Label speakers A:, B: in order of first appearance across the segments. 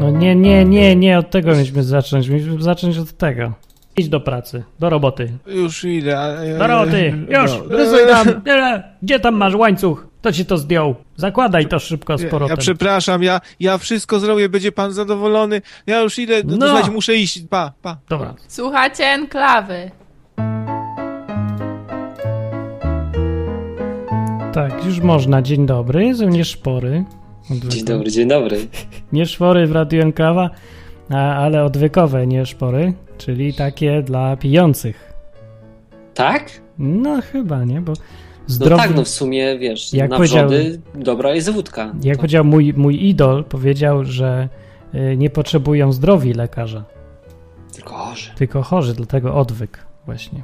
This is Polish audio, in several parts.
A: No nie, nie, nie, nie, od tego mieliśmy zacząć. Mieliśmy zacząć od tego. Idź do pracy, do roboty.
B: Już idę. ale-
A: Do roboty, już,
B: No.
A: rysuj tam. Gdzie tam masz łańcuch? Kto ci to zdjął? Zakładaj to szybko z
B: Ja, ja
A: powrotem.
B: przepraszam, ja, ja wszystko zrobię, będzie pan zadowolony. Ja już idę, no.
A: No.
B: słuchajcie, muszę iść. Pa, pa.
A: Dobra.
C: Słuchacie enklawy.
A: Tak, już można. Dzień dobry, ze mnie szpory.
D: Dzień dobry, dzień dobry.
A: Nie szpory w Radiu Enklawa, a- ale odwykowe nie szpory, czyli takie dla pijących.
D: Tak?
A: No chyba, nie? Bo
D: No
A: zdrowy...
D: tak, no w sumie wiesz,
A: Jak
D: na
A: powiedział-
D: wrzody dobra jest wódka.
A: Jak
D: tak.
A: powiedział mój, mój idol, powiedział, że y, nie potrzebują zdrowi lekarza,
D: Tylko gorzej.
A: tylko chorzy, dlatego odwyk właśnie.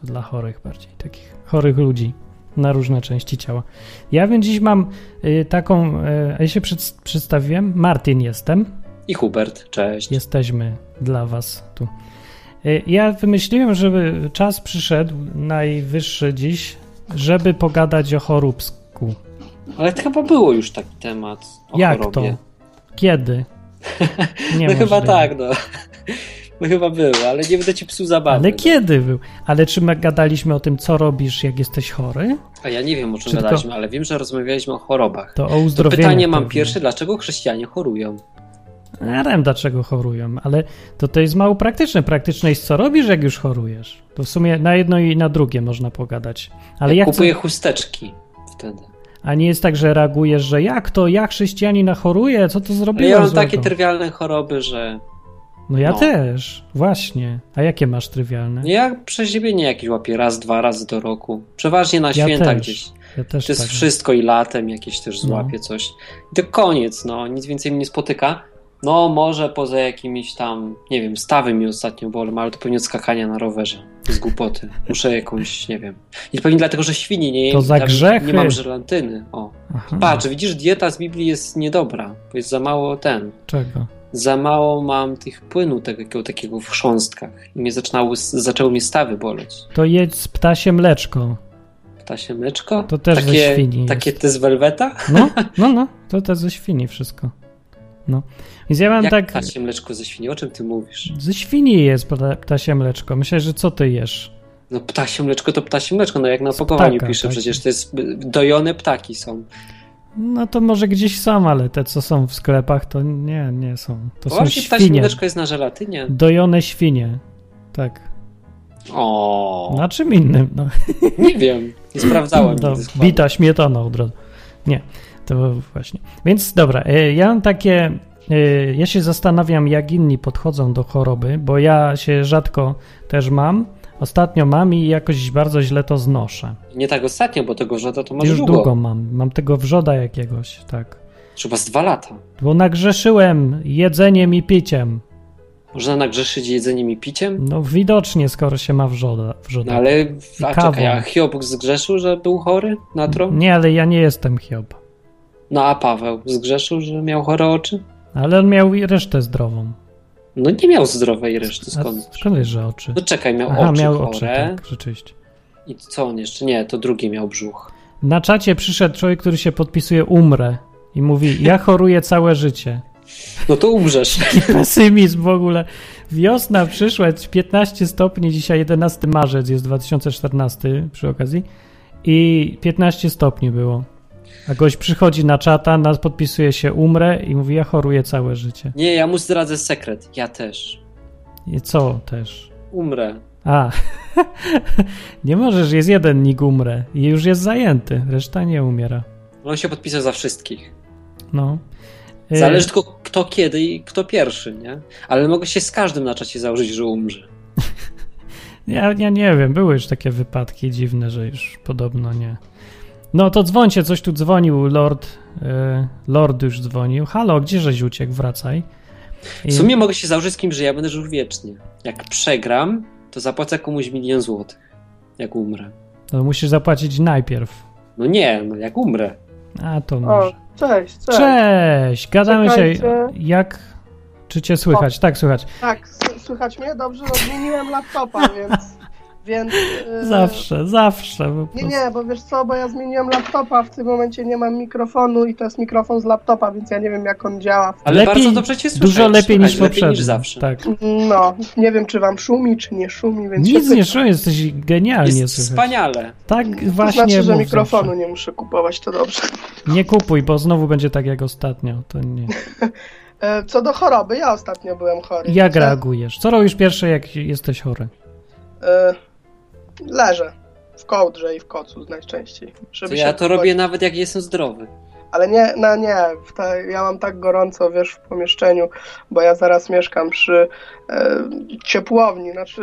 A: To dla chorych bardziej, takich chorych ludzi na różne części ciała. Ja więc dziś mam y, taką, y, a ja się przed, przedstawiłem, Martin jestem,
D: I Hubert, cześć.
A: jesteśmy dla was tu. Y, Ja wymyśliłem, żeby czas przyszedł, najwyższy dziś, żeby pogadać o choróbsku.
D: Ale to chyba było już taki temat o
A: Jak
D: chorobie.
A: to? Kiedy? Nie
D: No chyba
A: możliwe.
D: tak, no. No chyba było, ale nie będę ci psuł zabawy.
A: Ale
D: no.
A: kiedy był? Ale czy my gadaliśmy o tym, co robisz, jak jesteś chory?
D: A ja nie wiem, o czym
A: Czy tylko-
D: gadaliśmy, ale wiem, że rozmawialiśmy o chorobach.
A: To o
D: To
A: uzdrowieniu.
D: pytanie mam
A: pewnie.
D: pierwsze, dlaczego chrześcijanie chorują?
A: Ja wiem, dlaczego chorują, ale to, to jest mało praktyczne. Praktyczne jest, co robisz, jak już chorujesz. To w sumie na jedno i na drugie można pogadać. Ale
D: ja
A: jak
D: kupuję chusteczki wtedy.
A: A nie jest tak, że reagujesz, że jak to, ja chrześcijanina choruję, co to
D: Ale
A: zrobiłem
D: ja mam
A: złego?
D: takie trywialne choroby, że
A: No ja
D: no.
A: też, właśnie. A jakie masz trywialne?
D: ja przeziębienie jakieś łapię raz, dwa razy do roku. Przeważnie na
A: ja
D: święta
A: też.
D: gdzieś.
A: Ja też
D: To jest
A: tak.
D: wszystko i latem jakieś też
A: No.
D: złapie coś. I to koniec, no, nic więcej mnie nie spotyka. No, może poza jakimiś tam, nie wiem, stawy mi ostatnio bolą, ale to pewnie od skakania na rowerze. Z głupoty. Muszę jakąś, nie wiem. I pewnie dlatego, że świni nie
A: To
D: jem,
A: za
D: tam
A: grzechy.
D: nie mam żelatyny. O.
A: Aha,
D: Patrz, widzisz, dieta z Biblii jest niedobra, bo jest za mało ten.
A: Czego?
D: Za mało mam tych płynu takiego, takiego w chrząstkach. I mnie zaczynały, zaczęły mi stawy boleć.
A: To jedz z ptasie mleczko.
D: Ptasie mleczko?
A: To też ze
D: takie,
A: świni
D: Takie te z welweta?
A: No, no, no, to te ze świni wszystko. No. Więc ja mam
D: Jak
A: tak.
D: ptasie mleczko ze świni? O czym ty mówisz?
A: Ze świni jest pta- ptasie mleczko. Myślę, że co ty jesz?
D: No ptasie mleczko to ptasie mleczko, no jak na
A: Z
D: opakowaniu
A: ptaka,
D: pisze
A: tak.
D: przecież, to jest y, dojone ptaki są.
A: No to może gdzieś sam, ale te, co są w sklepach, to nie, nie są. To są
D: Właśnie ptasie
A: świnie.
D: mleczko jest na żelatynie.
A: Dojone świnie. Tak.
D: O,
A: Na czym innym? No.
D: nie wiem, nie sprawdzałem.
A: No,
D: nigdy składu.
A: bita śmietana od razu. Nie, to właśnie. Więc dobra, y, ja mam takie. y, Ja się zastanawiam, jak inni podchodzą do choroby, bo ja się rzadko też mam. Ostatnio mam i jakoś bardzo źle to znoszę.
D: Nie tak ostatnio, bo tego żada to masz
A: Już
D: długo.
A: długo. mam. Mam tego wrzoda jakiegoś, tak.
D: Chyba z dwa lata.
A: Bo nagrzeszyłem jedzeniem i piciem.
D: Można nagrzeszyć jedzeniem i piciem?
A: No widocznie, skoro się ma wrzoda. wrzoda.
D: No ale, a
A: kawą. Mm.
D: czekaj, a Hiob zgrzeszył, że był chory na tron?
A: Nie, ale ja nie jestem Hiob.
D: No a Paweł zgrzeszył, że miał chore oczy?
A: Ale on miał i resztę zdrową.
D: No nie miał zdrowej reszty,
A: A
D: skąd?
A: skąd wiesz, że oczy?
D: No czekaj, miał
A: Aha,
D: oczy
A: miał
D: chore.
A: oczy, tak, rzeczywiście.
D: I co on jeszcze? Nie, to drugi miał brzuch.
A: Na czacie przyszedł człowiek, który się podpisuje umrę i mówi, ja choruję całe życie.
D: No to umrzesz.
A: Jaki pesymizm w ogóle. Wiosna przyszła, jest 15 stopni, dzisiaj 11 marzec, jest 2014 przy okazji i 15 stopni było. A gość przychodzi na czata, nas podpisuje się umrę i mówi, ja choruję całe życie.
D: Nie, ja mu zdradzę sekret. Ja też.
A: I co też?
D: Umrę.
A: A, nie możesz, jest jeden nig umrę i już jest zajęty, reszta nie umiera.
D: No On się podpisał za wszystkich.
A: No. Y,
D: Zależy tylko kto kiedy i kto pierwszy, nie? Ale mogę się z każdym na czacie założyć, że umrze.
A: Ja, ja nie wiem, były już takie wypadki dziwne, że już podobno nie. No to dzwońcie, coś tu dzwonił, Lord. y, Lord już dzwonił. Halo, gdzie żeś uciekł? Wracaj. I-
D: W sumie mogę się założyć z kim, że ja będę żył wiecznie. Jak przegram, to zapłacę komuś milion złotych. Jak umrę.
A: No, musisz zapłacić najpierw.
D: No nie, no jak umrę.
A: A to
E: O,
A: może.
E: cześć, cześć.
A: Cześć! Gadamy się.
E: Czekajcie.
A: Jak. Czy cię słychać? Tak, słychać.
E: Tak, s- słychać mnie? Dobrze, no zmieniłem laptopa, więc Więc. y,
A: Zawsze, zawsze. po
E: Nie,
A: prostu.
E: nie, bo wiesz co, bo ja zmieniłem laptopa, w tym momencie nie mam mikrofonu i to jest mikrofon z laptopa, więc ja nie wiem jak on działa.
D: Ale
A: Lepiej-
D: bardzo dobrze cię słyszę.
A: Dużo lepiej niż
D: Słuchaj,
A: poprzednio.
D: lepiej niż zawsze.
A: Tak.
E: No, nie wiem czy wam szumi, czy nie szumi, więc się
A: Nic
E: pytam.
A: nie szło, jesteś genialnie
D: Jest
A: słychać.
D: wspaniale.
A: Tak
E: To
A: właśnie
E: znaczy, że
A: mów
E: mikrofonu nie muszę kupować, to dobrze.
A: zawsze. Nie kupuj, bo znowu będzie tak jak ostatnio. To nie.
E: E, Co do choroby, ja ostatnio byłem chory.
A: Jak
E: Ja-
A: reagujesz? Co robisz pierwsze, jak jesteś chory?
E: e, Leżę w kołdrze i w kocu najczęściej.
D: To
E: Żeby się
D: ja to
E: wychodzić.
D: robię nawet jak jestem zdrowy.
E: Ale nie, no nie, w te, ja mam tak gorąco, wiesz, w pomieszczeniu, bo ja zaraz mieszkam przy e, ciepłowni, znaczy,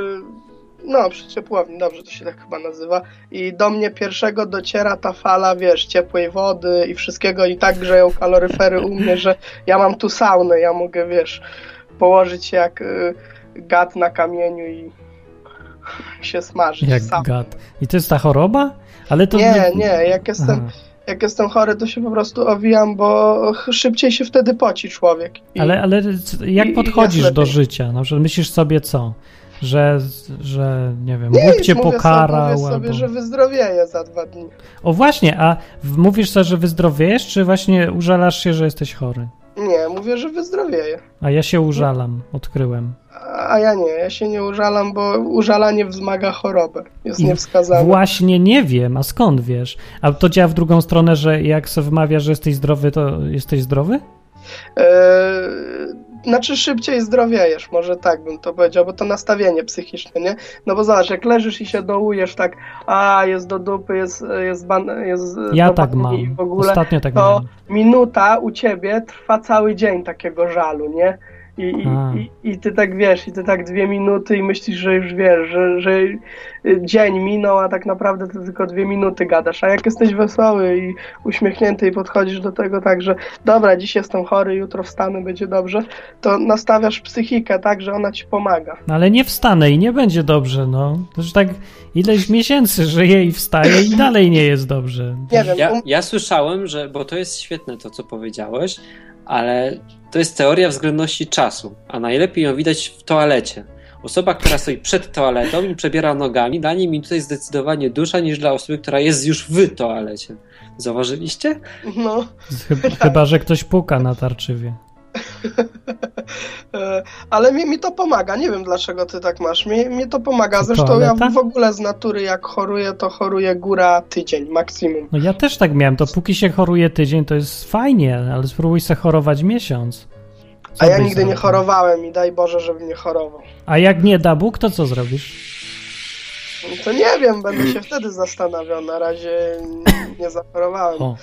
E: no przy ciepłowni, dobrze to się tak chyba nazywa. I do mnie pierwszego dociera ta fala, wiesz, ciepłej wody i wszystkiego i tak grzeją kaloryfery u mnie, że ja mam tu saunę, ja mogę, wiesz, położyć się jak y, gad na kamieniu i się smażyć
A: Jak
E: sam.
A: gad. I to jest ta choroba? Ale to
E: Nie, nie, jak jestem
A: Aha.
E: jak jestem chory, to się po prostu owijam, bo ch- szybciej się wtedy poci człowiek. I
A: Ale, ale c-
E: i-
A: jak
E: i
A: podchodzisz
E: jest
A: do
E: lepiej.
A: życia? Na przykład myślisz sobie co? Że, że nie wiem,
E: nic,
A: Bóg cię
E: mówię
A: pokarał.
E: Sobie, mówię sobie,
A: albo...
E: że wyzdrowieję za dwa dni.
A: O właśnie, a w- mówisz sobie, że wyzdrowiejesz, czy właśnie użalasz się, że jesteś chory?
E: Nie, mówię, że wyzdrowieję.
A: A ja
E: No.
A: się użalam, odkryłem.
E: A a ja nie, ja się nie użalam, bo użalanie wzmaga chorobę. Jest
A: I
E: niewskazane.
A: Właśnie nie wiem, a skąd wiesz? A to działa w drugą stronę, że jak sobie wymawiasz, że jesteś zdrowy, to jesteś zdrowy?
E: Yy, znaczy szybciej zdrowiejesz, może tak bym to powiedział, bo to nastawienie psychiczne, nie? No bo zobacz, jak leżysz i się dołujesz tak, a jest do dupy, jest, jest, ban, jest
A: Ja
E: do
A: tak
E: bani
A: mam.
E: i w ogóle,
A: Ostatnio tak
E: to
A: miałem.
E: minuta u ciebie trwa cały dzień takiego żalu, nie? I, i,
A: A.
E: i, I ty tak wiesz, i ty tak dwie minuty i myślisz, że już wiesz, że, że y, dzień minął, a tak naprawdę ty tylko dwie minuty gadasz. A jak jesteś wesoły i uśmiechnięty i podchodzisz do tego tak, że dobra, dziś jestem chory, jutro wstanę, będzie dobrze, to nastawiasz psychikę tak, że ona ci pomaga.
A: No ale nie wstanę i nie będzie dobrze, no. To już tak ileś miesięcy żyję i wstaję i dalej nie jest dobrze.
E: Nie wiem,
D: Ja,
E: um,
D: ja słyszałem, że, bo to jest świetne to, co powiedziałeś, ale to jest teoria względności czasu, a najlepiej ją widać w toalecie. Osoba, która stoi przed toaletą i przebiera nogami, dla niej minuta jest zdecydowanie dłuższa niż dla osoby, która jest już w toalecie. Zauważyliście?
E: no...
A: Chyba, chyba że ktoś puka natarczywie.
E: E, Ale mi, mi to pomaga. Nie wiem dlaczego ty tak masz. Mi, mi to pomaga.
A: Co,
E: Zresztą ja
A: toaleta?
E: w ogóle z natury jak choruję, to choruję góra tydzień maksimum.
A: No ja też tak miałem, to póki się choruje tydzień, to jest fajnie, ale spróbuj se chorować miesiąc. Co
E: A ja
A: byś
E: nigdy nie
A: zrobił?
E: chorowałem i daj Boże, żebym nie chorował.
A: A jak nie da Bóg, to co zrobisz?
E: No To nie wiem, będę się wtedy zastanawiał. Na razie nie zachorowałem
A: O,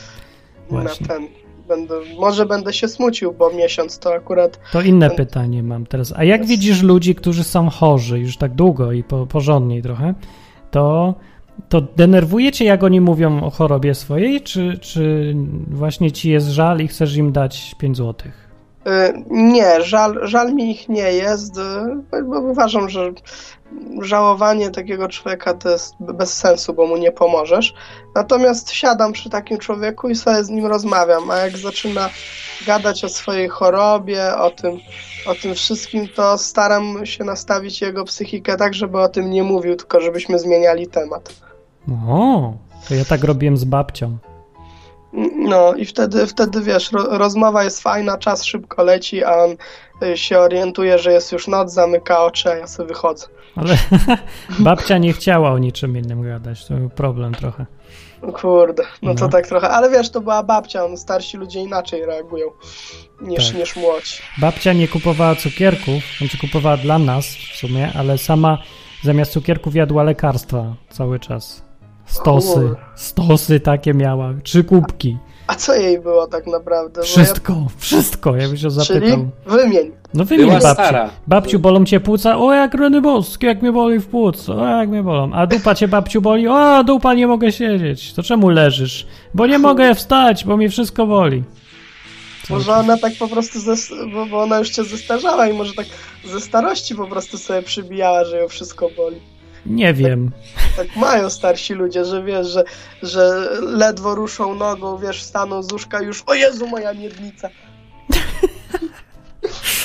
E: na
A: właśnie.
E: ten. Będę, może będę się smucił, bo miesiąc to akurat
A: To inne pytanie mam teraz. A jak
E: Yes.
A: widzisz ludzi, którzy są chorzy już tak długo i po, porządniej trochę, to, to denerwuje cię, jak oni mówią o chorobie swojej, czy, czy właśnie ci jest żal i chcesz im dać 5 złotych?
E: Y, Nie, żal, żal mi ich nie jest, y, bo uważam, że żałowanie takiego człowieka to jest bez sensu, bo mu nie pomożesz. Natomiast siadam przy takim człowieku i sobie z nim rozmawiam, a jak zaczyna gadać o swojej chorobie, o tym, o tym wszystkim, to staram się nastawić jego psychikę tak, żeby o tym nie mówił, tylko żebyśmy zmieniali temat.
A: O, to ja tak robiłem z babcią.
E: No i wtedy, wtedy wiesz, ro, rozmowa jest fajna, czas szybko leci, a on y, się orientuje, że jest już noc, zamyka oczy, a ja sobie wychodzę.
A: Ale babcia nie chciała o niczym innym gadać, to był problem trochę.
E: No Kurde, no to
A: No.
E: tak trochę, ale wiesz, to była babcia, no, starsi ludzie inaczej reagują niż,
A: Tak.
E: niż młodzi.
A: Babcia nie kupowała cukierków, znaczy kupowała dla nas w sumie, ale sama zamiast cukierków jadła lekarstwa cały czas. Stosy,
E: Kur.
A: stosy takie miała, trzy kubki,
E: A co jej było tak naprawdę? Bo
A: wszystko, wszystko, ja bym się
E: ja,
A: zapytał.
E: czyli wymień.
A: No wymień
D: Była
A: babci.
D: stara.
A: Babciu, bolą cię płuca? O, jak rany boskie, jak mnie boli w płucu, o, jak mnie bolą. A dupa cię babciu boli? O, dupa, nie mogę siedzieć. To czemu leżysz? Bo nie mogę wstać, bo mnie wszystko boli.
E: Może ona tak po prostu, ze, bo, bo ona już cię zestarzała i może tak ze starości po prostu sobie przybijała, że ją wszystko boli.
A: Nie wiem.
E: Tak mają starsi ludzie, że wiesz, że, że ledwo ruszą nogą, wiesz, staną z łóżka już, o Jezu, moja miednica.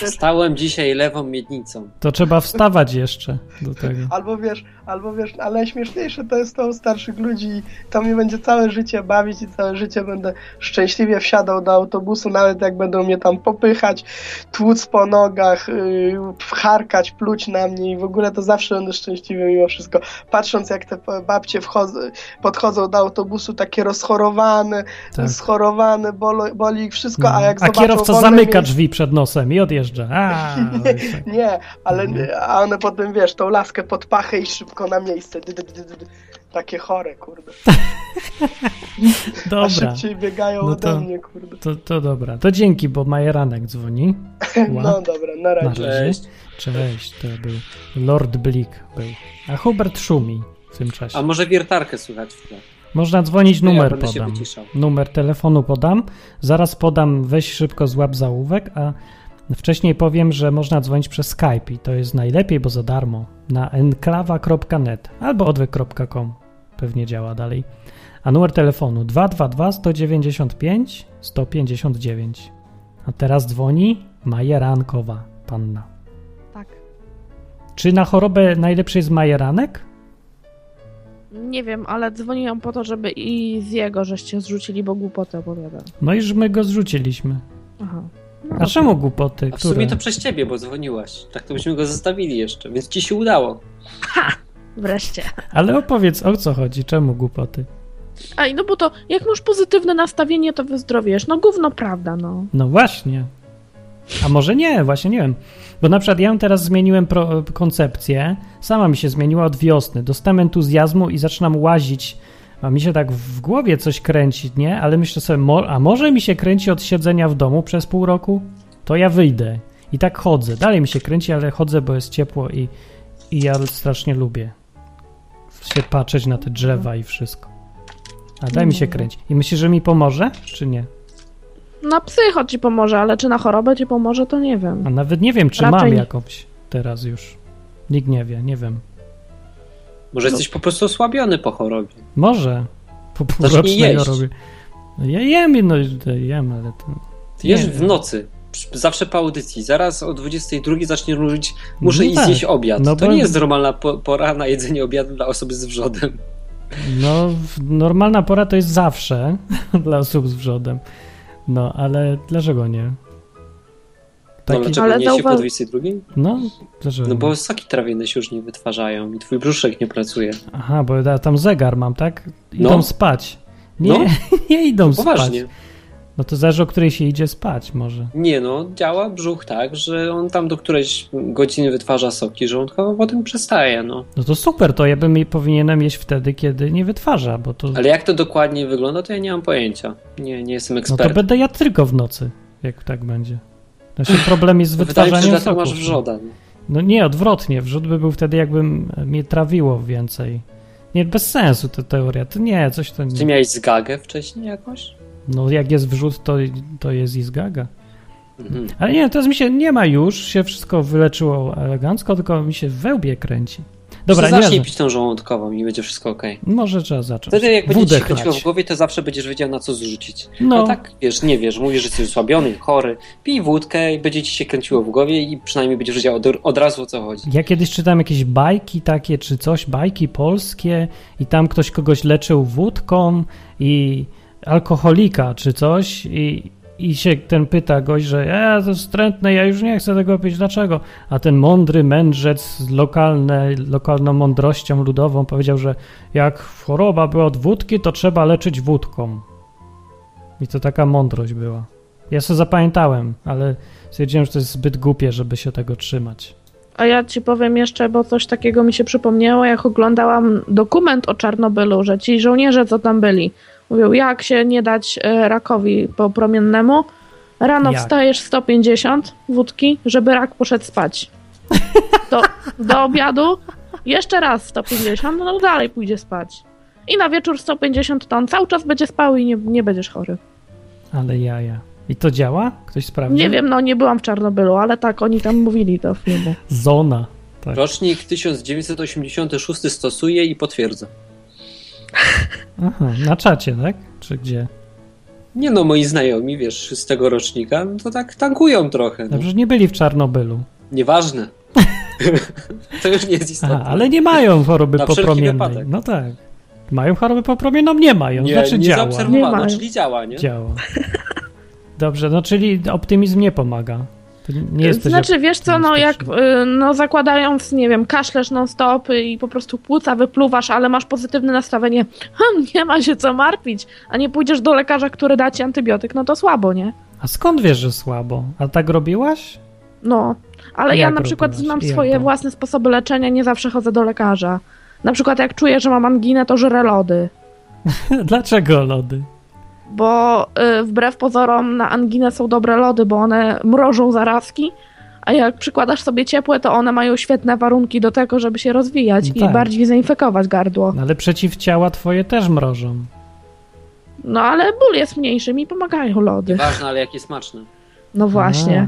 D: Stałem dzisiaj lewą miednicą.
A: To trzeba wstawać jeszcze do tego.
E: Albo wiesz, albo wiesz, ale śmieszniejsze to jest to u starszych ludzi i to mnie będzie całe życie bawić i całe życie będę szczęśliwie wsiadał do autobusu, nawet jak będą mnie tam popychać, tłuc po nogach, yy, harkać, pluć na mnie i w ogóle to zawsze będę szczęśliwy mimo wszystko. Patrząc jak te babcie wchodzą, podchodzą do autobusu takie rozchorowane,
A: Tak.
E: schorowane, bolo, boli ich wszystko, a jak
A: No. A
E: zobaczą
A: kierowca
E: wolne
A: zamyka
E: miejsce-
A: drzwi przed nosem i odjeżdża. A, no tak.
E: nie, ale
A: Mhm.
E: a one potem, wiesz, tą laskę pod pachę i szybko na miejsce. Dy, dy, dy, dy, dy. Takie chore, kurde. A
A: dobra.
E: szybciej biegają
A: No to-
E: ode mnie, kurde.
A: To, to dobra. To dzięki, bo Majeranek dzwoni. Ła.
E: No dobra, na
A: Na
E: razie.
A: razie. Cześć, to był Lord Blik. Był. A Hubert szumi w tym czasie.
D: A może wiertarkę słychać w tle?
A: Można dzwonić,
D: No ja
A: numer
D: będę się
A: podam.
D: wyciszał.
A: Numer telefonu podam. Zaraz podam, weź szybko złap załówek, a wcześniej powiem, że można dzwonić przez Skype i to jest najlepiej, bo za darmo. Na enklawa.net albo odwyk.com pewnie działa dalej. A numer telefonu 222 195 159. A teraz dzwoni Majerankowa, panna.
F: Tak.
A: Czy na chorobę najlepszy jest Majeranek?
F: Nie wiem, ale dzwoniłam po to, żeby i z jego żeście zrzucili, bo głupotę opowiada.
A: No i już my go zrzuciliśmy.
F: Aha.
A: A czemu głupoty?
D: A w sumie
A: Które?
D: to przez ciebie, bo dzwoniłaś. Tak to byśmy go zostawili jeszcze, więc ci się udało.
F: Wreszcie.
A: Ale opowiedz o co chodzi, czemu głupoty?
F: Ej, no bo to, jak masz pozytywne nastawienie, to wyzdrowiesz. No gówno prawda, no.
A: No właśnie. A może nie, właśnie nie wiem. Bo na przykład ja teraz zmieniłem pro, koncepcję, sama mi się zmieniła od wiosny. Dostałem entuzjazmu i zaczynam łazić. A mi się tak w głowie coś kręci, nie? Ale myślę sobie, mo- a może mi się kręci od siedzenia w domu przez pół roku? To ja wyjdę. I tak chodzę. Dalej mi się kręci, ale chodzę, bo jest ciepło i, i ja strasznie lubię się patrzeć na te drzewa i wszystko. A daj mi się kręcić. I myślisz, że mi pomoże, czy nie?
F: Na psycho ci pomoże, ale czy na chorobę ci pomoże, to nie wiem.
A: A nawet nie wiem, czy
F: Raczej
A: mam
F: nie.
A: jakąś teraz już. Nikt nie wie, nie wiem. No.
D: Może jesteś po prostu osłabiony po chorobie.
A: Może po
D: Zacznij
A: półrocznej
D: jeść.
A: chorobie. No Ja jem, no jem, ale to...
D: Ty jesz
A: Nie
D: w no-
A: wiem.
D: nocy, przy- zawsze po audycji, zaraz o 22 zacznie nużyć, muszę
A: No
D: iść
A: tak.
D: zjeść obiad.
A: No
D: to
A: bo-
D: nie jest normalna po, pora na jedzenie obiadu dla osoby z wrzodem.
A: No, w- normalna pora to jest zawsze dla osób z wrzodem. No, ale dlaczego nie?
D: No,
A: Taki-
D: dlaczego
F: Ale
D: nie się po
F: zauważ-
D: 22?
A: No, dlaczego
D: No
A: nie?
D: bo soki trawienne się już nie wytwarzają i twój brzuszek nie pracuje.
A: Aha, bo ja tam zegar mam, tak? Idą
D: No.
A: spać. Nie,
D: No.
A: nie idą spać.
D: Poważnie.
A: No to zależy, o której się idzie spać może.
D: Nie no, działa brzuch tak, że on tam do którejś godziny wytwarza soki żołądkowe, potem przestaje, no.
A: No to super, to ja bym jej powinienem jeść wtedy, kiedy nie wytwarza, bo to...
D: Ale jak to dokładnie wygląda, to ja nie mam pojęcia. Nie, nie jestem
A: No to
D: ekspertem.
A: będę ja tylko w nocy, jak tak będzie. Znaczy problem jest z
D: No Wydaje mi się, że
A: wytwarzaniem
D: dlatego
A: soków.
D: masz wrzoda. no.
A: No nie, odwrotnie. Wrzód by był wtedy, jakbym mnie trawiło więcej. Nie, bez sensu ta teoria. To nie, coś to
D: Ty
A: nie.
D: miałeś zgagę wcześniej jakąś?
A: No jak jest wrzód, to, to jest i zgaga.
D: Mhm.
A: Ale nie, teraz mi się nie ma już, się wszystko wyleczyło elegancko, tylko mi się wełbie kręci. Dobra,
D: Dobra,
A: nie
D: zacznij
A: ważne.
D: pić tą żołądkową i będzie wszystko okej.
A: Może trzeba zacząć.
D: Wtedy jak będzie
A: Wódę
D: ci chodziło
A: chlać.
D: w głowie, to zawsze będziesz wiedział na co zrzucić.
A: No.
D: No. A tak, wiesz, nie wiesz, mówisz, że jesteś osłabiony, chory, pij wódkę i będzie ci się kręciło w głowie i przynajmniej będziesz wiedział od, od razu o co chodzi.
A: Ja kiedyś czytałem jakieś bajki takie czy coś, bajki polskie i tam ktoś kogoś leczył wódką i alkoholika czy coś i, i się ten pyta goś, że e, to wstrętne, ja już nie chcę tego pić, dlaczego? A ten mądry mędrzec z lokalne, lokalną mądrością ludową powiedział, że jak choroba była od wódki, to trzeba leczyć wódką. I to taka mądrość była. Ja sobie zapamiętałem, ale stwierdziłem, że to jest zbyt głupie, żeby się tego trzymać.
F: A ja ci powiem jeszcze, bo coś takiego mi się przypomniało, jak oglądałam dokument o Czarnobylu, że ci żołnierze, co tam byli, mówią, jak się nie dać e, rakowi po promiennemu. Rano
A: Jak?
F: wstajesz 150 wódki, żeby rak poszedł spać. Do, do obiadu jeszcze raz 150, no dalej pójdzie spać. I na wieczór 150 ton. Cały czas będzie spał i nie, nie będziesz chory.
A: Ale jaja. I to działa? Ktoś sprawdził?
F: Nie wiem, no nie byłam w Czarnobylu, ale tak oni tam mówili to w filmie.
A: Zona. Tak.
D: Rocznik 1986 stosuje i potwierdza.
A: Aha, na czacie, tak? Czy gdzie?
D: Nie no, moi znajomi, wiesz, z tego rocznika, no to tak tankują trochę. No.
A: Dobrze, że nie byli w Czarnobylu.
D: Nieważne. to już nie jest istotne.
A: Aha, ale nie mają choroby
D: Na wszelki
A: popromiennej.
D: wypadek.
A: No tak. Mają choroby popromienną? Nie mają.
D: nie,
A: znaczy
D: nie
A: działa.
F: Nie
D: zaobserwowano,
F: mają.
D: czyli działa, nie?
A: Działa. Dobrze, no czyli optymizm nie pomaga. To nie jesteś
F: znaczy, wiesz co, no jak y, no, zakładając, nie wiem, kaszlesz non-stop i po prostu płuca wypluwasz, ale masz pozytywne nastawienie, "Hm, nie ma się co martwić, a nie pójdziesz do lekarza, który da ci antybiotyk, no to słabo, nie?
A: A skąd wiesz, że słabo? A tak robiłaś?
F: No, ale ja
A: Jak
F: na przykład
A: robiłaś?
F: znam
A: Jak
F: swoje
A: to?
F: własne sposoby leczenia, nie zawsze chodzę do lekarza. Na przykład jak czuję, że mam anginę, to żrę lody.
A: Dlaczego lody?
F: Bo y, wbrew pozorom na anginę są dobre lody, bo one mrożą zarazki, a jak przykładasz sobie ciepłe, to one mają świetne warunki do tego, żeby się rozwijać
A: No
F: i
A: tak.
F: bardziej zainfekować gardło.
A: No, ale przeciwciała twoje też mrożą.
F: No ale ból jest mniejszy, mi pomagają lody.
D: Nieważne, ale jakie smaczne.
F: No właśnie.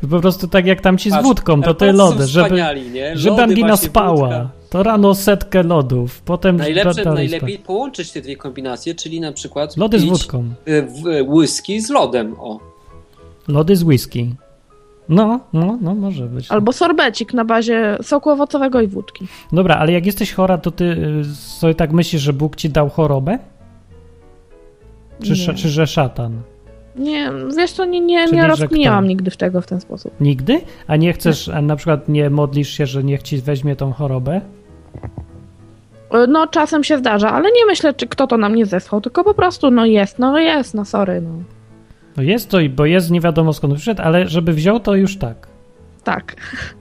A: To po prostu tak jak tam ci z
D: Patrz,
A: wódką, to te
D: tacy są
A: lody, żeby,
D: wspaniali, nie? Lody,
A: żeby angina
D: właśnie
A: spała.
D: wódka.
A: To rano setkę lodów, potem
D: Najlepsze,
A: da- dalej
D: najlepiej połączyć te dwie kombinacje, czyli na przykład
A: spać. Lody z
D: pić,
A: wódką,
D: y, w- y, whisky z lodem, o.
A: lody z whisky. No, no, no może być.
F: Albo sorbecik na bazie soku owocowego i wódki.
A: Dobra, ale jak jesteś chora, to ty y, sobie tak myślisz, że Bóg ci dał chorobę? Czy,
F: Nie.
A: sz- czy że szatan?
F: Nie, wiesz co, nie, nie,
A: Czyli,
F: nie
A: że
F: rozkminiałam
A: kto?
F: nigdy w tego w ten sposób.
A: Nigdy? A nie chcesz, a na przykład nie modlisz się, że niech ci weźmie tą chorobę?
F: No, czasem się zdarza, ale nie myślę, czy kto to na mnie zesłał, tylko po prostu, no jest, no jest, no sorry, no.
A: No jest to, i- bo jest nie wiadomo skąd przyszedł, ale żeby wziął to już tak.
F: Tak.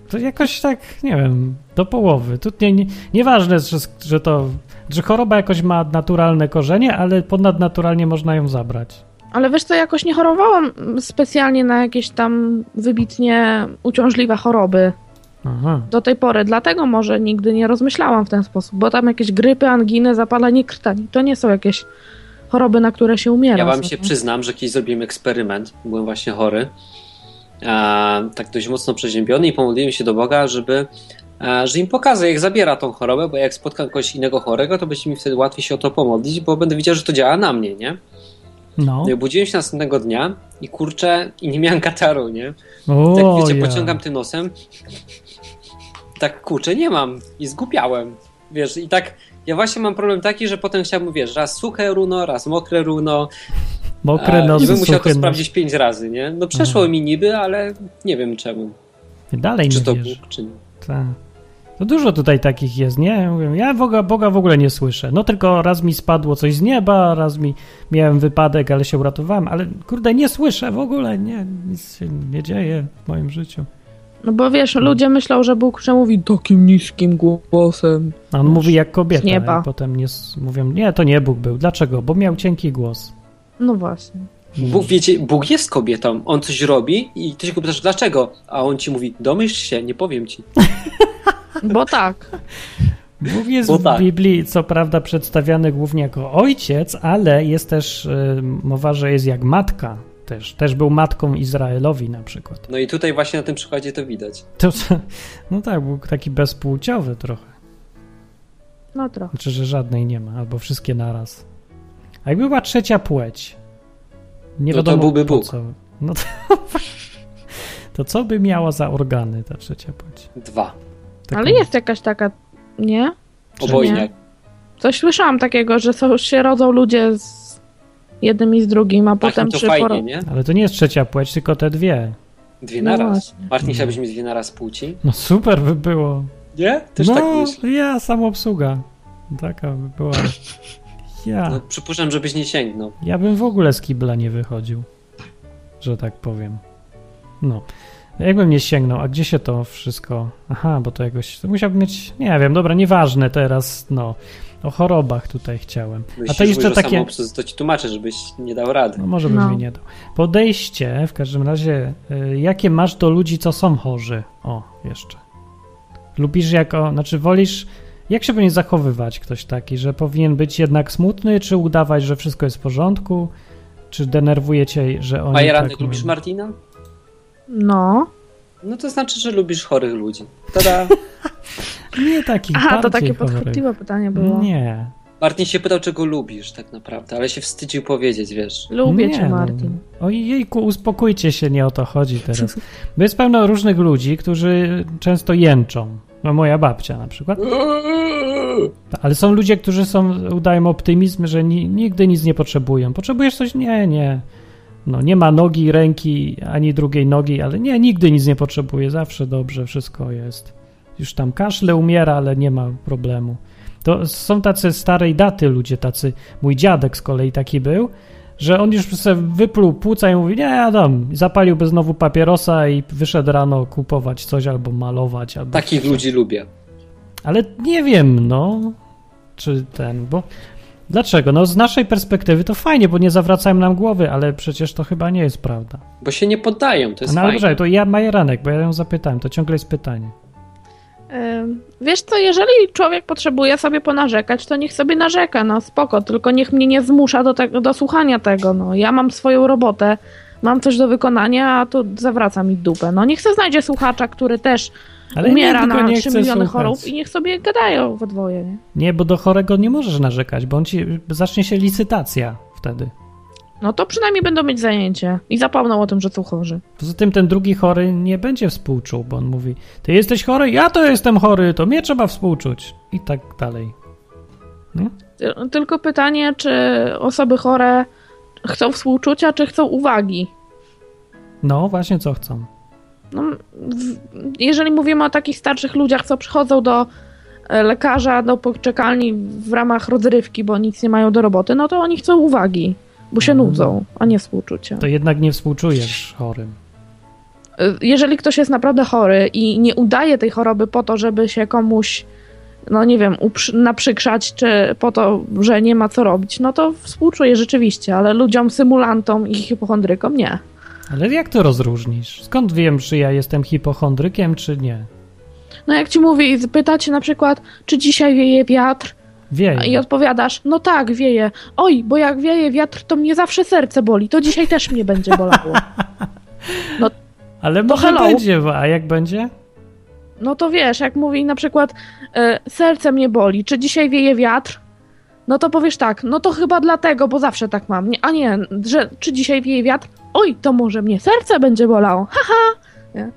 A: To jakoś tak, nie wiem, do połowy. Tu nie, nie, nieważne, że, że to, że choroba jakoś ma naturalne korzenie, ale ponadnaturalnie można ją zabrać.
F: Ale wiesz co, jakoś nie chorowałam mm, specjalnie na jakieś tam wybitnie uciążliwe choroby
A: Aha.
F: do tej pory, dlatego może nigdy nie rozmyślałam w ten sposób, bo tam jakieś grypy, anginy, zapalenie krtani, to nie są jakieś choroby, na które się umiera.
D: Ja wam
F: co
D: się
F: to.
D: przyznam, że kiedyś zrobiłem eksperyment, byłem właśnie chory, a, tak dość mocno przeziębiony i pomodliłem się do Boga, żeby, a, że im pokażę, jak zabiera tą chorobę, bo jak spotkam kogoś innego chorego, to będzie mi wtedy łatwiej się o to pomodlić, bo będę widział, że to działa na mnie, nie?
A: No.
D: No i obudziłem się następnego dnia i kurczę, i nie miałem kataru, nie?
A: O,
D: Tak wiecie,
A: ja.
D: pociągam tym nosem, tak kurczę, nie mam i zgupiałem, wiesz, i tak... Ja właśnie mam problem taki, że potem chciałbym, wiesz, raz suche runo, raz mokre runo,
A: Mokre
D: a,
A: nosy,
D: I bym musiał
A: suche
D: to
A: nosy.
D: sprawdzić pięć razy, nie? No przeszło
A: Aha.
D: mi niby, ale nie wiem czemu.
A: Dalej
D: Czy
A: nie
D: to
A: wiesz.
D: Bóg, czy nie.
A: Tak. To dużo tutaj takich jest, nie? Ja Mówię, ja Boga, Boga w ogóle nie słyszę. No tylko raz mi spadło coś z nieba, raz mi miałem wypadek, ale się uratowałem, ale kurde, nie słyszę w ogóle, nie, nic się nie dzieje w moim życiu.
F: No bo wiesz, ludzie myślą, że Bóg przemówi takim niskim głosem.
A: A on mówi jak kobieta,
F: z nieba.
A: i potem nie, s- mówią, nie, to nie Bóg był. Dlaczego? Bo miał cienki głos.
F: No właśnie.
D: Bóg, wiecie, Bóg jest kobietą, on coś robi i ty się go pytasz dlaczego, a on ci mówi domyśl się, nie powiem ci.
F: Bo tak.
A: Bóg jest
D: Bo
A: w
D: tak.
A: Biblii, co prawda, przedstawiany głównie jako ojciec, ale jest też y, mowa, że jest jak matka. Też, też był matką Izraelowi na przykład.
D: No i tutaj właśnie na tym przykładzie to widać.
A: To, to, no tak, był taki bezpłciowy trochę.
F: No trochę.
A: Znaczy, że żadnej nie ma, albo wszystkie naraz. A jakby była trzecia płeć, nie
D: No to
A: wiadomo
D: byłby
A: po
D: Bóg.
A: Co. No to, to co by miała za organy ta trzecia płeć?
D: Dwa.
A: Taką-
F: Ale jest jakaś taka, nie? Czy
D: Obojniak.
F: nie? Coś słyszałam takiego, że są, się rodzą ludzie z jednym i z drugim, a
D: Tak,
F: potem
D: no to
F: przy poro-
D: fajnie, nie?
A: Ale to nie jest trzecia płeć, tylko te dwie.
D: Dwie
F: No
D: naraz.
F: właśnie.
D: Martin, chciałbyś mieć dwie naraz płci?
A: No super by było.
D: Nie? Też
A: no,
D: tak myślę.
A: ja, samoobsługa. Taka by była. Ja.
D: No, przypuszczam, żebyś nie sięgnął.
A: Ja bym w ogóle z kibla nie wychodził, że tak powiem. No. Jakbym nie sięgnął, a gdzie się to wszystko. Aha, bo to jakoś. To musiałbym mieć. Nie wiem, dobra, nieważne teraz. No. O chorobach tutaj chciałem. A
D: Myślisz,
A: to jeszcze takie.
D: Samoobsług, to ci tłumaczę, żebyś nie dał rady.
A: No, może bym
F: No.
A: mi nie dał. Podejście, w każdym razie, y, jakie masz do ludzi, co są chorzy? O, jeszcze. Lubisz jako. Znaczy, wolisz. Jak się powinien zachowywać ktoś taki, że powinien być jednak smutny, czy udawać, że wszystko jest w porządku? Czy denerwuje cię, że oni.
D: Majeranek,
A: tak
D: lubisz
A: mówią?
D: Martina?
F: No.
D: No to znaczy, że lubisz chorych ludzi. Tada!
A: Nie takich.
F: Aha, to
A: bardziej
F: takie
A: chorych.
F: podchwytliwe pytanie było.
A: Nie.
D: Martin się pytał, czego lubisz tak naprawdę, ale się wstydził powiedzieć, wiesz.
F: Lubię
A: Nie,
F: cię, Martin.
A: No. Ojejku, uspokójcie się, nie o to chodzi teraz. Bo jest pełno różnych ludzi, którzy często jęczą. No, moja babcia na przykład. Ale są ludzie, którzy są, udają optymizm, że ni, nigdy nic nie potrzebują. Potrzebujesz coś? Nie, nie. No, nie ma nogi, ręki, ani drugiej nogi, ale nie, nigdy nic nie potrzebuje. Zawsze dobrze, wszystko jest. Już tam kaszle umiera, ale nie ma problemu. To są tacy starej daty ludzie, tacy. Mój dziadek z kolei taki był, że on już sobie wypluł płuca i mówi, nie, ja dam. Zapaliłby znowu papierosa i wyszedł rano kupować coś albo malować. Albo
D: Takich ludzi lubię.
A: ale nie wiem, no, czy ten, bo dlaczego? No, z naszej perspektywy to fajnie, bo nie zawracają nam głowy, ale przecież to chyba nie jest prawda.
D: Bo się nie poddają, to jest
A: No ale
D: fajne.
A: dobrze, to ja Majeranek, bo ja ją zapytałem, to ciągle jest pytanie.
F: Ym, Wiesz co, jeżeli człowiek potrzebuje sobie ponarzekać, to niech sobie narzeka, no spoko, tylko niech mnie nie zmusza do, tego, do słuchania tego, no. Ja mam swoją robotę, mam coś do wykonania, a tu zawraca mi dupę, no. Niech se znajdzie słuchacza, który też
A: Ale
F: umiera
A: nie, tylko
F: na
A: nie
F: 3
A: chcę
F: miliony
A: słuchać.
F: chorób i niech sobie gadają we dwoje, nie?
A: Nie, bo do chorego nie możesz narzekać, bo on ci, zacznie się licytacja wtedy.
F: No to przynajmniej będą mieć zajęcie i zapomną o tym, że są chorzy.
A: Poza tym ten drugi chory nie będzie współczuł, bo on mówi, ty jesteś chory, ja to jestem chory, to mnie trzeba współczuć. I tak dalej.
F: Ty- Tylko pytanie, czy osoby chore chcą współczucia, czy chcą uwagi?
A: No, właśnie co chcą.
F: no, w, jeżeli mówimy o takich starszych ludziach, co przychodzą do e, lekarza, do poczekalni w ramach rozrywki, bo nic nie mają do roboty, no to oni chcą uwagi, bo się
A: Mhm.
F: nudzą, a nie współczucia.
A: To jednak nie współczujesz chorym.
F: E, Jeżeli ktoś jest naprawdę chory i nie udaje tej choroby po to, żeby się komuś, no nie wiem, uprzy- naprzykrzać, czy po to, że nie ma co robić, no to współczuję rzeczywiście, ale ludziom, symulantom i hipochondrykom nie.
A: Ale jak to rozróżnisz? Skąd wiem, czy ja jestem hipochondrykiem, czy nie?
F: No jak ci mówię, pytacie na przykład, czy dzisiaj wieje wiatr, I
A: Wiem.
F: odpowiadasz, no tak, wieje. Oj, bo jak wieje wiatr, to mnie zawsze serce boli. To dzisiaj też mnie będzie bolało.
A: Ale
D: No
A: może
F: hello.
A: będzie, a jak będzie?
F: No to wiesz, jak mówi na przykład, e, serce mnie boli, czy dzisiaj wieje wiatr? No to powiesz tak, no to chyba dlatego, bo zawsze tak mam. Nie, a nie, że czy dzisiaj wieje wiatr? Oj, to może mnie serce będzie bolało. Ha,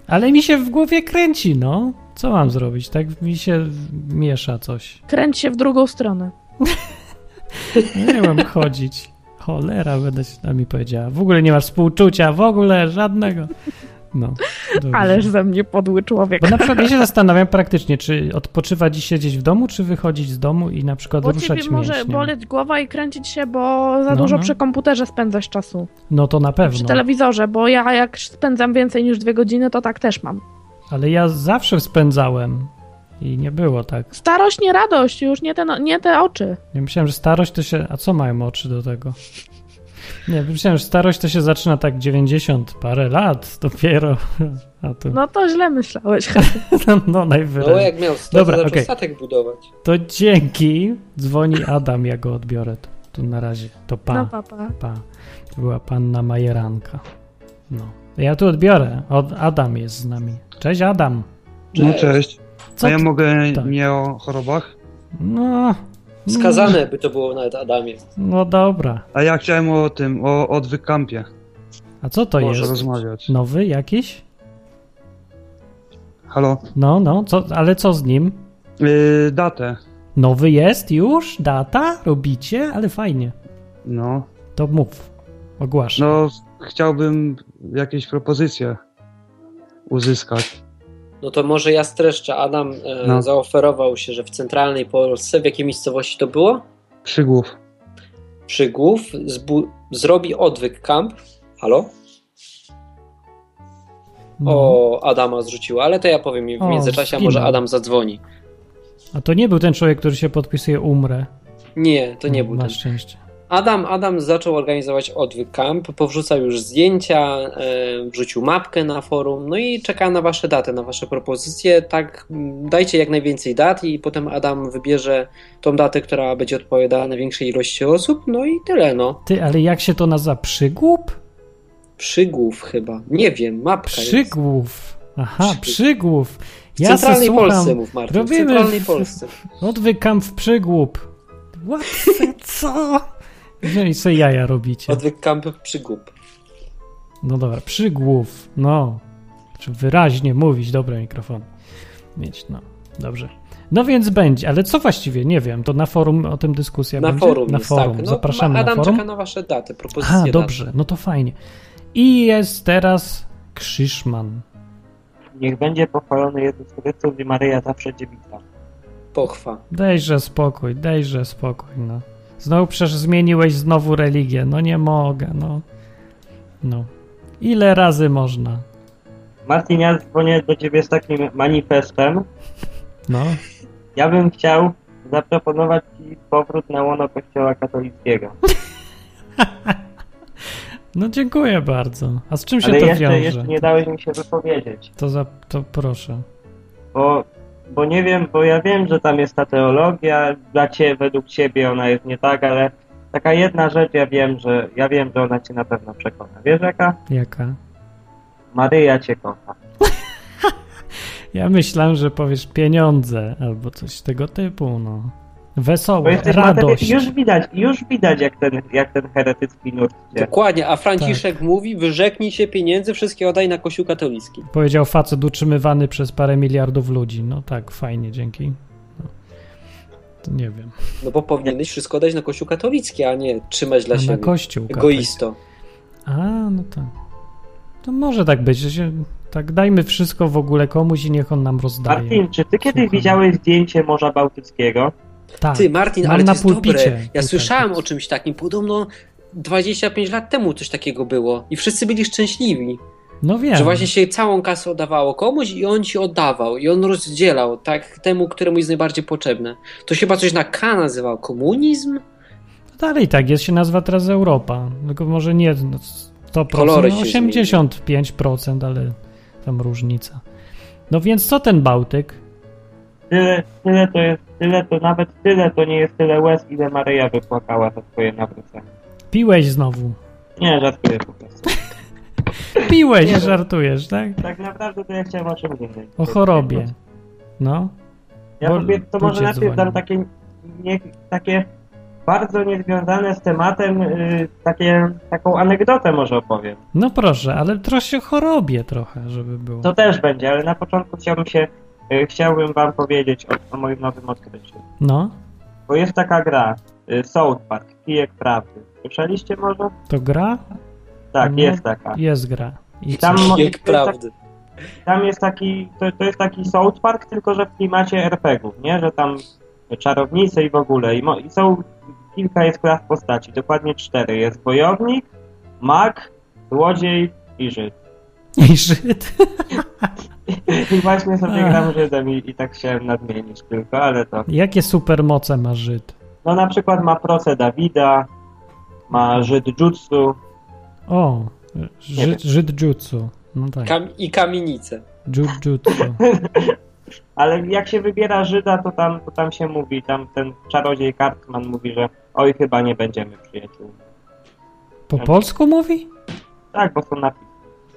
A: Ale mi się w głowie kręci, no. Co mam zrobić? Tak mi się miesza coś.
F: kręć się w drugą stronę.
A: Nie mam chodzić. Cholera, będę się na mi powiedziała. W ogóle nie masz współczucia, w ogóle żadnego. No. dobrze.
F: Ależ ze mnie podły człowiek.
A: Bo na przykład ja się zastanawiam praktycznie, czy odpoczywać i siedzieć w domu, czy wychodzić z domu i na przykład
F: Bo
A: ruszać
F: ciebie może
A: mięśniem.
F: boleć głowa i kręcić się, bo za
A: No,
F: dużo
A: no.
F: przy komputerze spędzasz czasu.
A: No to na
F: przy
A: pewno.
F: telewizorze, bo ja jak spędzam więcej niż dwie godziny, to tak też mam.
A: Ale ja zawsze spędzałem i nie było tak.
F: Starość nie radość, już nie te, no, nie te oczy.
A: Ja myślałem, że starość to się. A co mają oczy do tego? Nie, myślałem, że starość to się zaczyna tak 90 parę lat dopiero. A tu, no,
F: No to źle myślałeś.
A: no
D: No
A: najwyraźniej.
D: jak miał 100,
A: Dobra,
D: to zaczął
A: okej.
D: statek budować.
A: To dzięki. Dzwoni Adam, ja go odbiorę. Tu, tu na razie. To pa.
F: No papa.
A: pa. To była panna Majeranka. No. Ja tu odbiorę. Od, Adam jest z nami. Cześć Adam.
G: No cześć.
A: Co
G: A ja
A: ty-
G: mogę
A: Tak.
G: nie o chorobach?
A: No.
D: Skazane by to było nawet Adamie.
A: No dobra.
G: A ja chciałem o tym, o odwykampie.
A: A co to
D: Może
G: Proszę
A: jest?
G: rozmawiać.
A: Nowy jakiś?
G: Halo.
A: No, no, co, ale co z nim?
G: Yy, datę.
A: Nowy jest już? Data? Robicie? Ale fajnie.
G: No.
A: To mów. Ogłaszam.
G: No, chciałbym jakieś propozycje uzyskać.
D: No to może ja streszczę. Adam e,
G: No.
D: zaoferował się, że w centralnej Polsce, w jakiej miejscowości to było?
G: Przygłów.
D: Przygłów zbu- zrobi odwyk camp. Halo?
A: No.
D: O, Adama zrzuciło, ale to ja powiem im w
A: O,
D: międzyczasie, a
A: zginął.
D: może Adam zadzwoni.
A: A to nie był ten człowiek, który się podpisuje umrę.
D: Nie, to nie był
A: No, Na
D: ten.
A: szczęście.
D: Adam, Adam zaczął organizować odwyk camp, powrzucał już zdjęcia, e, wrzucił mapkę na forum, no i czeka na wasze daty, na wasze propozycje. Tak, m, dajcie jak najwięcej dat i potem Adam wybierze tą datę, która będzie odpowiadała największej ilości osób, no i tyle, no.
A: Ty, ale jak się to nazywa? Przygłup?
D: Przygłów chyba, nie wiem, mapka jest.
A: Przygłów. Aha,
D: Przygłów.
A: przygłów.
D: W
A: Ja se
D: centralnej
A: słucham.
D: Polsce, mów Martin, w
A: Robimy
D: centralnej
A: w-
D: Polsce.
A: Odwykam w przygłup. Łapce, co? No i sobie jaja robicie.
D: Odwyk kampy przygub.
A: No dobra, przygłów, no. Czy wyraźnie mówić, dobre mikrofon. Mieć, no, dobrze. No więc będzie, ale co właściwie, nie wiem, to na forum o tym dyskusja
D: na
A: będzie?
D: forum
A: na
D: jest,
A: forum,
D: tak. No,
A: zapraszamy
D: Adam
A: na forum.
D: czeka na wasze daty, propozycje
A: Aha,
D: dat.
A: dobrze, no to fajnie. I jest teraz Krzyszman.
H: Niech będzie pochwalony Jezus Chrystus i Maryja zawsze dziewica.
D: Pochwa.
A: Dejże spokój, dejże spokój, no. Znowu przecież zmieniłeś znowu religię, no nie mogę, no. No. Ile razy można?
H: Martin, ja dzwonię do ciebie z takim manifestem.
A: No.
H: Ja bym chciał zaproponować ci powrót na łono kościoła katolickiego.
A: No dziękuję bardzo. A z czym się
H: Ale
A: to
H: jeszcze,
A: wiąże?
H: jeszcze nie dałeś mi się wypowiedzieć,
A: To za, to proszę.
H: bo, bo nie wiem, bo ja wiem, że tam jest ta teologia, dla ciebie, według ciebie ona jest nie tak, ale taka jedna rzecz ja wiem, że ja wiem, że ona cię na pewno przekona. Wiesz jaka?
A: Jaka?
H: Maryja cię kocha.
A: Ja myślałem, że powiesz pieniądze albo coś tego typu, no.
H: Bo
A: Wesoło,
H: jesteś
A: radość.
H: matematyk- Już widać, już widać jak ten, jak ten heretycki nurt cię.
D: Dokładnie, a Franciszek
A: Tak.
D: mówi, wyrzeknij się pieniędzy, wszystkie oddaj na kościół katolicki.
A: Powiedział facet utrzymywany przez parę miliardów ludzi. No tak, fajnie, dzięki. No. To nie wiem.
D: No bo powinieneś wszystko dać na kościół katolicki, a nie trzymać dla
A: A na
D: siebie.
A: kościół. kapek.
D: Egoisto.
A: A, no tak. To może tak być, że się, tak dajmy wszystko w ogóle komuś i niech on nam rozdaje.
H: Martin, czy ty kiedyś
A: Słucham.
H: widziałeś zdjęcie Morza Bałtyckiego?
A: tak.
D: Ty, Martin,
A: Mam
D: ale
A: na
D: to jest dobre.
A: pulpicie
D: Ja
A: tutaj,
D: słyszałem
A: więc-
D: o czymś takim. Podobno 25 lat temu coś takiego było. I wszyscy byli szczęśliwi.
A: no wiem.
D: Że właśnie się całą kasę oddawało komuś i on ci oddawał. I on rozdzielał tak temu, któremu jest najbardziej potrzebne. To się chyba coś na K nazywał. Komunizm?
A: Dalej tak, jest się nazwa teraz Europa. Tylko może nie no, 100%,
D: Kolory
A: no,
D: się
A: 85%, ale tam różnica. No więc co ten Bałtyk?
H: Tyle, tyle to jest, tyle to nawet tyle to nie jest tyle łez, ile Maryja wypłakała za swoje nawrócenie.
A: Piłeś znowu.
H: Nie, żartuję po prostu.
A: Piłeś, nie żartujesz, tak?
H: Tak naprawdę to ja chciałem o czymś innym.
A: O chorobie. No.
H: Ja
A: Bo
H: mówię, to może
A: ludzie
H: najpierw
A: dzwonią.
H: dam takie, nie, takie bardzo niezwiązane z tematem, y, takie, taką anegdotę może opowiem.
A: No proszę, ale troszkę o chorobie trochę, żeby było.
H: To też będzie, ale na początku chciałbym się, y, chciałbym wam powiedzieć o, o moim nowym odkryciu.
A: No,
H: Bo jest taka gra, y, South Park, Kijek Prawdy. Słyszeliście może?
A: to gra?
H: Tak,
A: Nie.
H: jest taka.
A: Jest gra. I
H: I tam,
A: co?
D: Jak
H: mo- to jest tak-
D: prawdy.
H: tam jest taki, to, to jest taki South Park, tylko że w klimacie RPG-ów, nie? Że tam czarownice i w ogóle. I, mo- I są, kilka jest klas postaci, dokładnie cztery. Jest wojownik, mag, złodziej i Żyd. tak-
A: I Żyd.
H: I właśnie sobie
A: Ach.
H: gram Żydem i, i tak chciałem nadmienić tylko, ale to...
A: Jakie supermoce ma Żyd?
H: No na przykład ma proce Dawida, ma Żyd Jutsu,
A: O,
H: Nie wiem.
A: Żyd, Żyd jutsu. No tak,
D: Kam- I kamienice.
A: Żyd jutsu.
H: ale jak się wybiera Żyda, to tam, to tam się mówi, tam ten czarodziej Kartman mówi, że oj, chyba nie będziemy przyjaciół.
A: Po polsku mówi?
H: Tak, bo są napisy.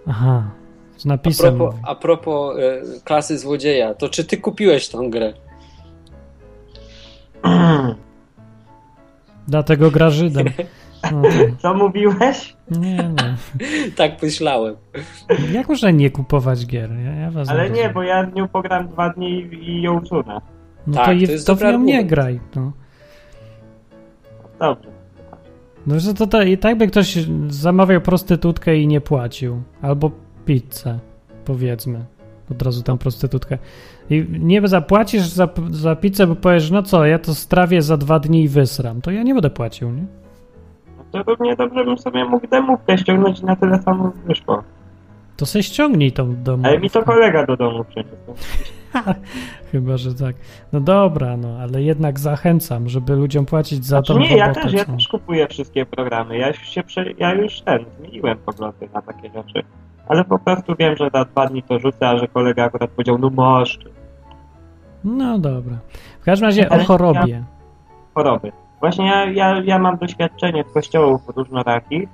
A: Aha, z
D: A
A: napisem.
D: propos,
A: mówi.
D: a propos e, klasy złodzieja, to czy ty kupiłeś tą grę?
A: Dlatego gra Żydem. No tak.
H: Co mówiłeś?
A: Nie no.
D: Tak myślałem.
A: Jak można nie kupować gier? Ja, ja was
H: Ale nie,
A: rozumiem.
H: bo ja w nią pogram dwa dni i, i ją usunę.
A: No
D: Tak,
A: to, i-
D: to jest
A: to w
D: dobry
A: nią nie
D: argument.
A: graj. No.
H: Dobrze.
A: No że to ta, i tak by ktoś zamawiał prostytutkę i nie płacił. Albo pizzę, powiedzmy. Od razu tam prostytutkę. I nie zapłacisz za, za pizzę, bo powiesz, no co, ja to strawię za dwa dni i wysram. To ja nie będę płacił, nie?
H: No To równie dobrze bym sobie mógł demówkę ściągnąć i na tyle samo wyszło.
A: To se ściągnij tą domu.
H: Ale mi to kolega do domu przyniósł.
A: Chyba, że tak. No dobra, no, ale jednak zachęcam, żeby ludziom płacić za
H: Znaczy
A: tą
H: nie, ja
A: robotę,
H: też, ja
A: co.
H: też kupuję wszystkie programy. Ja już się prze, ja już ten, zmieniłem poglądy na takie rzeczy. Ale po prostu wiem, że za dwa dni to rzucę, a że kolega akurat powiedział, no masz
A: No dobra. W każdym razie o
H: Ale ja-
A: chorobie.
H: choroby. Właśnie ja, ja, ja mam doświadczenie z kościołów różnorakich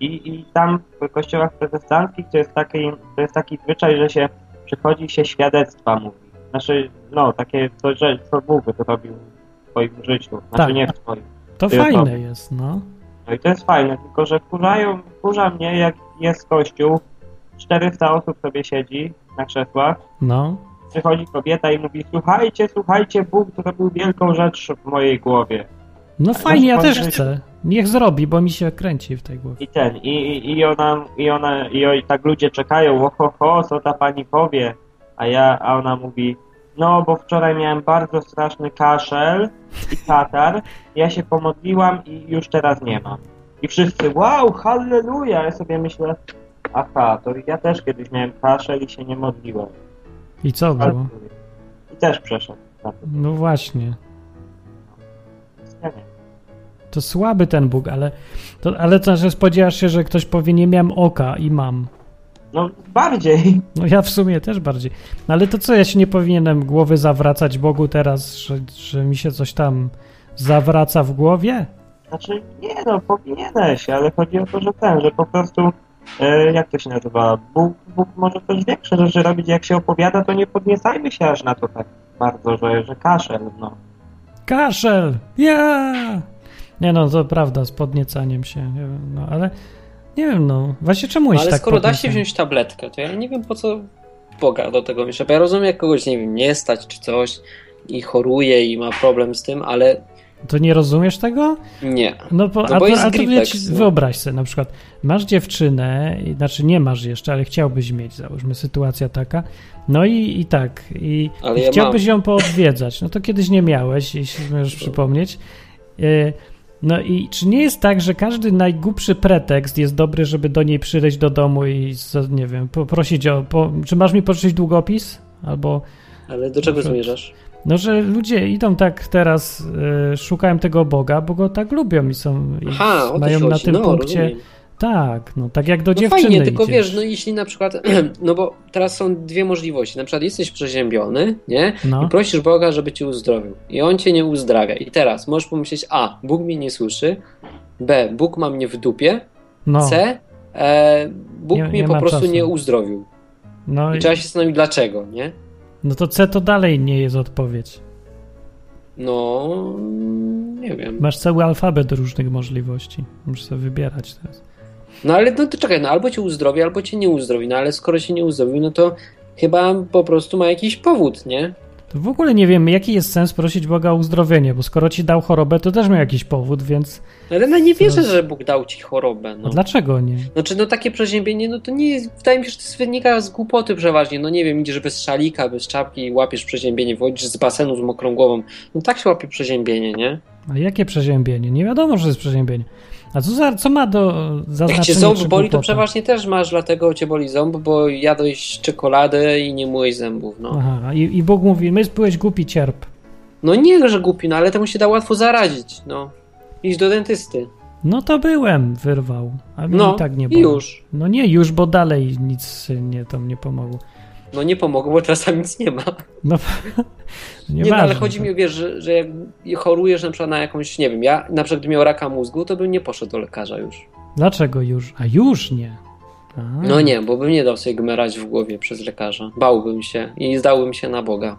H: i, i tam w kościołach protestanckich to jest, taki, to jest taki zwyczaj, że się przychodzi i się świadectwa mówi. Znaczy, no, takie, to, że, co Bóg zrobił twoim życiu. Znaczy
A: Tak.
H: nie w twoim.
A: To
H: Ja
A: fajne
H: tam.
A: jest, no.
H: No i to jest fajne, tylko że kurzają, kurza mnie, jak jest kościół, 400 osób sobie siedzi na krzesłach,
A: No.
H: przychodzi kobieta i mówi, słuchajcie, słuchajcie, Bóg zrobił wielką rzecz w mojej głowie.
A: No fajnie, ja też
H: pan-
A: chcę. Niech zrobi, bo mi się kręci w tej głowie.
H: I ten, i, i, i ona, i ona, i, o- i tak ludzie czekają, oho, ho, co ta pani powie? A ja, a ona mówi, no, bo wczoraj miałem bardzo straszny kaszel i katar, ja się pomodliłam i już teraz nie mam. I wszyscy, wow, halleluja! Ja sobie myślę, aha, to ja też kiedyś miałem kaszel i się nie modliłem.
A: I co było?
H: Halleluja. I też przeszedł. na to.
A: No właśnie.
H: Ja nie wiem.
A: To słaby ten Bóg, ale, to, ale to, że spodziewasz się, że ktoś powie, nie miałem oka i mam.
H: No, bardziej.
A: No ja w sumie też bardziej. No ale to co, ja się nie powinienem głowy zawracać Bogu teraz, że, że mi się coś tam zawraca w głowie?
H: Znaczy, nie no, powinieneś, ale chodzi o to, że ten, że po prostu, e, jak to się nazywa, Bóg, Bóg może też większe rzeczy robić, jak się opowiada, to nie podniecajmy się aż na to tak bardzo, że, że kaszel, no.
A: Kaszel! Ja! Nie no, to prawda, z podniecaniem się, nie wiem, no ale nie wiem, no. Właśnie czemu jest
D: Ale
A: tak
D: skoro da się
A: podniecany?
D: wziąć tabletkę, to ja nie wiem po co Boga do tego mieszać. Bo Ja rozumiem, jak kogoś, nie wiem, nie stać czy coś i choruje i ma problem z tym, ale
A: To nie rozumiesz tego?
D: nie.
A: No, bo,
D: No
A: a,
D: bo
A: to,
D: jest
A: a to
D: Griplex,
A: wiecie,
D: no.
A: wyobraź sobie na przykład, masz dziewczynę, i- znaczy nie masz jeszcze, ale chciałbyś mieć, załóżmy, sytuacja taka, no i, i tak, i,
D: Ale
A: i
D: ja
A: chciałbyś ją poodwiedzać, no to kiedyś nie miałeś, jeśli
D: E,
A: możesz przypomnieć. Y, No i czy nie jest tak, że każdy najgłupszy pretekst jest dobry, żeby do niej przyleźć do domu i, co- nie wiem, poprosić o, po, czy masz mi pożyczyć długopis? Albo
D: Ale do czego
A: Dobrze.
D: zmierzasz?
A: no, że ludzie idą tak teraz, y, szukają tego Boga, bo go tak lubią i są. I
D: Aha, o to
A: mają
D: się
A: na
D: chodzi.
A: tym
D: no,
A: punkcie.
D: rozumiem.
A: Tak, no tak jak do
D: No
A: dziewczyny.
D: fajnie, tylko
A: idziesz.
D: wiesz, no jeśli na przykład, no bo teraz są dwie możliwości. Na przykład jesteś przeziębiony, nie?
A: No.
D: I prosisz Boga, żeby cię uzdrowił. I on cię nie uzdrawia. I teraz możesz pomyśleć: A, Bóg mnie nie słyszy. B, Bóg ma mnie w dupie.
A: no,
D: C, e, Bóg
A: Nie-
D: mnie
A: nie
D: po
A: ma
D: prostu
A: czasu.
D: nie uzdrowił.
A: no,
D: I
A: i-
D: trzeba się zastanowić dlaczego, nie?
A: no to C to dalej nie jest odpowiedź.
D: No, nie wiem.
A: Masz cały alfabet różnych możliwości. Musisz sobie wybierać teraz.
D: No ale no to czekaj, no albo cię uzdrowi, albo cię nie uzdrowi. No ale skoro cię nie uzdrowił, no to chyba po prostu ma jakiś powód, nie?
A: To w ogóle nie wiem, jaki jest sens prosić Boga o uzdrowienie, bo skoro ci dał chorobę, to też miał jakiś powód, więc.
D: Ale no nie wierzę,
A: No.
D: że Bóg dał ci chorobę.
A: A
D: No.
A: dlaczego nie?
D: Znaczy, no takie przeziębienie, no to nie jest, wydaje mi się, że to jest- wynika z głupoty przeważnie. No nie wiem, idziesz bez szalika, bez czapki i łapiesz przeziębienie, wchodzisz z basenu z mokrą głową. No tak się łapie przeziębienie, nie?
A: A jakie przeziębienie? Nie wiadomo, że jest przeziębienie. A co, za, co ma do
D: Jak
A: zaznaczenia?
D: cię ząb
A: czy
D: boli, to
A: głupota?
D: przeważnie też masz, dlatego cię boli ząb, bo jadłeś czekoladę i nie myłeś zębów, no.
A: Aha, i, i Bóg mówi, my byłeś głupi, cierp.
D: No nie, że głupi, no ale temu się da łatwo zarazić, no. Iść do dentysty.
A: No to byłem, wyrwał. A mnie
D: No,
A: i tak nie
D: i
A: było.
D: już.
A: No nie, już, bo dalej nic nie, tam nie pomogło.
D: No nie pomogło, bo czasami nic nie ma.
A: No,
D: Nie, no, ale chodzi mi o, wiesz, że, że jak chorujesz na przykład na jakąś, nie wiem, ja na przykład gdybym miał raka mózgu, to bym nie poszedł do lekarza już.
A: Dlaczego już? A już nie. A.
D: No nie, bo bym nie dał sobie gmerać w głowie przez lekarza. Bałbym się i zdałbym się na Boga.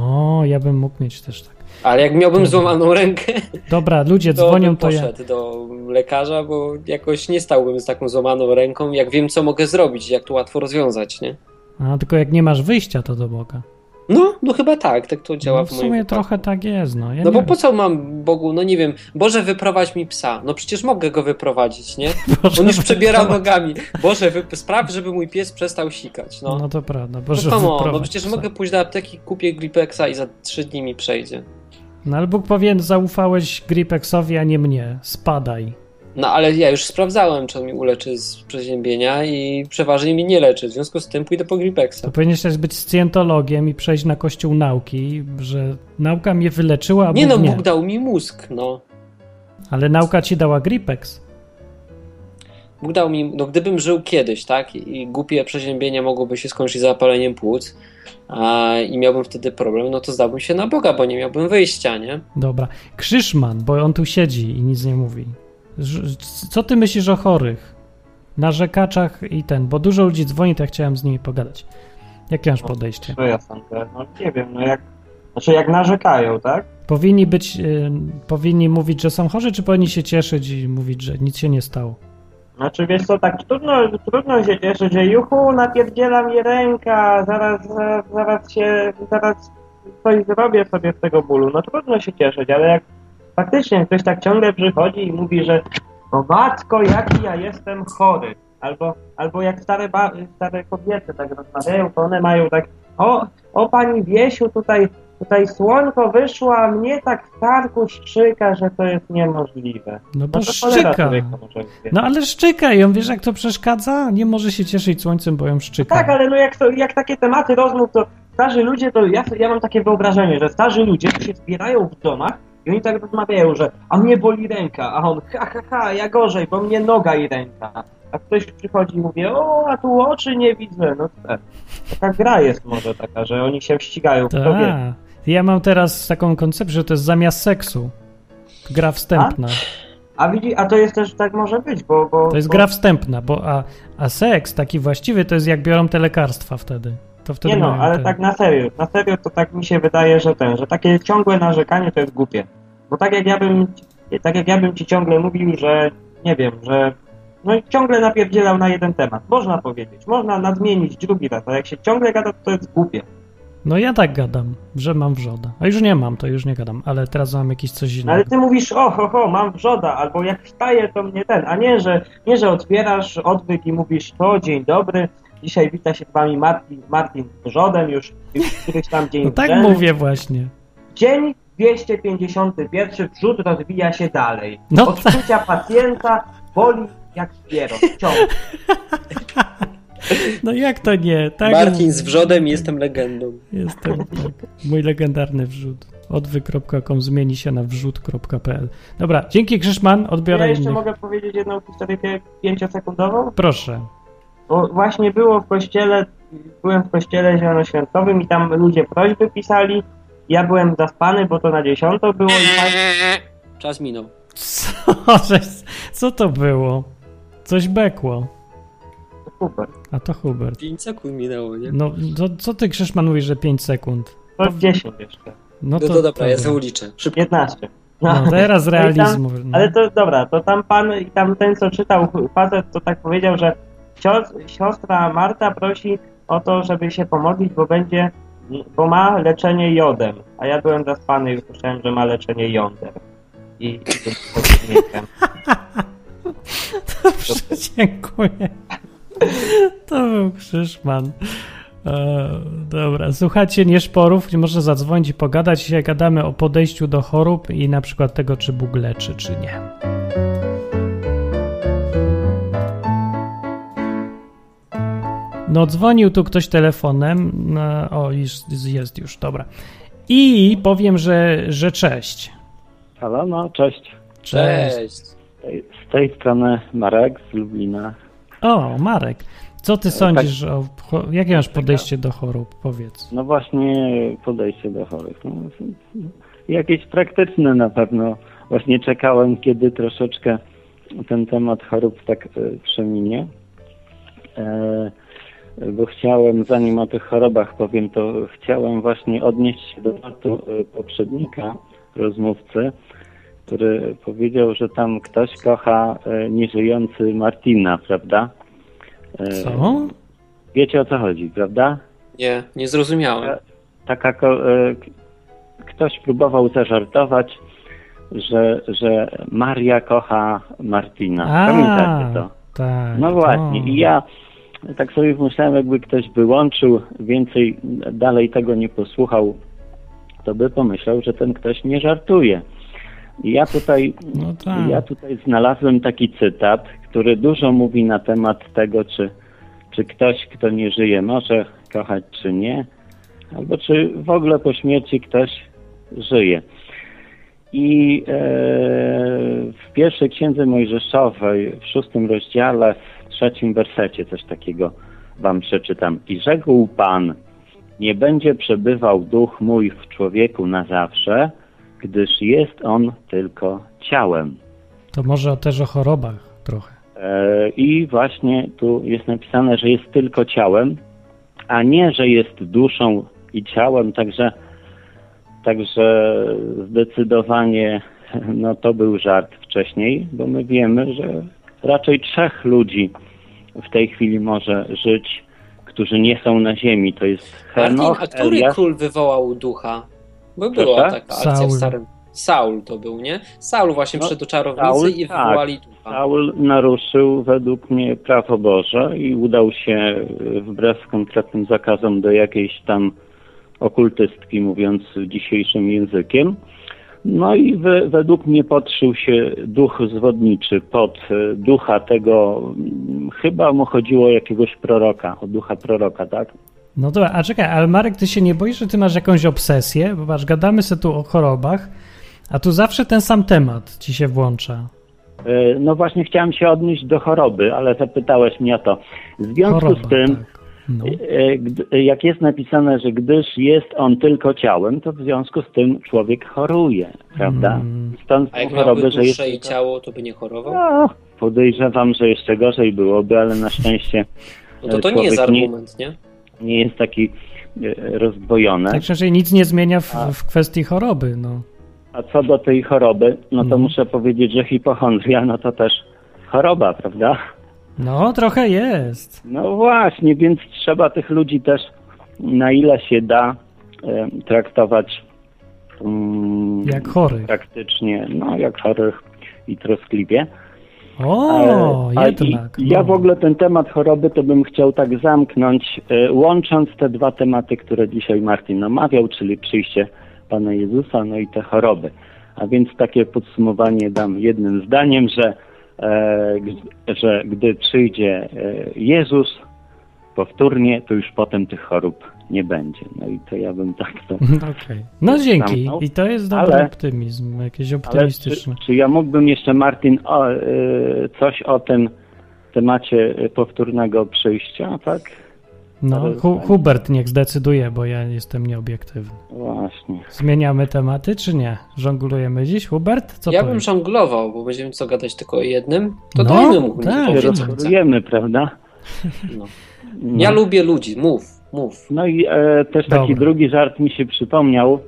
A: O, ja bym mógł mieć też tak.
D: Ale jak miałbym
A: Dobra.
D: złamaną rękę,
A: Dobra, ludzie
D: to bym
A: dzwonią, to ja...
D: poszedł do lekarza, bo jakoś nie stałbym z taką złamaną ręką, jak wiem, co mogę zrobić, jak to łatwo rozwiązać, nie?
A: A, tylko jak nie masz wyjścia, to do Boga.
D: No, no chyba tak, tak to działa
A: No,
D: w
A: w
D: moim
A: sumie
D: wypadku.
A: trochę tak jest, no. Ja
D: No
A: nie
D: bo
A: wiem.
D: po co mam Bogu, no nie wiem, Boże wyprowadź mi psa, no przecież mogę go wyprowadzić, nie?
A: Boże,
D: On już przebiera
A: wyprowadź.
D: nogami. Boże, wy... spraw, żeby mój pies przestał sikać, no.
A: No to prawda,
D: No
A: Boże,
D: come on, no
A: wyprowadź
D: przecież
A: psa.
D: mogę pójść do apteki, kupię Glipexa i za trzy dni mi przejdzie.
A: No ale Bóg powie, zaufałeś Gripexowi, a nie mnie. Spadaj.
D: No ale ja już sprawdzałem, czy on mi uleczy z przeziębienia i przeważnie mi nie leczy, w związku z tym pójdę po Glipexa.
A: To powinieneś też być scjentologiem i przejść na kościół nauki, że nauka mnie wyleczyła, a
D: Nie no,
A: Bóg nie.
D: Bóg dał mi mózg, no.
A: Ale nauka ci dała Gripex.
D: Bóg dał mi, no gdybym żył kiedyś, tak, i głupie przeziębienia mogłoby się skończyć zapaleniem płuc a, i miałbym wtedy problem, no to zdałbym się na Boga, bo nie miałbym wyjścia, nie?
A: Dobra. Krzyszman, bo on tu siedzi i nic nie mówi. Ż- Co ty myślisz o chorych? Narzekaczach i ten, bo dużo ludzi dzwoni, to ja chciałem z nimi pogadać. Jakie masz podejście?
H: Co ja sądzę? No nie wiem, no jak Znaczy jak narzekają, tak?
A: Powinni być, y, powinni mówić, że są chorzy, czy powinni się cieszyć i mówić, że nic się nie stało?
H: Znaczy wiesz co, tak trudno, trudno się cieszyć, że juhu, napierdziela mi ręka, zaraz, zaraz, zaraz się, zaraz coś zrobię sobie z tego bólu. No trudno się cieszyć, ale jak faktycznie ktoś tak ciągle przychodzi i mówi, że o matko, jaki ja jestem chory. Albo, albo jak stare, ba- stare kobiety tak rozmawiają, to one mają tak, o, o pani Wiesiu, tutaj, tutaj słonko wyszło, a mnie tak w karku szczyka, że to jest niemożliwe.
A: No
H: No
A: bo
H: to cholera
A: szczyka.
H: człowieka może wiedzieć.
A: No ale szczyka ją, wiesz jak to przeszkadza? Nie może się cieszyć słońcem, bo ją szczyka.
H: Tak, ale no jak, to, jak takie tematy rozmów, to starzy ludzie, to ja, ja mam takie wyobrażenie, że starzy ludzie się zbierają w domach i oni tak rozmawiają, że a mnie boli ręka, a on ha, ha, ha, ja gorzej, bo mnie noga i ręka. A ktoś przychodzi i mówi, o, a tu oczy nie widzę, no te. Taka gra jest może taka, że oni się ścigają, kto wie.
A: Ta. Tak. Ja mam teraz taką koncepcję, że to jest zamiast seksu. Gra wstępna.
H: A widzi, a to jest też, tak może być, bo... bo
A: To jest
H: bo,
A: gra wstępna, bo a, a seks taki właściwy to jest jak biorą te lekarstwa wtedy. To wtedy
H: Nie no,
A: mają
H: ale
A: te...
H: tak na serio, na serio to tak mi się wydaje, że ten, że takie ciągłe narzekanie to jest głupie. Bo tak jak ja bym, tak jak ja bym ci ciągle mówił, że nie wiem, że no i ciągle napierdzielał na jeden temat. Można powiedzieć, można nadmienić drugi raz, ale jak się ciągle gada, to to jest głupie.
A: No ja tak gadam, że mam wrzoda. A już nie mam, to już nie gadam, ale teraz mam jakieś coś
H: No, ale
A: innego.
H: ty mówisz, o ho, ho, mam wrzoda, albo jak wstaje, to mnie ten, a nie, że nie, że otwierasz odwyk i mówisz to, dzień dobry, dzisiaj wita się z wami Martin, Martin z wrzodem, już, już któryś tam dzień
A: No tak
H: wrzędu.
A: mówię właśnie.
H: Dzień 251 wrzód rozwija się dalej.
A: No
H: Odczucia pacjenta boli jak pierog. Ciągle.
A: No jak to nie? Tak
D: Martin z wrzodem jestem legendą.
A: Jestem, tak. Mój legendarny wrzut. Odwy.com zmieni się na wrzut.pl. Dobra, dzięki Krzyszman,
H: Ja
A: odbiorę
H: jeszcze
A: innych.
H: mogę powiedzieć jedną historykę pięciosekundową?
A: Proszę.
H: Bo właśnie było w kościele, byłem w kościele zielonoświętowym i tam ludzie prośby pisali. Ja byłem zaspany, bo to na dziesiąto było i tak,
D: Czas minął.
A: Co, żeś- co to było? Coś bekło.
H: super.
A: A to Hubert.
D: 5 sekund minęło, nie?
A: No, to, co ty Krzyszman mówisz, że 5 sekund?
H: To 10 jeszcze.
A: No
D: No
A: to,
D: to dobra, ja zauliczę. Szybko.
H: 15.
A: No, teraz realizm. no.
H: Ale to dobra, to tam pan i tam ten, co czytał facet, to tak powiedział, że cio- siostra Marta prosi o to, żeby się pomodlić, bo będzie, bo ma leczenie jodem. A ja byłem zaspany i usłyszałem, że ma leczenie jąder. I, i to było śmiechem.
A: Dobrze, dziękuję. To był Krzyszman. E, dobra, słuchajcie nieszporów, gdzie można zadzwonić i pogadać. Dzisiaj gadamy o podejściu do chorób i na przykład tego, czy Bóg leczy, czy nie. No, dzwonił tu ktoś telefonem. No, o, jest, jest już, dobra. I powiem, że, że cześć.
I: Halo, no cześć.
D: Cześć.
I: Z tej strony Marek z Lublina.
A: O, Marek, co ty sądzisz o. cho- Jakie masz podejście do chorób? Powiedz.
I: No właśnie podejście do chorych. No, jakieś praktyczne na pewno. Właśnie czekałem, kiedy troszeczkę ten temat chorób tak e, przeminie. E, Bo chciałem, zanim o tych chorobach powiem, to chciałem właśnie odnieść się do tematu e, poprzednika, rozmówcy, który powiedział, że tam ktoś kocha e, nieżyjący Martina, prawda? E,
A: Co?
I: Wiecie o co chodzi, prawda?
D: Nie, nie
I: E,
D: zrozumiałem.
I: Taka ko- e, k- ktoś próbował zażartować, że, że Maria kocha Martina.
A: A.
I: Pamiętacie to?
A: Tak.
I: No właśnie.
A: o.
I: I ja tak sobie myślałem, jakby ktoś wyłączył, więcej dalej tego nie posłuchał, to by pomyślał, że ten ktoś nie żartuje. I ja tutaj
A: No tak.
I: ja tutaj znalazłem taki cytat, który dużo mówi na temat tego, czy, czy ktoś, kto nie żyje, może kochać, czy nie, albo czy w ogóle po śmierci ktoś żyje. I e, w pierwszej księdze Mojżeszowej, w szóstym rozdziale, w trzecim wersecie, coś takiego wam przeczytam. I rzekł Pan, nie będzie przebywał duch mój w człowieku na zawsze, gdyż jest on tylko ciałem.
A: To może też o chorobach trochę.
I: E, I właśnie tu jest napisane, że jest tylko ciałem, a nie, że jest duszą i ciałem, także Także zdecydowanie no to był żart wcześniej, bo my wiemy, że raczej trzech ludzi w tej chwili może żyć, którzy nie są na ziemi. To jest
D: Martin,
I: Henoch,
D: a który
I: Eliasz,
D: król wywołał ducha? Bo była
I: no, e, Proszę?
D: taka akcja
A: Saul.
D: w starym... Saul to był, nie? Saul właśnie
I: No,
D: przyszedł do czarownicy
I: Saul,
D: i
I: tak.
D: wywołali ducha.
I: Saul naruszył według mnie prawo Boże i udał się y, wbrew konkretnym zakazom do jakiejś tam okultystki, mówiąc dzisiejszym językiem. No i we, według mnie podszył się duch zwodniczy pod y, ducha tego, mm, chyba mu chodziło o jakiegoś proroka, o ducha proroka, tak?
A: No dobra, a czekaj, ale Marek, ty się nie boisz, że ty masz jakąś obsesję? Bo patrz, gadamy sobie tu o chorobach, a tu zawsze ten sam temat ci się włącza.
I: Y, No właśnie chciałem się odnieść do choroby, ale zapytałeś mnie o to. W związku
A: Choroba,
I: z tym,
A: tak. No.
I: E, gdy- Jak jest napisane, że gdyż jest on tylko ciałem, to w związku z tym człowiek choruje, prawda?
A: Mm.
I: Stąd
D: A jak
I: choroby,
D: miałby
I: że jest.
D: duszę i ciało, to by nie chorował?
I: No, podejrzewam, że jeszcze gorzej byłoby, ale na szczęście e,
D: No to to nie
I: człowiek
D: jest
I: nie-
D: argument, nie?
I: nie jest taki e, rozdwojony.
A: Tak, że nic nie zmienia w,
I: A.
A: w kwestii choroby, no.
I: A co do tej choroby, no to
A: Mhm.
I: muszę powiedzieć, że hipochondria, no to też choroba, prawda?
A: No, trochę jest.
I: No właśnie, więc trzeba tych ludzi też na ile się da e, traktować mm,
A: Jak chory.
I: praktycznie, no jak chorych i troskliwie.
A: O,
I: E, a
A: jednak.
I: I, ja
A: no.
I: w ogóle ten temat choroby to bym chciał tak zamknąć, e, łącząc te dwa tematy, które dzisiaj Martin omawiał, czyli przyjście Pana Jezusa, no i te choroby. A więc takie podsumowanie dam jednym zdaniem, że, e, g- że gdy przyjdzie e, Jezus powtórnie, to już potem tych chorób nie będzie. No i to ja bym tak to
A: Okej. No dzięki.
I: Zamknął.
A: I to jest dobry
I: Ale-
A: optymizm, jakieś
I: Ale czy,
A: optymistyczne.
I: czy ja mógłbym jeszcze, Martin, o, y, coś o tym temacie y, powtórnego przyjścia, tak?
A: No,
I: ale-
A: Hu Hubert niech zdecyduje, bo ja jestem nieobiektywny.
I: Właśnie.
A: Zmieniamy tematy, czy nie? Żonglujemy dziś? Hubert, co
D: ja
A: to
D: bym
A: jest?
D: żonglował, bo będziemy co gadać tylko o jednym, to
A: No,
D: dajmy mu
A: tak.
I: Się
A: Powiedz,
I: rozchorujemy, prawda?
D: No.
I: No.
D: Ja lubię ludzi, mów, mów.
I: No i e, też taki
A: Dobra.
I: drugi żart mi się przypomniał.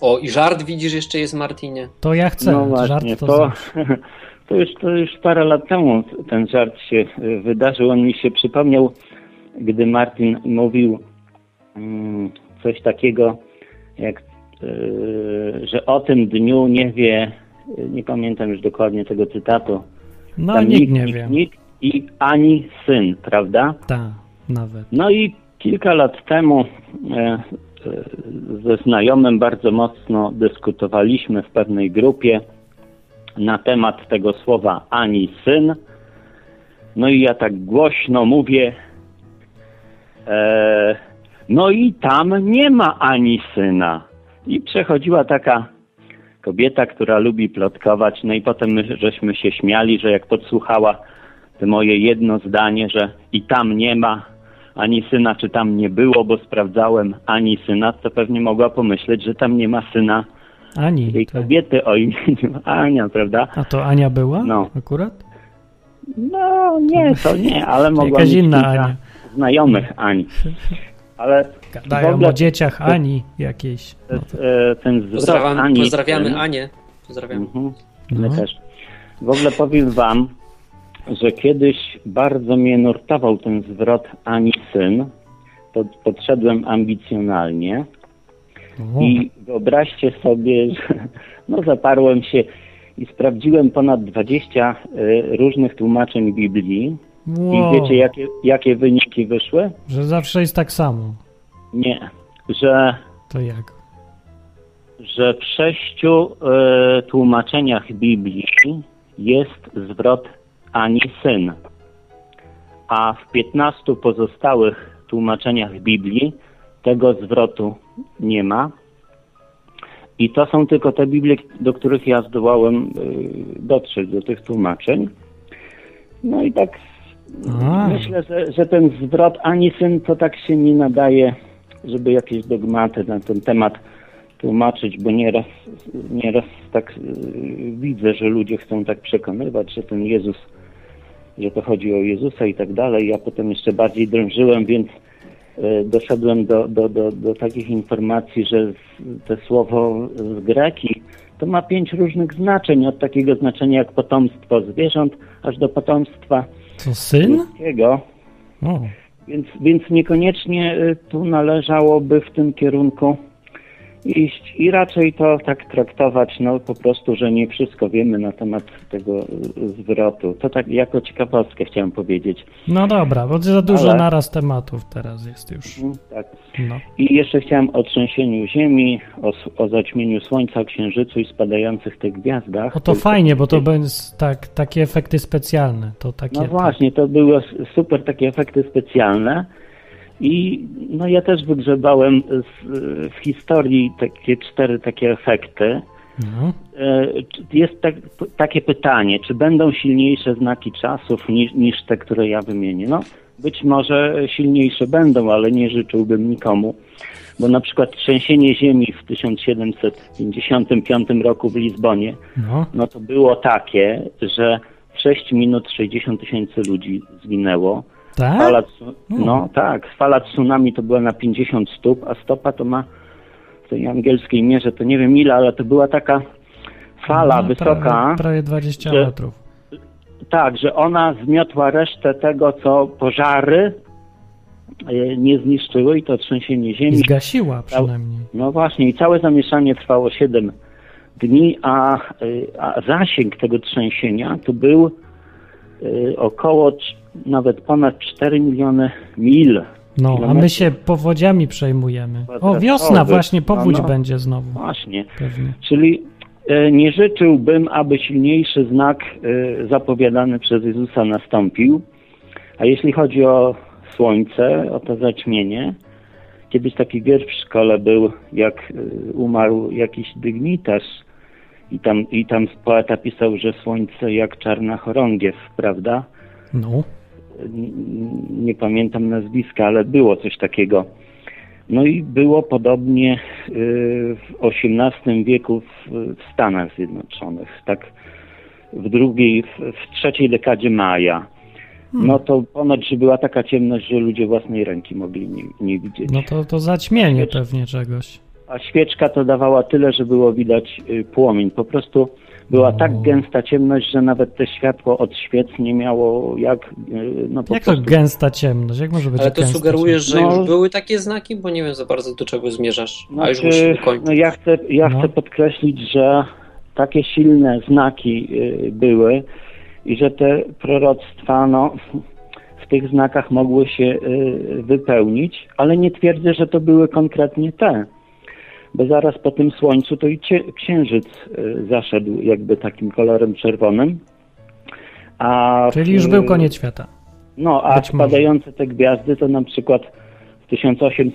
D: O, i żart widzisz jeszcze jest, Martinie.
A: To ja chcę.
I: no
A: Żart
I: właśnie,
A: to,
I: to,
A: za-
I: to, już, to już parę lat temu ten żart się y, wydarzył. On mi się przypomniał, gdy Martin mówił mm, coś takiego, jak, y, że o tym dniu nie wie, y, nie pamiętam już dokładnie tego cytatu.
A: No,
I: Tam
A: nikt nie wie.
I: Nikt i ani syn, prawda?
A: Tak, nawet.
I: No i kilka lat temu e, e, ze znajomym bardzo mocno dyskutowaliśmy w pewnej grupie na temat tego słowa ani syn. No i ja tak głośno mówię, e, no i tam nie ma ani syna. I przechodziła taka kobieta, która lubi plotkować, no i potem my, żeśmy się śmiali, że jak podsłuchała te moje jedno zdanie, że i tam nie ma ani syna, czy tam nie było, bo sprawdzałem ani syna, to pewnie mogła pomyśleć, że tam nie ma syna
A: Ani.
I: tej
A: tak.
I: kobiety o imieniu Ania, prawda?
A: A to Ania była?
I: No.
A: Akurat?
I: No nie, to nie, ale mogła
A: Jakaś
I: mieć
A: inna
I: kilka
A: Ania.
I: znajomych Ani. Ale
A: Gadają
I: W ogóle-
A: o dzieciach Ani jakiejś. No, to,
I: e, ten zwrot
D: Pozdrawiamy,
I: Ani
D: pozdrawiamy
I: syn-
D: Anię. Pozdrawiamy.
I: Mhm. My
A: no.
I: też. W ogóle powiem wam, że kiedyś bardzo mnie nurtował ten zwrot ani syn. Pod, podszedłem ambicjonalnie
A: O,
I: i wyobraźcie sobie, że no zaparłem się i sprawdziłem ponad 20 y, różnych tłumaczeń Biblii.
A: No. wow,
I: I wiecie, jakie, jakie wyniki wyszły?
A: Że zawsze jest tak samo.
I: Nie, że,
A: To jak?
I: że w sześciu y, tłumaczeniach Biblii jest zwrot ani syn, a w 15 pozostałych tłumaczeniach Biblii tego zwrotu nie ma. I to są tylko te Biblie, do których ja zdołałem y, dotrzeć, do tych tłumaczeń. No i tak
A: A.
I: myślę, że, że ten zwrot ani syn to tak się nie nadaje, żeby jakieś dogmaty na ten temat tłumaczyć, bo nieraz, nieraz tak y, widzę, że ludzie chcą tak przekonywać, że ten Jezus, że to chodzi o Jezusa i tak dalej. Ja potem jeszcze bardziej drążyłem, więc e, doszedłem do, do, do, do takich informacji, że z- te słowo z greki to ma pięć różnych znaczeń, od takiego znaczenia jak potomstwo zwierząt, aż do potomstwa
A: To syn?
I: ludzkiego.
A: O.
I: Więc, więc niekoniecznie y, tu należałoby w tym kierunku iść i raczej to tak traktować, no po prostu, że nie wszystko wiemy na temat tego y, zwrotu. To tak jako ciekawostkę chciałem powiedzieć.
A: No dobra, bo za dużo
I: Ale-
A: naraz tematów teraz jest już.
I: Mm, Tak.
A: No.
I: I jeszcze chciałem o trzęsieniu ziemi, o, s- o zaćmieniu słońca, księżycu i spadających tych gwiazdach.
A: O No to
I: Tak Tylko-
A: fajnie, bo to będzie tak, takie efekty specjalne. To takie.
I: No właśnie, to były s- super takie efekty specjalne. I no ja też wygrzebałem z, w historii takie cztery takie efekty.
A: No.
I: E, czy- Jest tak, p- takie pytanie, czy będą silniejsze znaki czasów niż, niż te, które ja wymienię? No, być może silniejsze będą, ale nie życzyłbym nikomu. Bo na przykład trzęsienie ziemi w 1755 roku w Lizbonie
A: no.
I: no to było takie, że w 6 minut 60 tysięcy ludzi zginęło.
A: Tak?
I: Fala, tsu- no tak, fala tsunami to była na 50 stóp, a stopa to ma w tej angielskiej mierze to nie wiem ile, ale to była taka fala
A: No,
I: wysoka,
A: Prawie, prawie 20
I: że-
A: metrów.
I: tak, że ona zmiotła resztę tego, co pożary y, nie zniszczyły i to trzęsienie
A: I
I: ziemi.
A: zgasiła przynajmniej.
I: No właśnie, i całe zamieszanie trwało 7 dni, a, y, a zasięg tego trzęsienia to był y, około cz- nawet ponad 4 miliony mil.
A: No, a my
I: kilometrów.
A: się powodziami przejmujemy. O,
I: Kwadratowych.
A: wiosna właśnie, powódź
I: No, no.
A: będzie znowu.
I: Właśnie.
A: Pewnie.
I: Czyli y, nie życzyłbym, aby silniejszy znak y, zapowiadany przez Jezusa nastąpił. A jeśli chodzi o słońce, o to zaćmienie, kiedyś taki wiersz w szkole był, jak y, umarł jakiś dygnitarz i tam, i tam poeta pisał, że słońce jak czarna chorągiew, prawda?
A: No.
I: N- nie pamiętam nazwiska, ale było coś takiego. No i było podobnie y, w XVIII wieku w, w Stanach Zjednoczonych, tak w drugiej, w, w trzeciej dekadzie maja.
A: Hmm.
I: No to ponoć była taka ciemność, że ludzie własnej ręki mogli nie, nie widzieć.
A: No to, to zaćmienie pewnie czegoś.
I: A świeczka to dawała tyle, że było widać y, płomień. Po prostu była
A: O.
I: tak gęsta ciemność, że nawet te światło od świec nie miało jak... y, No po
A: Jak to
I: prostu
A: gęsta ciemność? Jak może być
D: Ale to
A: gęsta
D: sugerujesz, że
I: No.
D: już były takie znaki, bo nie wiem za bardzo do czego zmierzasz. A już
I: Znaczy,
D: musimy kończyć.
I: no ja chcę, ja
A: No.
I: chcę podkreślić, że takie silne znaki y, były i że te proroctwa no, w tych znakach mogły się y, wypełnić, ale nie twierdzę, że to były konkretnie te. Bo zaraz po tym słońcu to i cie, księżyc y, zaszedł jakby takim kolorem czerwonym. A
A: Czyli już był
I: y,
A: koniec świata.
I: no, a
A: Być może.
I: spadające te gwiazdy to na przykład w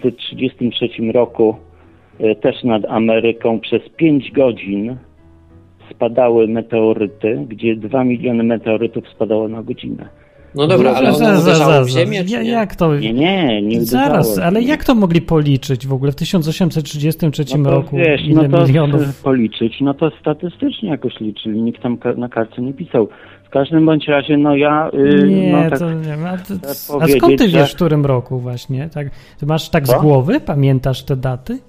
I: 1833 roku e, też nad Ameryką przez 5 godzin spadały meteoryty, gdzie 2 miliony meteorytów spadało na godzinę.
D: No dobra, ale
A: Zaraz,
D: ono
A: zaraz,
D: uderzało
A: zaraz.
D: w ziemię, czy
A: Ja-
D: nie?
A: Jak to...
I: Nie, nie, nie
A: Zaraz,
I: uderzało.
A: ale jak to mogli policzyć w ogóle w 1833
I: no to,
A: roku?
I: Wiesz,
A: ile
I: no to
A: milionów?
I: policzyć, no to statystycznie jakoś liczyli, nikt tam ka- na kartce nie pisał. W każdym bądź razie, no ja... y,
A: nie,
I: no, tak,
A: to nie wiem. A, ty- a
I: powiedzieć,
A: skąd ty
I: że-
A: wiesz, w którym roku właśnie? Tak, ty masz tak z
I: Co?
A: głowy? Pamiętasz te daty?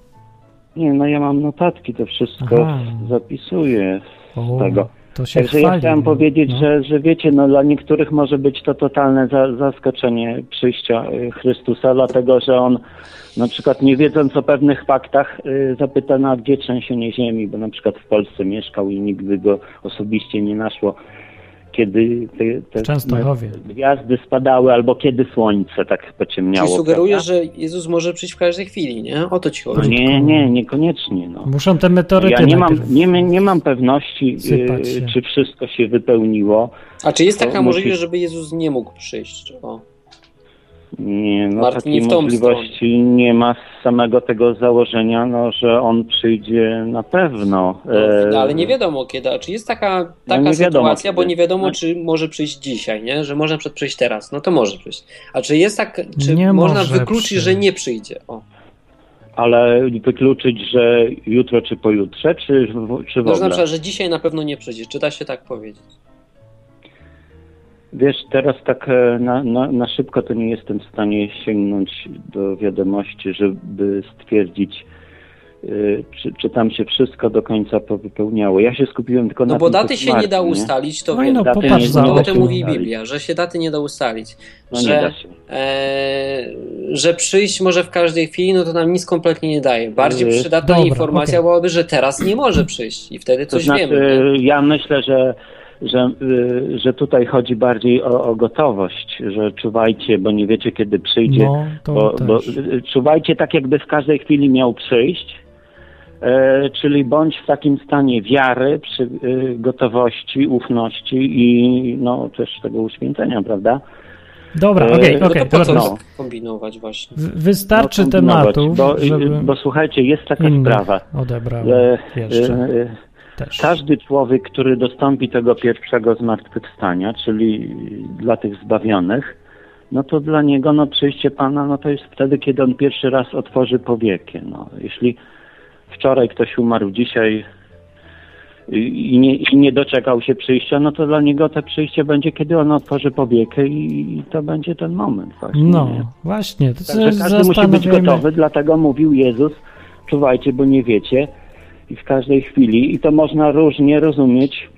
I: nie, no ja mam notatki, to wszystko
A: Aha.
I: zapisuję
A: O,
I: z tego.
A: To się
I: Także
A: chwali,
I: ja chciałem
A: no.
I: powiedzieć,
A: No.
I: że, że wiecie, no dla niektórych może być to totalne za, zaskoczenie przyjścia y, Chrystusa, dlatego że on na przykład nie wiedząc o pewnych faktach y, zapyta, no a gdzie trzęsienie ziemi, bo na przykład w Polsce mieszkał i nigdy go osobiście nie naszło, kiedy te,
A: W
I: te
A: Częstochowie.
I: gwiazdy spadały albo kiedy słońce tak
D: Czyli
I: pociemniało.
D: sugerujesz,
I: prawda?
D: że Jezus może przyjść w każdej chwili, nie? O to ci
I: tak. No
D: chodzi.
I: nie, nie, niekoniecznie. No.
A: Muszą te meteoryty
I: Ja nie mam,
A: najpierw-
I: nie, nie mam pewności,
A: Sypać się.
I: y, czy wszystko się wypełniło.
D: A czy jest
I: To
D: taka
I: musi-
D: możliwość, żeby Jezus nie mógł przyjść? O.
I: Nie, no
D: Martin, nie
I: takiej
D: w tą
I: możliwości nie ma z samego tego założenia, no, że on przyjdzie na pewno. e,
D: No, ale nie
I: wiem.
D: wiadomo kiedy, a czy jest taka, taka
I: no, nie wiadomo
D: sytuacja, bo
I: kiedy.
D: nie wiadomo,
I: No.
D: czy może przyjść dzisiaj, nie? Że może na przykład przyjść teraz, no to może przyjść. A czy jest tak, czy
A: Nie
D: można
A: może
D: wykluczyć,
A: przyjść.
D: że nie przyjdzie? O.
I: Ale wykluczyć, że jutro czy pojutrze, czy, w- czy w
D: No, że na
I: ogóle?
D: przykład, że dzisiaj na pewno nie przyjdzie, czy da się tak powiedzieć?
I: Wiesz, teraz tak e, na, na, na szybko to nie jestem w stanie sięgnąć do wiadomości, żeby stwierdzić, e, czy, czy tam się wszystko do końca powypełniało. Ja się skupiłem tylko na
D: No bo
I: tym, co
D: daty
I: w
D: się nie
I: marcu,
D: da ustalić, to
A: No i
D: wiem.
A: no,
I: Daty
A: popatrz
I: nie-
A: za
D: To o
I: daty
D: tym
A: okno.
D: mówi
I: ustalić.
D: Biblia, że się daty nie da ustalić.
I: No nie
D: że,
I: da się.
D: e, że przyjść może w każdej chwili, no to nam nic kompletnie nie daje. Bardziej
I: Mhm.
D: przydatna
A: Dobra,
D: informacja
A: okej.
D: byłaby, że teraz nie może przyjść i wtedy
I: To
D: coś
I: znaczy,
D: wiemy.
I: ja myślę, że, że, y, że tutaj chodzi bardziej o, o gotowość, że czuwajcie, bo nie wiecie, kiedy przyjdzie.
A: No, to
I: bo,
A: też.
I: bo y, czuwajcie tak, jakby w każdej chwili miał przyjść, e, czyli bądź w takim stanie wiary, przy, y, gotowości, ufności i no, też tego uświęcenia, prawda?
A: Dobra,
I: e,
A: okej,
I: no to
A: okej,
D: no to po co
A: dobra.
I: no.
D: kombinować właśnie?
A: W- Wystarczy
I: no, kombinować,
A: tematów,
I: Bo, y,
A: żeby
I: bo słuchajcie, jest taka
A: innych
I: sprawa,
A: odebrałem
I: że
A: jeszcze
I: y, y,
A: też.
I: Każdy człowiek, który dostąpi tego pierwszego zmartwychwstania, czyli dla tych zbawionych, no to dla niego no, przyjście Pana no, to jest wtedy, kiedy on pierwszy raz otworzy powiekę. No, jeśli wczoraj ktoś umarł, dzisiaj i i nie, i nie doczekał się przyjścia, no to dla niego to przyjście będzie, kiedy on otworzy powiekę i, i to będzie ten moment właśnie. nie?
A: No, właśnie. To
I: Także
A: się
I: każdy musi być
A: zastanawiamy.
I: gotowy, dlatego mówił Jezus, czuwajcie, bo nie wiecie i w każdej chwili. I to można różnie rozumieć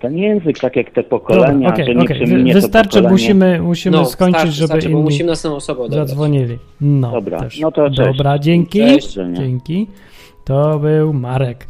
I: ten język, tak jak te pokolenia,
A: Dobra, okej,
I: że nie
A: okej.
I: przeminie
A: Wy-
I: to
A: Wystarczy,
I: pokolenie.
A: musimy, E, musimy
D: No,
A: skończyć,
D: starczy,
A: żeby
D: starczy, bo
A: inni
D: musimy następną osobę odebrać.
A: zadzwonili. No,
I: Dobra,
A: też.
I: no to cześć.
A: Dobra, dzięki.
I: Cześć, do widzenia.
A: dzięki. To był Marek.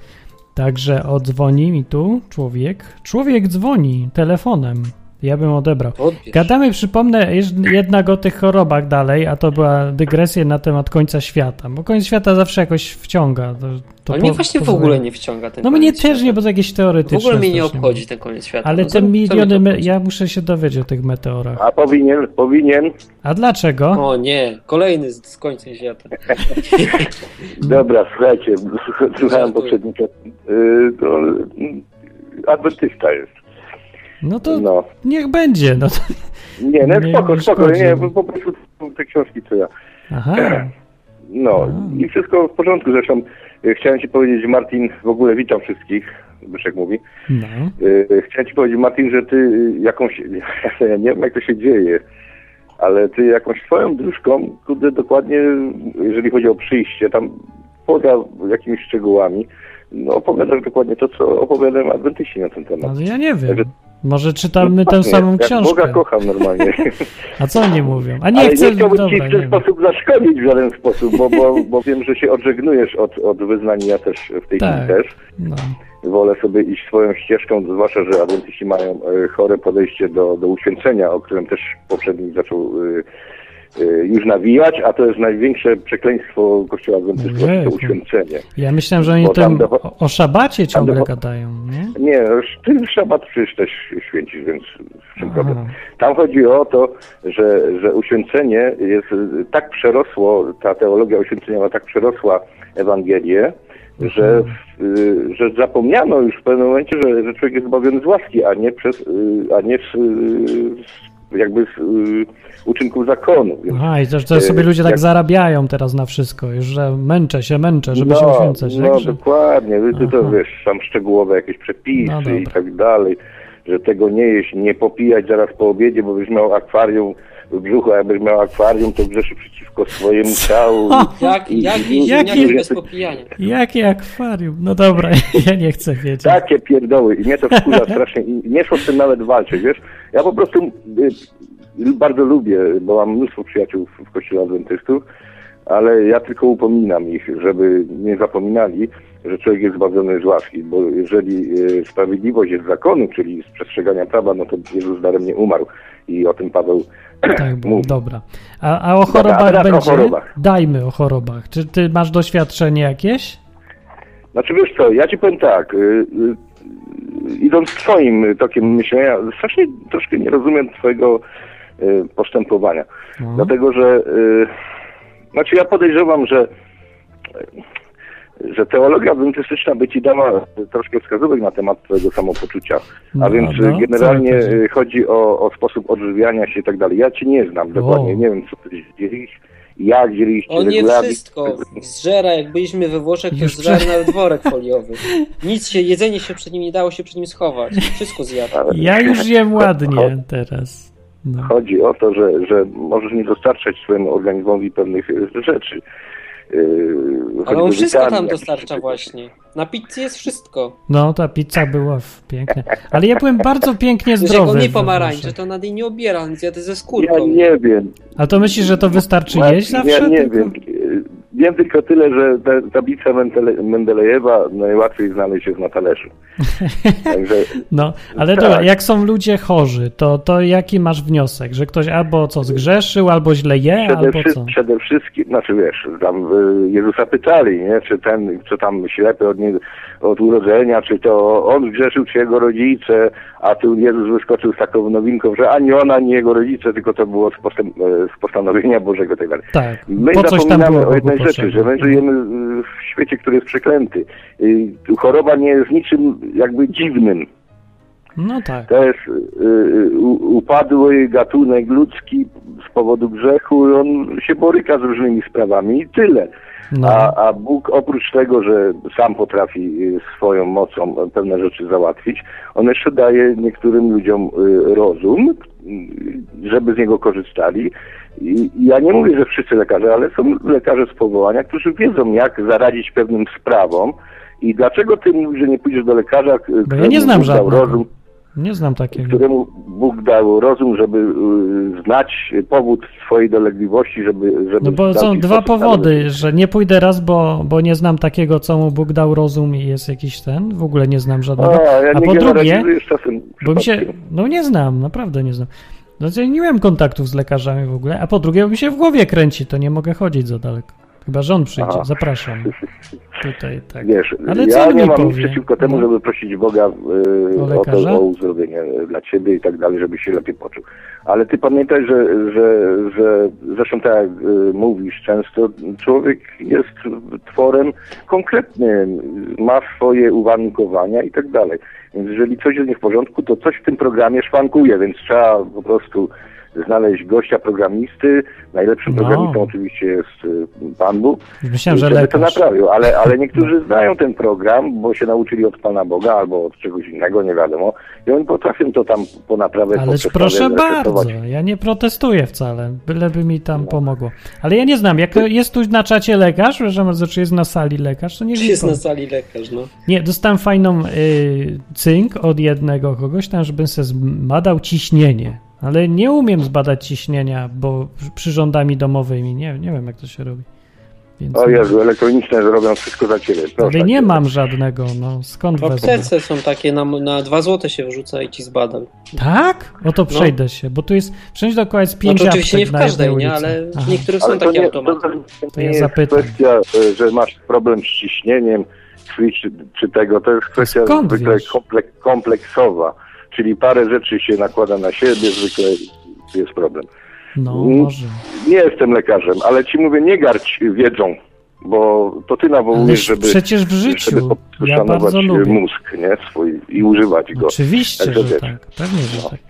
A: Także odzwoni mi tu człowiek. Człowiek dzwoni telefonem. Ja bym odebrał.
D: Odbierz.
A: Gadamy, przypomnę, jeż- jednak o tych chorobach dalej, a to była dygresja na temat końca świata, bo koniec świata zawsze jakoś wciąga. To, to
D: Ale mnie
A: po-
D: właśnie w
A: pozwala-
D: ogóle nie wciąga ten
A: No mnie
D: koniec
A: też
D: świata.
A: nie, bo to jakieś
D: W
A: teoretyczne.
D: ogóle mnie nie
A: strasznie.
D: obchodzi ten koniec świata.
A: Ale
D: no,
A: te
D: co- co mnie to
A: miliony, me-
D: obchodzi?
A: ja muszę się dowiedzieć o tych meteorach.
J: A powinien, powinien.
A: A dlaczego?
D: O nie, kolejny z, z końcem świata.
A: Mhm.
J: Dobra, słuchajcie, słuchałem poprzednika. Yy, to, mm, adwentysta jest.
A: No to
J: No.
A: niech będzie. No to...
J: Nie, no
A: Nie,
J: spoko,
A: nie
J: spoko,
A: szkodzi.
J: nie, bo po prostu są te książki co ja.
A: Aha,
J: No
A: A.
J: i wszystko w porządku, zresztą e, chciałem ci powiedzieć, Martin, w ogóle witam wszystkich, Byszek mówi.
A: no.
J: E, Chciałem ci powiedzieć, Martin, że ty y, jakąś, ja nie wiem jak to się dzieje, ale ty jakąś swoją dróżką, kurde, dokładnie, jeżeli chodzi o przyjście, tam poza jakimiś szczegółami, no opowiadasz dokładnie to, co opowiadałem adwentyści na ten temat.
A: no to ja nie
J: Także-
A: wiem. Może czytamy tę
J: Dokładnie,
A: samą
J: No jak Boga
A: książkę.
J: kocham normalnie.
A: A co oni mówią? A nie
J: Ale
A: chcę...
J: nie chciałbym ci
A: Dobra,
J: w
A: nie
J: ten
A: wiem.
J: sposób zaszkodzić w żaden sposób, bo, bo, bo wiem, że się odżegnujesz od, od wyznania ja też w tej
A: Tak.
J: chwili też.
A: No.
J: wolę sobie iść swoją ścieżką, zwłaszcza, że adwentyści mają e, chore podejście do, do uświęcenia, o którym też poprzednik zaczął e, e, już nawijać, a to jest największe przekleństwo kościoła adwentystów, to
A: Ojejku.
J: uświęcenie.
A: Ja myślałem, że oni
J: Bo tam
A: tam
J: docho-
A: o, o szabacie ciągle
J: docho-
A: gadają, nie?
J: Nie, no, już ty szabat przecież też święcisz, więc w czym problem?
A: Aha.
J: Tam chodzi o to, że, że uświęcenie jest e, tak przerosło, ta teologia uświęceniowa tak przerosła Ewangelię, że,
A: Mhm.
J: w- y, że zapomniano już w pewnym momencie, że, że człowiek jest zbawiony z łaski, a nie przez, y, a nie z, y, z, jakby z y, uczynków zakonu. Więc
A: Aha, i też, też sobie
J: e,
A: ludzie tak
J: jak-
A: zarabiają teraz na wszystko, już że męczę się, męczę, żeby się uświęcać.
J: No
A: także...
J: dokładnie, Wy- ty to
A: Aha.
J: wiesz, tam szczegółowe jakieś przepisy
A: No dobra.
J: i tak dalej, że tego nie jeść, nie popijać zaraz po obiedzie, bo byś miał akwarium w brzuchu, a jakbyś miał akwarium, to grzeszy przeciwko swojemu ciału.
D: Jak, jak
J: Jaki-
D: ziemniaki bez
J: no.
D: popijania.
A: Jakie akwarium? No dobra, ja nie chcę wiedzieć.
J: Takie Tak pierdoły i mnie to wkurza strasznie i nie szło z tym nawet walczyć, wiesz. Ja po prostu y, bardzo lubię, bo mam mnóstwo przyjaciół w- w kościele adwentystów, ale ja tylko upominam ich, żeby nie zapominali, że człowiek jest zbawiony z łaski, bo jeżeli y, sprawiedliwość jest z zakonu, czyli z przestrzegania prawa, no to Jezus daremnie umarł i o tym Paweł
A: Tak, bo,
J: mówi.
A: dobra. A, a o
J: Dobra, a
A: chorobach
J: teraz o
A: będzie?
J: chorobach.
A: Dajmy o chorobach. Czy ty masz doświadczenie jakieś?
J: Znaczy wiesz co, ja ci powiem tak, y, y, idąc twoim tokiem myślenia, strasznie troszkę nie rozumiem twojego y, postępowania.
A: No.
J: Dlatego, że y, znaczy ja podejrzewam, że że teologia adwentystyczna by ci dała troszkę wskazówek na temat twojego samopoczucia.
A: No,
J: A więc y,
A: no,
J: generalnie
A: co
J: y, chodzi o, o sposób odżywiania się i tak dalej. Ja cię nie znam dokładnie, nie wiem co ty zjeść Jak dzieliście
D: On je
J: regularnie?
D: wszystko zżera, jak byliśmy we Włoszech, to
A: Już
D: zżera
A: prze-
D: nawet worek foliowy. Nic się, jedzenie się przed nim nie dało się przed nim schować. Wszystko zjadł.
A: Ja już jem ładnie teraz. No.
J: Chodzi o to, że, że możesz nie dostarczać swojemu organizmowi pewnych e, rzeczy. Yy,
D: Ale on
J: choćby
D: wszystko tam
J: witamin,
D: dostarcza właśnie. Na pizzy jest wszystko.
A: no, ta pizza była w... pięknie. Ale ja byłem bardzo pięknie
D: Wiesz, jak
A: zdrowy.
D: on nie
A: w
D: pomarańcze,
A: Włoszech.
D: to nad jej nie obiera, on zjada ze
J: Ja
D: skórką.
J: nie wiem.
A: A to myślisz, że to wystarczy
J: Ja,
A: jeść zawsze?
J: ja nie
A: tylko?
J: wiem. Yy, Wiem tylko tyle, że ta tablica Mendele- Mendelejewa najłatwiej znaleźć jest na talerzu. Także
A: No, ale
J: Tak.
A: dobra, jak są ludzie chorzy, to, to jaki masz wniosek? Że ktoś albo co zgrzeszył, albo źle je,
J: przede,
A: E, albo
J: wszy-
A: co?
J: przede wszystkim, znaczy wiesz, tam y, Jezusa pytali, nie? czy ten, czy tam ślepy od, nie, od urodzenia, czy to on grzeszył, czy jego rodzice, a tu Jezus wyskoczył z taką nowinką, że ani ona, ani jego rodzice, tylko to było z, postem, e, z postanowienia Bożego i tak dalej.
A: Tak,
J: My
A: po coś tam
J: zapominamy
A: było
J: o jednej
A: Bogu
J: rzeczy, że
A: potrzebne.
J: my żyjemy y, w świecie, który jest przeklęty. Y, tu Choroba nie jest niczym jakby dziwnym.
A: No tak.
J: To jest y, y, u- upadły gatunek ludzki z powodu grzechu, on się boryka z różnymi sprawami i tyle.
A: No,
J: A, a Bóg oprócz tego, że sam potrafi y, swoją mocą pewne rzeczy załatwić, on jeszcze daje niektórym ludziom y, rozum, y, żeby z niego korzystali. I i ja nie mówię, że wszyscy lekarze, ale są lekarze z powołania, którzy wiedzą, jak zaradzić pewnym sprawom. I dlaczego ty mówisz, że nie pójdziesz do lekarza, k-
A: bo ja nie
J: któremu
A: znam
J: Bóg dał
A: żadnego.
J: rozum,
A: Nie znam takiego.
J: któremu Bóg dał rozum, żeby y, znać powód swojej dolegliwości, żeby... żeby
A: No bo
J: w
A: są
J: taki
A: dwa
J: sposób
A: powody, że nie pójdę raz, bo, bo nie znam takiego, co mu Bóg dał rozum i jest jakiś ten. W ogóle nie znam żadnego.
J: A, ja
A: A
J: nie
A: po drugie,
J: generalizuję z czasem
A: Bo mi się.
J: przypadkiem.
A: No nie znam, naprawdę nie znam. Znaczy ja nie miałem kontaktów z lekarzami w ogóle, a po drugie bo mi się w głowie kręci, to nie mogę chodzić za daleko. Chyba, że on przyjdzie,
J: Aha.
A: zapraszam. Tutaj, tak.
J: Wiesz,
A: Ale co
J: ja
A: on
J: nie
A: mi
J: mam nic
A: powie?
J: przeciwko temu,
A: No.
J: żeby prosić Boga
A: O
J: e, o,
A: lekarza?
J: to, o uzdrowienie e, dla ciebie i tak dalej, żebyś się lepiej poczuł. Ale ty pamiętaj, że, że, że zresztą tak jak e, mówisz często, człowiek jest tworem konkretnym, ma swoje uwarunkowania i tak dalej. Więc jeżeli coś jest nie w porządku, to coś w tym programie szwankuje, więc trzeba po prostu znaleźć gościa programisty. Najlepszym
A: No.
J: programistą oczywiście jest e, Pan Bóg.
A: Myślałem, że
J: żeby to
A: lekarz.
J: naprawił, ale, ale
A: No.
J: niektórzy znają ten program, bo się nauczyli od Pana Boga albo od czegoś innego, nie wiadomo, i oni potrafią to tam ponaprawiać.
A: Ależ
J: poprzestawiać,
A: proszę bardzo,
J: zresetować.
A: ja nie protestuję wcale, byleby mi
J: No.
A: tam pomogło. Ale ja nie znam, jak jest tu na czacie lekarz, przepraszam bardzo, czy jest na sali lekarz, to nie
D: Czy
A: wiem.
D: jest na sali lekarz, no.
A: Nie, dostałem fajną y, cynk od jednego kogoś tam, żebym se zbadał ciśnienie. Ale nie umiem zbadać ciśnienia, bo przy- przyrządami domowymi nie, nie wiem, jak to się robi. Więc no.
J: O Jezu, elektroniczne zrobią wszystko za Ciebie. Proszę
A: ale nie
J: Cię.
A: mam żadnego, no skąd
D: W
A: wezmę?
D: aptece są takie, na, na 2 złote się wrzuca i ci zbadam.
A: Tak? O to przejdę się, bo tu jest, wszędzie dookoła jest pięć
D: Znaczy No. oczywiście nie
A: aptek
D: w
A: na
D: każdej,
A: jednej
D: nie,
A: ulicy.
D: ale w
A: Aha.
D: niektórych
J: Ale
D: są
J: to
D: takie
J: nie-
D: automaty.
J: To, to
A: ja
J: nie jest
A: zapytam.
J: kwestia, e, że masz problem z ciśnieniem krwi czy, czy tego, to jest kwestia
A: Skąd
J: zwykle
A: wiesz?
J: komplek, kompleksowa, czyli parę rzeczy się nakłada na siebie, zwykle jest problem.
A: No,
J: Mm.
A: może.
J: Nie jestem lekarzem, ale Ci mówię, nie garć wiedzą, bo to Ty nawołujesz,
A: Ależ
J: żeby...
A: przecież w
J: żeby
A: życiu.
J: po-
A: Ja
J: szanować
A: bardzo
J: e,
A: lubię.
J: mózg nie? swój i używać go.
A: Oczywiście,
J: Także
A: że
J: wiesz.
A: tak. Pewnie, że
J: No.
A: tak.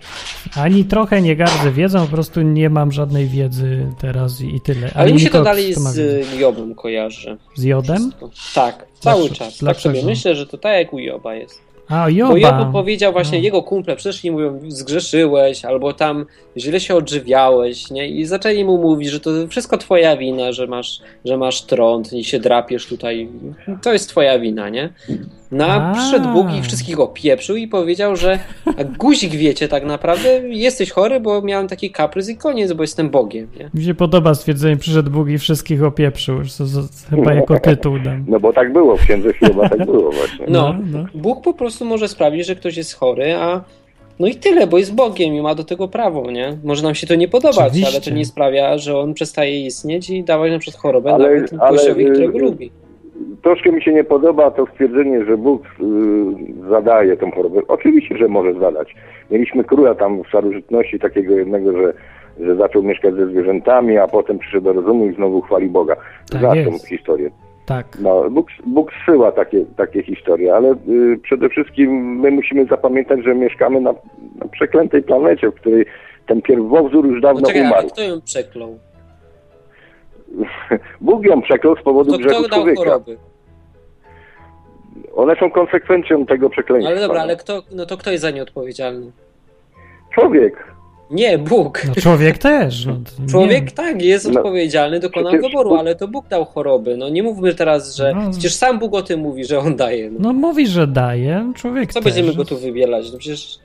A: Ani trochę nie gardzę wiedzą, po prostu nie mam żadnej wiedzy teraz i, i tyle.
D: Ale mi się to
A: nikogo
D: dalej
A: z tym
D: z
A: ma-
D: y, Jobem kojarzy.
A: Z jodem?
D: Tak, cały
A: Dlaczego?
D: czas. Tak
A: Dlaczego?
D: sobie myślę, że to tak jak u Joba jest.
A: A,
D: Bo
A: joba.
D: Job powiedział właśnie,
A: No.
D: jego kumple przyszli i mówią, zgrzeszyłeś, albo tam źle się odżywiałeś, nie? I zaczęli mu mówić, że to wszystko twoja wina, że masz, że masz trąd i się drapiesz tutaj. To jest twoja wina, nie? No
A: A.
D: a przyszedł Bóg i wszystkich opieprzył i powiedział, że guzik wiecie tak naprawdę, jesteś chory, bo miałem taki kaprys i koniec, bo jestem Bogiem, nie?
A: Mi się podoba stwierdzenie, przyszedł Bóg i wszystkich opieprzył. Już to, z- chyba jako tytuł dam.
J: No bo tak było, w księdze Hioba tak było właśnie.
D: No.
A: no.
D: Bóg po prostu może sprawić, że ktoś jest chory, a no i tyle, bo jest Bogiem i ma do tego prawo, nie? Może nam się to nie podobać,
A: Oczywiście.
D: ale to nie sprawia, że on przestaje istnieć i dawać na przykład chorobę
J: Ale-
D: nawet
J: ale,
D: gościowi,
J: y,
D: którego
J: y,
D: lubi.
J: Troszkę mi się nie podoba to stwierdzenie, że Bóg y, zadaje tą chorobę. Oczywiście, że może zadać. Mieliśmy króla tam w starożytności takiego jednego, że, że zaczął mieszkać ze zwierzętami, a potem przyszedł do rozumu i znowu chwali Boga.
A: Tak
J: Znasz tą
A: jest.
J: historię.
A: Tak.
J: No, Bóg, Bóg zsyła takie, takie historie, ale y, przede wszystkim my musimy zapamiętać, że mieszkamy na, na przeklętej planecie, w której ten pierwowzór już dawno
D: No czekaj, ale
J: umarł.
D: kto ją przeklął?
J: Bóg ją przeklął z powodu
K: To
J: grzechu
K: kto dał
J: człowieka.
K: choroby?
J: One są konsekwencją tego przekleństwa.
D: Ale dobra, ale kto, no to kto jest za nie odpowiedzialny?
J: Człowiek.
D: Nie, Bóg.
A: No człowiek też. No, to nie-
D: Człowiek tak, jest
A: No,
D: odpowiedzialny, dokonał
A: przecież
D: wyboru,
A: Bóg-
D: ale to Bóg dał choroby. No nie mówmy teraz, że. Przecież sam Bóg o tym mówi, że on daje. No.
A: No mówi, że daje, człowiek
D: Co
A: też.
D: będziemy go tu wybielać? No przecież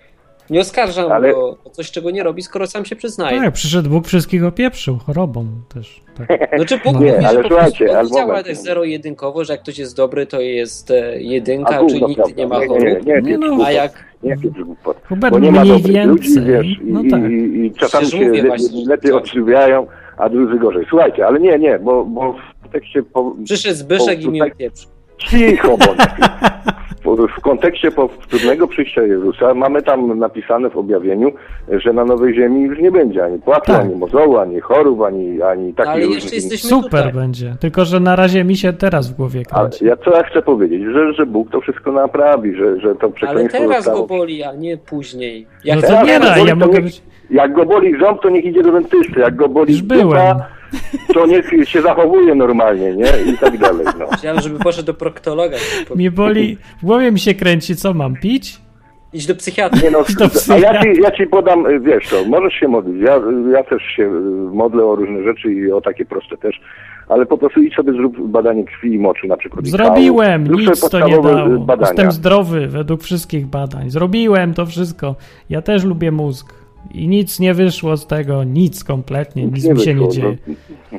D: nie oskarżam
A: Ale-
D: go o coś, czego nie robi, skoro sam się przyznaje.
A: Tak, przyszedł Bóg wszystkiego pieprzył, chorobą też. Tak.
D: No czy Bóg
A: No.
D: mówi, że po prostu Bóg działa tak zero-jedynkowo, że jak ktoś jest dobry, to jest e, jedynka,
J: A Bóg
D: czyli
J: to
D: nikt
J: prawda.
D: nie ma
J: Nie,
D: chorób.
J: nie, nie, nie,
A: no.
J: nie,
D: a jak...
J: Nie jakiś głupot.
A: Mm. Hubert,
J: Bo nie ma
A: mniej
J: dobrych ludzi,
A: więcej.
J: wiesz, i,
A: No
J: i-
A: tak.
J: i, i czasami
A: Przecież
J: się
A: mówię
J: jedni
A: właśnie,
J: lepiej
D: tak.
J: odżywiają, a drudzy gorzej. Słuchajcie, ale nie, nie, bo, bo w kontekście... Po,
D: Przyszedł Zbyszek
J: po-
D: i miał pieprz.
J: Cicho, bo w kontekście powtórnego przyjścia Jezusa mamy tam napisane w objawieniu, że na Nowej Ziemi już nie będzie ani płaczu,
A: Tak.
J: ani mozołu, ani chorób, ani, ani takich
D: Ale
J: różnych...
D: jeszcze jesteśmy
A: Super będzie. Tylko, że na razie mi się teraz w głowie
J: Ale
A: kręci.
J: ja co ja chcę powiedzieć, że, że Bóg to wszystko naprawi, że, że to
D: Ale
J: przekleństwo
D: teraz
J: zostało...
D: go boli, a nie później.
A: No
J: Jak
D: to
J: teraz go boli, No to niech- Jak go boli ząb, to niech idzie do dentysty. Jak go boli dupa, to niech się zachowuje normalnie, nie? I tak dalej, no.
D: Chciałem, żeby poszedł do proktologa.
A: Mnie boli, w głowie mi się kręci, co mam pić?
D: Idź do psychiatry.
J: Nie no, a
A: Do
J: ja
A: psychiatry.
J: ci, ja ci podam, y, wiesz co, możesz się modlić. Ja, ja też się y, modlę o różne rzeczy i o takie proste też. Ale po prostu idź sobie zrób badanie krwi i moczy na przykład. i
A: Zrobiłem,
J: kału. Zrób sobie
A: nic to nie
J: podstawowe, y,
A: dało.
J: Badania.
A: Jestem zdrowy według wszystkich badań. Zrobiłem to wszystko. Ja też lubię mózg. I nic nie wyszło z tego, nic kompletnie, nic,
J: nie
A: mi się tak nie
J: wyszło, no.
A: dzieje.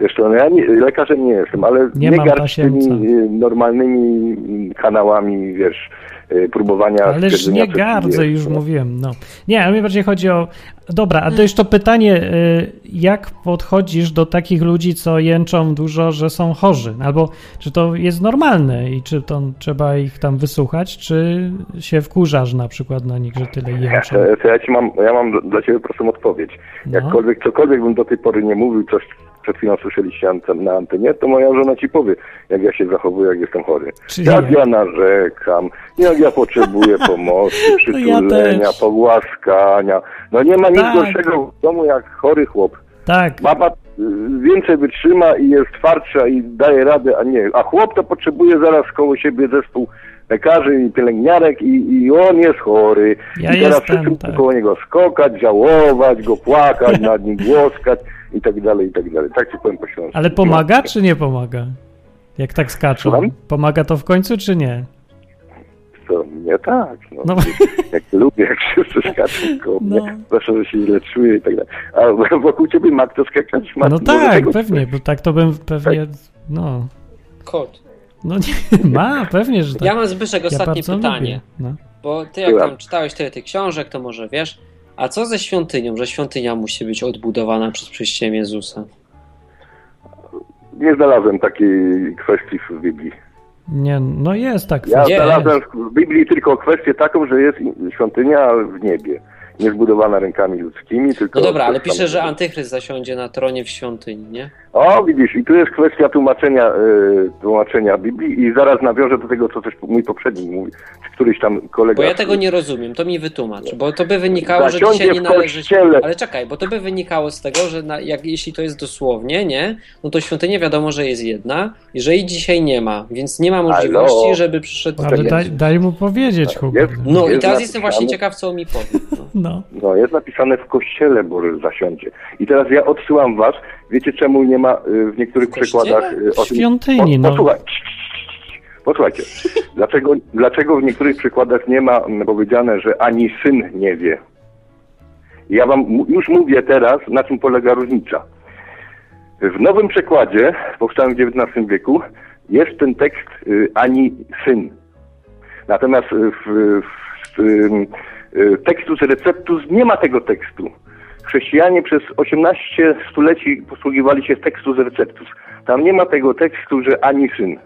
J: Wiesz co, no ja nie, lekarzem nie jestem, ale
A: Nie
J: nie,
A: mam
J: garść tymi
A: tasiemca.
J: y, normalnymi y, kanałami, wiesz, y, próbowania
A: Ależ
J: stwierdzenia,
A: nie
J: co ci
A: gardzę,
J: jest.
A: już mówiłem, no. Nie, ale mi bardziej chodzi o... Dobra, a to jeszcze pytanie, y, jak podchodzisz do takich ludzi, co jęczą dużo, że są chorzy? Albo czy to jest normalne i czy to trzeba ich tam wysłuchać, czy się wkurzasz na przykład na nich, że tyle jęczą?
J: To, to ja ci mam, ja mam d- dla ciebie prostą odpowiedź.
A: No.
J: Jakkolwiek, cokolwiek bym do tej pory nie mówił, coś przed chwilą słyszeliście ante- na antenie, to moja żona ci powie, jak ja się zachowuję, jak jestem chory.
A: Czyli
J: jak
A: ja.
J: ja narzekam, jak ja potrzebuję pomocy, przytulenia,
A: No też.
J: pogłaskania. No nie ma nic
A: Tak.
J: gorszego w domu jak chory chłop.
A: Tak.
J: Baba y, więcej wytrzyma i jest twardsza i daje radę, a nie. A chłop to potrzebuje zaraz koło siebie zespół lekarzy i pielęgniarek i, i on jest chory.
A: Ja
J: I teraz
A: jestem,
J: wszyscy
A: tak.
J: koło niego skokać, żałować, go płakać, nad nim głoskać i tak dalej, i tak dalej. Tak ci powiem po śląsku.
A: Ale pomaga, czy nie pomaga? Jak tak skaczą? Pomaga to w końcu, czy nie?
J: No, To nie tak. No.
A: No.
J: Jak lubię, jak wszyscy skaczą koło
A: No.
J: mnie, zwłaszcza, że się źle czuję i tak dalej. A wokół ciebie ma kto skakać? Ma,
A: No
J: może
A: tak,
J: tego-
A: pewnie, bo tak to bym pewnie... No,
D: Kot.
A: no nie, ma, pewnie, że tak.
D: Ja mam, Zbyszek, ostatnie
A: bardzo
D: pytanie.
A: lubię, No.
D: Bo ty jak
A: Słucham.
D: tam czytałeś tyle tych książek, to może wiesz. A co ze świątynią, że świątynia musi być odbudowana przez przyjście Jezusa?
J: Nie znalazłem takiej kwestii w Biblii.
A: Nie, no jest tak.
J: Ja
A: jest.
J: znalazłem w Biblii tylko kwestię taką, że jest świątynia w niebie. Nie zbudowana rękami ludzkimi, tylko.
D: No dobra,
J: przez
D: ale pisze,
J: samych-
D: że antychryst zasiądzie na tronie w świątyni, nie?
J: O, widzisz, i tu jest kwestia tłumaczenia, y, tłumaczenia Biblii, i zaraz nawiążę do tego, co też mój poprzednik mówi, czy któryś tam kolega.
D: Bo ja tego nie rozumiem, to mi wytłumacz, bo to by wynikało, że
J: Zasiądzie
D: dzisiaj nie
J: w
D: należy.
J: kościele.
D: Ale czekaj, bo to by wynikało z tego, że na, jak, jeśli to jest dosłownie, nie, no to świątynia wiadomo, że jest jedna i że jej dzisiaj nie ma, więc nie ma możliwości, żeby przyszedł.
A: No, Ale
D: Jezus.
A: daj, daj mu powiedzieć, Hubert.
D: No
J: Tak
D: i
J: Jest
D: teraz
J: napisane-
D: jestem właśnie ciekaw, co on mi powie.
A: No.
J: No, jest napisane w kościele, bo zasiądzie. I teraz ja odsyłam was, wiecie czemu nie ma y, w niektórych przekładach y, o tym.
A: Świątyni, no.
J: Posłuchaj. Posłuchajcie, dlaczego, dlaczego w niektórych przykładach nie ma mm, powiedziane, że ani syn nie wie? Ja wam mu- już mówię teraz, na czym polega różnica. W nowym przekładzie, powstałym w XIX wieku, jest ten tekst y, ani syn. Natomiast y, w, w, w y, Textus Receptus nie ma tego tekstu. Chrześcijanie przez 18 stuleci posługiwali się Textus Receptus. Tam nie ma tego tekstu, że ani syn.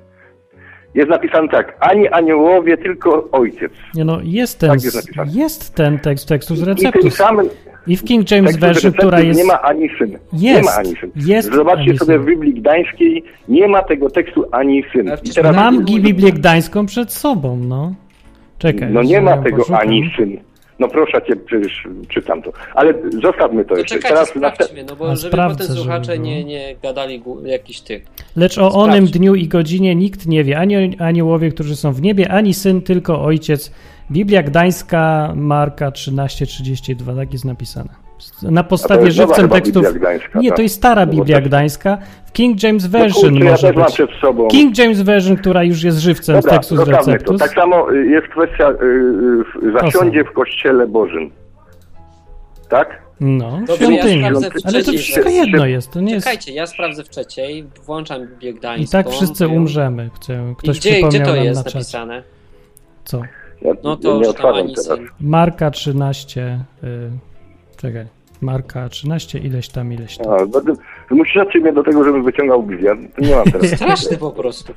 J: Jest napisane tak, ani aniołowie, tylko ojciec.
A: Nie no, jest ten,
J: Tak jest napisane.
A: jest ten tekst tekstu z
J: I
A: receptu.
J: tym samym
A: I w King James
J: tekstu z
A: Version,
J: receptu
A: która jest...
J: nie ma ani syn. nie
A: Jest,
J: ma ani syn.
A: jest
J: Zobaczcie
A: ani
J: sobie w Biblii Gdańskiej, nie ma tego tekstu ani syn. I teraz-
A: Mam Biblię Gdańską przed sobą, no. Czekaj.
J: No nie
A: zaraz
J: ma
A: ją
J: tego
A: poszukam.
J: ani syn. No proszę cię, przecież czytam to. Ale zostawmy to
D: To
J: jeszcze.
D: czekajcie,
J: nasze-
D: sprawdźmy, no bo
A: A
D: żeby
A: sprawdzę,
D: potem
A: żeby
D: słuchacze
A: było.
D: nie, nie gadali gó- jakiś tych.
A: Lecz o
D: Sprawdź.
A: onym dniu i godzinie nikt nie wie, ani aniołowie, którzy są w niebie, ani syn, tylko ojciec. Biblia Gdańska, Marka 13:32, tak jest napisane. Na
J: A to
A: podstawie
J: jest nowa
A: żywcem
J: chyba
A: tekstów.
J: Biblia Gdańska,
A: Nie,
J: tak?
A: to jest stara
J: No bo
A: Biblia
J: też-
A: Gdańska. W King James
J: No kurczę,
A: Version
J: ja
A: może
J: też mam
A: być.
J: przed sobą.
A: King James Version, która już jest żywcem z
J: Dobra,
A: tekstu z
J: zostawmy to.
A: receptus.
J: Tak samo y, jest kwestia y, y, w-
A: To
J: zasiądzie w Kościele Bożym. Tak?
A: No,
D: Dobrze, ja
A: świątynia.
D: sprawdzę w
A: Ale to
D: trzeciej
A: wszystko
J: wersji.
A: jedno jest, to nie jest...
D: Czekajcie, ja sprawdzę w trzeciej, włączam Biblię
A: I
D: Gdańską.
A: tak wszyscy umrzemy. Chcę- Ktoś
D: I gdzie,
A: przypomniał
D: gdzie to
A: nam
D: jest
A: na czacie.
D: napisane?
A: Co?
J: Ja
D: No to,
J: nie
D: że tam
J: otwaram
D: ani
J: teraz.
D: syn.
A: Marka 13. Y, czekaj. Marka 13, ileś tam, ileś tam.
J: A, no, będę- Zmuszacie mnie do tego, żebym wyciągał Biblię. To Nie mam teraz.
D: Straszny po prostu.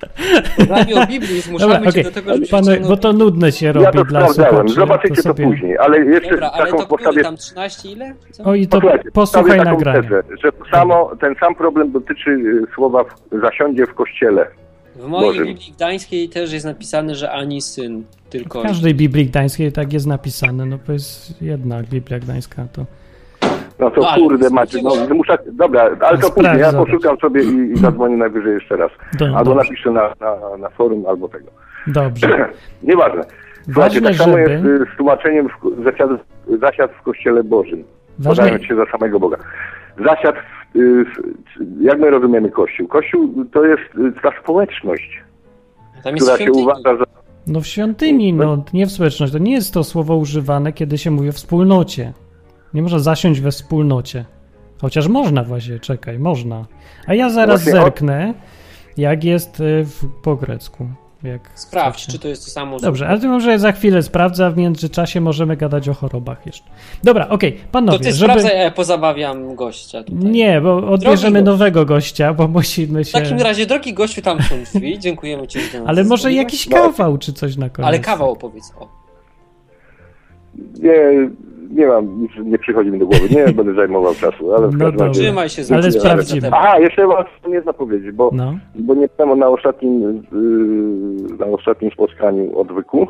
D: Radio Biblii zmuszamy
A: Dobra,
D: cię
A: okej.
D: do tego, żebyś
A: Panowie,
D: wciągnął
A: bo to nudne się robi
J: Ja to
A: dla
J: sprawdzałem.
A: słuchaczy.
J: Zobaczycie to,
A: sobie-
J: później. Ale jeszcze
D: Dobra, ale
J: taką
D: to który
J: postawię
D: tam 13 ile? Co?
A: O i to
J: Posłuchajcie,
A: posłuchaj
J: stawię taką
A: nagrania.
J: tezę, że samo, ten sam problem dotyczy y, słowa w, zasiądzie w kościele.
D: W mojej
J: Bożym.
D: Biblii Gdańskiej też jest napisane, że ani syn, tylko
A: W
D: ojciec.
A: każdej Biblii Gdańskiej tak jest napisane, no to jest jedna Biblia Gdańska, to...
J: No to
D: No, ale
J: kurde macie, no
D: sprawdzimy.
J: muszę, dobra, ale to
A: Sprawdź,
J: później, ja
A: zobacz.
J: poszukam sobie i, i zadzwonię najwyżej jeszcze raz.
A: Do,
J: Albo
A: dobrze,
J: napiszę na, na, na forum, albo tego.
A: dobrze.
J: Nieważne. Słuchajcie,
A: Ważne,
J: tak samo jest
A: żeby...
J: y, z tłumaczeniem w, ko- zasiad, zasiad w kościele Bożym.
A: Ważne,
J: Podając się za samego Boga. Zasiad, w, y, w- jak my rozumiemy Kościół? Kościół to jest y, ta społeczność,
D: Tam jest
J: która się
D: świątynia.
J: uważa za
A: no w świątyni, no nie w społeczności, to nie jest to słowo używane, kiedy się mówi o wspólnocie. Nie można zasiąść we wspólnocie. Chociaż można właśnie, czekaj, można. A ja zaraz
J: Właśnie o-
A: zerknę, jak jest y, w, po grecku. Jak
D: Sprawdź,
A: chcecie.
D: czy to jest to samo. że-
A: Dobrze, ale to może za chwilę sprawdzę, a w międzyczasie możemy gadać o chorobach jeszcze. Dobra, okej,
D: To
A: panowie,
D: ty
A: żeby...
D: sprawdzaj, a ja pozabawiam gościa tutaj.
A: Nie, bo odbierzemy
D: Drogi gość.
A: nowego gościa, bo musimy
D: W
A: się...
D: takim razie, drogi gościu tam są drzwi, dziękujemy ci, że do nas
A: Ale może
D: zadzwoniłeś.
A: jakiś kawał czy coś na koniec.
D: Ale kawał opowiedz, o.
J: Nie, nie mam, nic nie przychodzi mi do głowy. Nie będę zajmował czasu, ale w
A: No
J: każdym razie...
D: Trzymaj się,
A: Ale
D: dziękuję
A: sprawdzimy.
D: za temat.
J: Aha, jeszcze was nie zapowiedzieć, bo,
A: No,
J: bo nie wiem, na ostatnim, yy, na ostatnim spotkaniu odwyku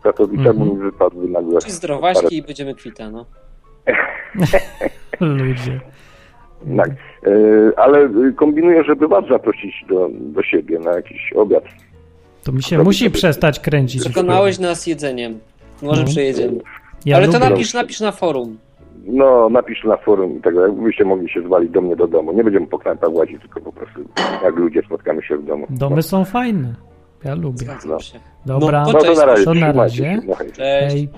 J: w Katowicach
A: Mhm.
J: mi wypadły nagle.
D: Czy zdrowaśki i będziemy kwita, no.
A: ludzie.
J: Tak. Yy, ale y, kombinuję, żeby was zaprosić do, do siebie na jakiś obiad.
A: To mi się musi
J: Zrobić-
A: przestać kręcić.
D: Przekonałeś nas jedzeniem. Może
A: No.
D: przejedziemy.
A: Ja
D: Ale to
A: lubię.
D: napisz, napisz na forum.
J: No, napisz na forum i tak dalej. Byście mogli się zwalić do mnie do domu. Nie będziemy po knajpach łazić, tylko po prostu jak ludzie spotkamy się w domu.
A: Domy są fajne. Ja lubię.
D: Zgadzam się.
A: Dobra,
J: No,
D: No,
J: no to
D: cześć,
J: na razie.
A: to na
J: trzymajcie
A: razie.
J: Się. No, hej.
D: Cześć.
A: Hej,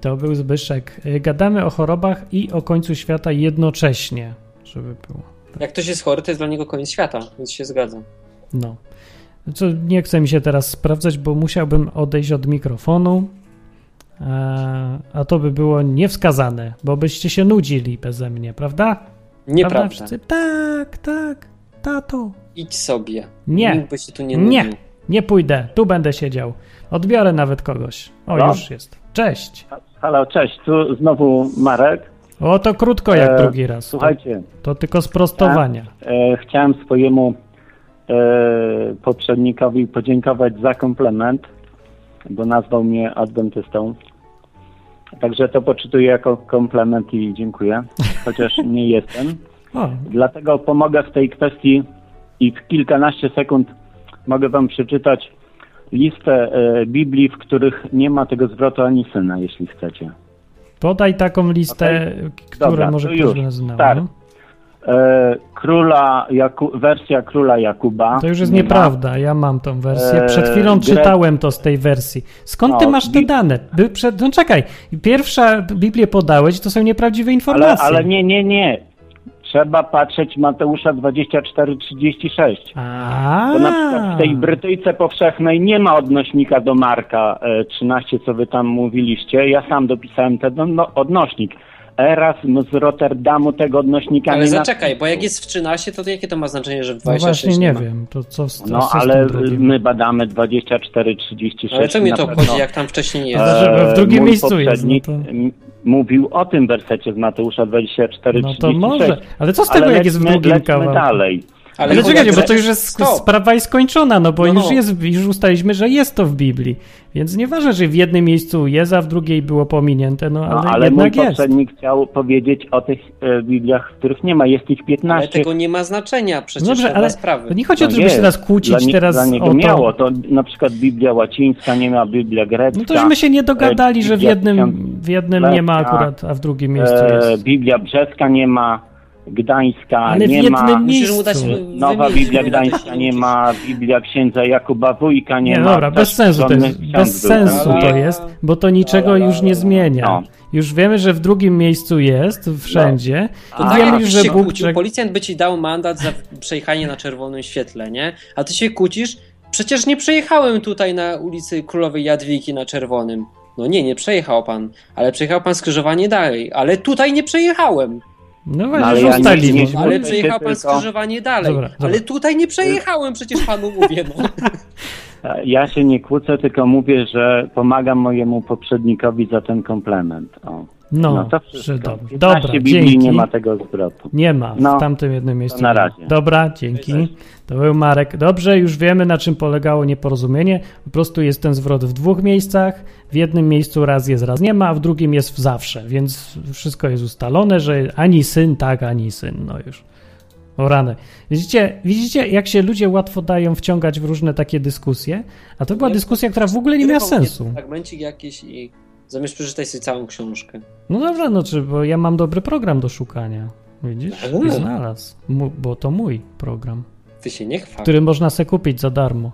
A: to był Zbyszek. Y, Gadamy o chorobach i o końcu świata jednocześnie, żeby było.
D: Jak ktoś jest chory, to jest dla niego koniec świata, więc się zgadzam.
A: No. Co, nie chcę mi się teraz sprawdzać, bo musiałbym odejść od mikrofonu. A, a to by było niewskazane, bo byście się nudzili beze mnie, prawda? Prawda
D: Nieprawda.
A: wszyscy? Tak, tak, tato.
D: Idź sobie.
A: Nie.
D: Nikt by się tu nie
A: Nie.
D: nudził.
A: Nie pójdę, tu będę siedział. Odbiorę nawet kogoś. O,
I: No.
A: już jest. Cześć.
I: Halo, cześć, tu znowu Marek.
A: O, to krótko jak
I: E,
A: drugi raz. tak? To,
I: Słuchajcie,
A: to tylko sprostowania.
I: e, chciałem swojemu e, poprzednikowi podziękować za komplement, bo nazwał mnie adwentystą. Także to poczytuję jako komplement i dziękuję, chociaż nie jestem.
A: O,
I: Dlatego pomogę w tej kwestii i w kilkanaście sekund mogę Wam przeczytać listę e, Biblii, w których nie ma tego zwrotu ani syna, jeśli chcecie.
A: podaj taką listę, k- która
I: Dobra,
A: może
I: to
A: ktoś
I: już.
A: by nas znał.
I: Tak.
A: no.
I: E, Króla Jaku- wersja króla Jakuba.
A: To już jest
I: Nie ma.
A: nieprawda, ja mam tą wersję. Przed
I: Eee,
A: chwilą
I: Gre-
A: czytałem to z tej wersji. Skąd ty
I: No,
A: masz te
I: Bi-
A: dane? By przed... No czekaj, pierwsza Biblię podałeś, to są nieprawdziwe
I: Ale,
A: informacje.
I: ale nie, nie, nie. Trzeba patrzeć Mateusza 24-36.
A: A,
I: Bo na przykład w tej Brytyjce powszechnej nie ma odnośnika do Marka e, 13, co wy tam mówiliście. Ja sam dopisałem ten odno- odnośnik. Erasm z Rotterdamu tego odnośnika
D: Ale
I: nie na-
D: zaczekaj, bo jak jest w 13, to jakie to ma znaczenie, że w
A: no
D: 26
A: właśnie nie
D: ma?
A: wiem, to co z,
I: No,
A: co z
I: ale
A: tym drugim?
I: my badamy 24-36.
D: Ale co mnie
I: No, na
D: to
I: pewno.
D: obchodzi, jak tam wcześniej jest?
A: Eee, Że w drugim
I: E, mój
A: miejscu jest,
I: poprzednik,
A: no to-
I: m- Mówił o tym wersecie z Mateusza 24-36.
A: No to może. Ale co z
I: Ale
A: tego, jak
I: lećmy,
A: jest w drugim
I: lećmy
A: kawałku?
I: dalej.
A: Ale, czekajcie, bo to już jest sk- sprawa jest skończona, no bo
D: No, no.
A: już jest, już ustaliśmy, że jest to w Biblii. Więc nieważne, że w jednym miejscu jest, a w drugiej było pominięte, no ale,
I: No, ale mój
A: jednak jest.
I: poprzednik chciał powiedzieć o tych e, Bibliach, których nie ma. Jest ich 15.
D: Ale tego nie ma znaczenia przecież
A: Dobrze,
D: Dobrze,
A: ale
D: ale sprawy.
A: nie chodzi o
I: No
A: to, żeby się
I: jest.
A: teraz kłócić
I: dla nie,
A: teraz
I: dla niego
A: o to.
I: miało. To na przykład Biblia łacińska nie ma, Biblia grecka. E,
A: No to żeśmy się nie dogadali, że w
I: Biblia
A: jednym,
I: tysiąc-
A: w jednym nie ma
I: Lecha,
A: akurat, a w drugim miejscu
I: e,
A: jest.
I: Biblia brzeska nie ma, gdańska
A: Ale w
I: nie ma.
A: jednym
D: Musisz mu dać
A: miejscu.
D: wy-
I: Nowa
D: wymienić,
I: Biblia
D: żeby na
I: Gdańska
D: tej
I: nie
D: stronie
I: ma, Biblia księdza Jakuba Wójka nie,
A: Nie,
I: ma.
A: dobra,
I: Tak
A: bez sensu to jest,
I: skromnych ksiądz
A: bez
I: był. tak?
A: sensu
D: Ale-
A: to jest, bo to niczego już nie zmienia.
I: No.
A: Już wiemy, że w drugim miejscu jest, wszędzie.
D: To
A: A
D: tak
A: wiemy
D: jakbyś
A: już, że
D: się
A: Bóg...
D: kłócił,
A: czek-
D: policjant by ci dał mandat za przejechanie na czerwonym świetle, nie? A ty się kłócisz, przecież nie przejechałem tutaj na ulicy Królowej Jadwigi na czerwonym. No nie, nie przejechał pan, ale przejechał pan skrzyżowanie dalej, ale tutaj nie przejechałem.
A: No
I: No, ale
A: właśnie,
I: ja
A: już
I: nie-
A: ustaliliśmy.
I: nie-
D: Ale
I: to
D: przejechał
I: się
D: pan
I: tylko-
D: skrzyżowanie dalej,
A: Dobra, dobra.
D: ale tutaj nie przejechałem, przecież panu mówię, no.
I: Ja się nie kłócę, tylko mówię, że pomagam mojemu poprzednikowi za ten komplement. O.
A: No,
I: to wszystko.
A: że dobrze.
I: 15
A: Dobra,
I: Biblii
A: dzięki.
I: nie ma tego zwrotu.
A: Nie ma, w
I: No,
A: tamtym jednym miejscu.
I: na
A: nie ma.
I: razie.
A: Dobra, dzięki. To był Marek. Dobrze, już wiemy na czym polegało nieporozumienie. Po prostu jest ten zwrot w dwóch miejscach. W jednym miejscu raz jest, raz nie ma, a w drugim jest w zawsze. Więc wszystko jest ustalone, że ani syn tak, ani syn. No już. O rany. Widzicie, widzicie, jak się ludzie łatwo dają wciągać w różne takie dyskusje? A to była
D: Nie.
A: dyskusja, która w ogóle nie miała
D: Wyrwał mnie
A: sensu.
D: Fragmencik jakiś i zamiast przeczytać sobie całą książkę.
A: No dobra, no czy, bo ja mam dobry program do szukania. Widzisz? I
D: Eee.
A: znalazł. Mu, bo to mój program,
D: Ty się nie chwal.
A: który można se kupić za darmo.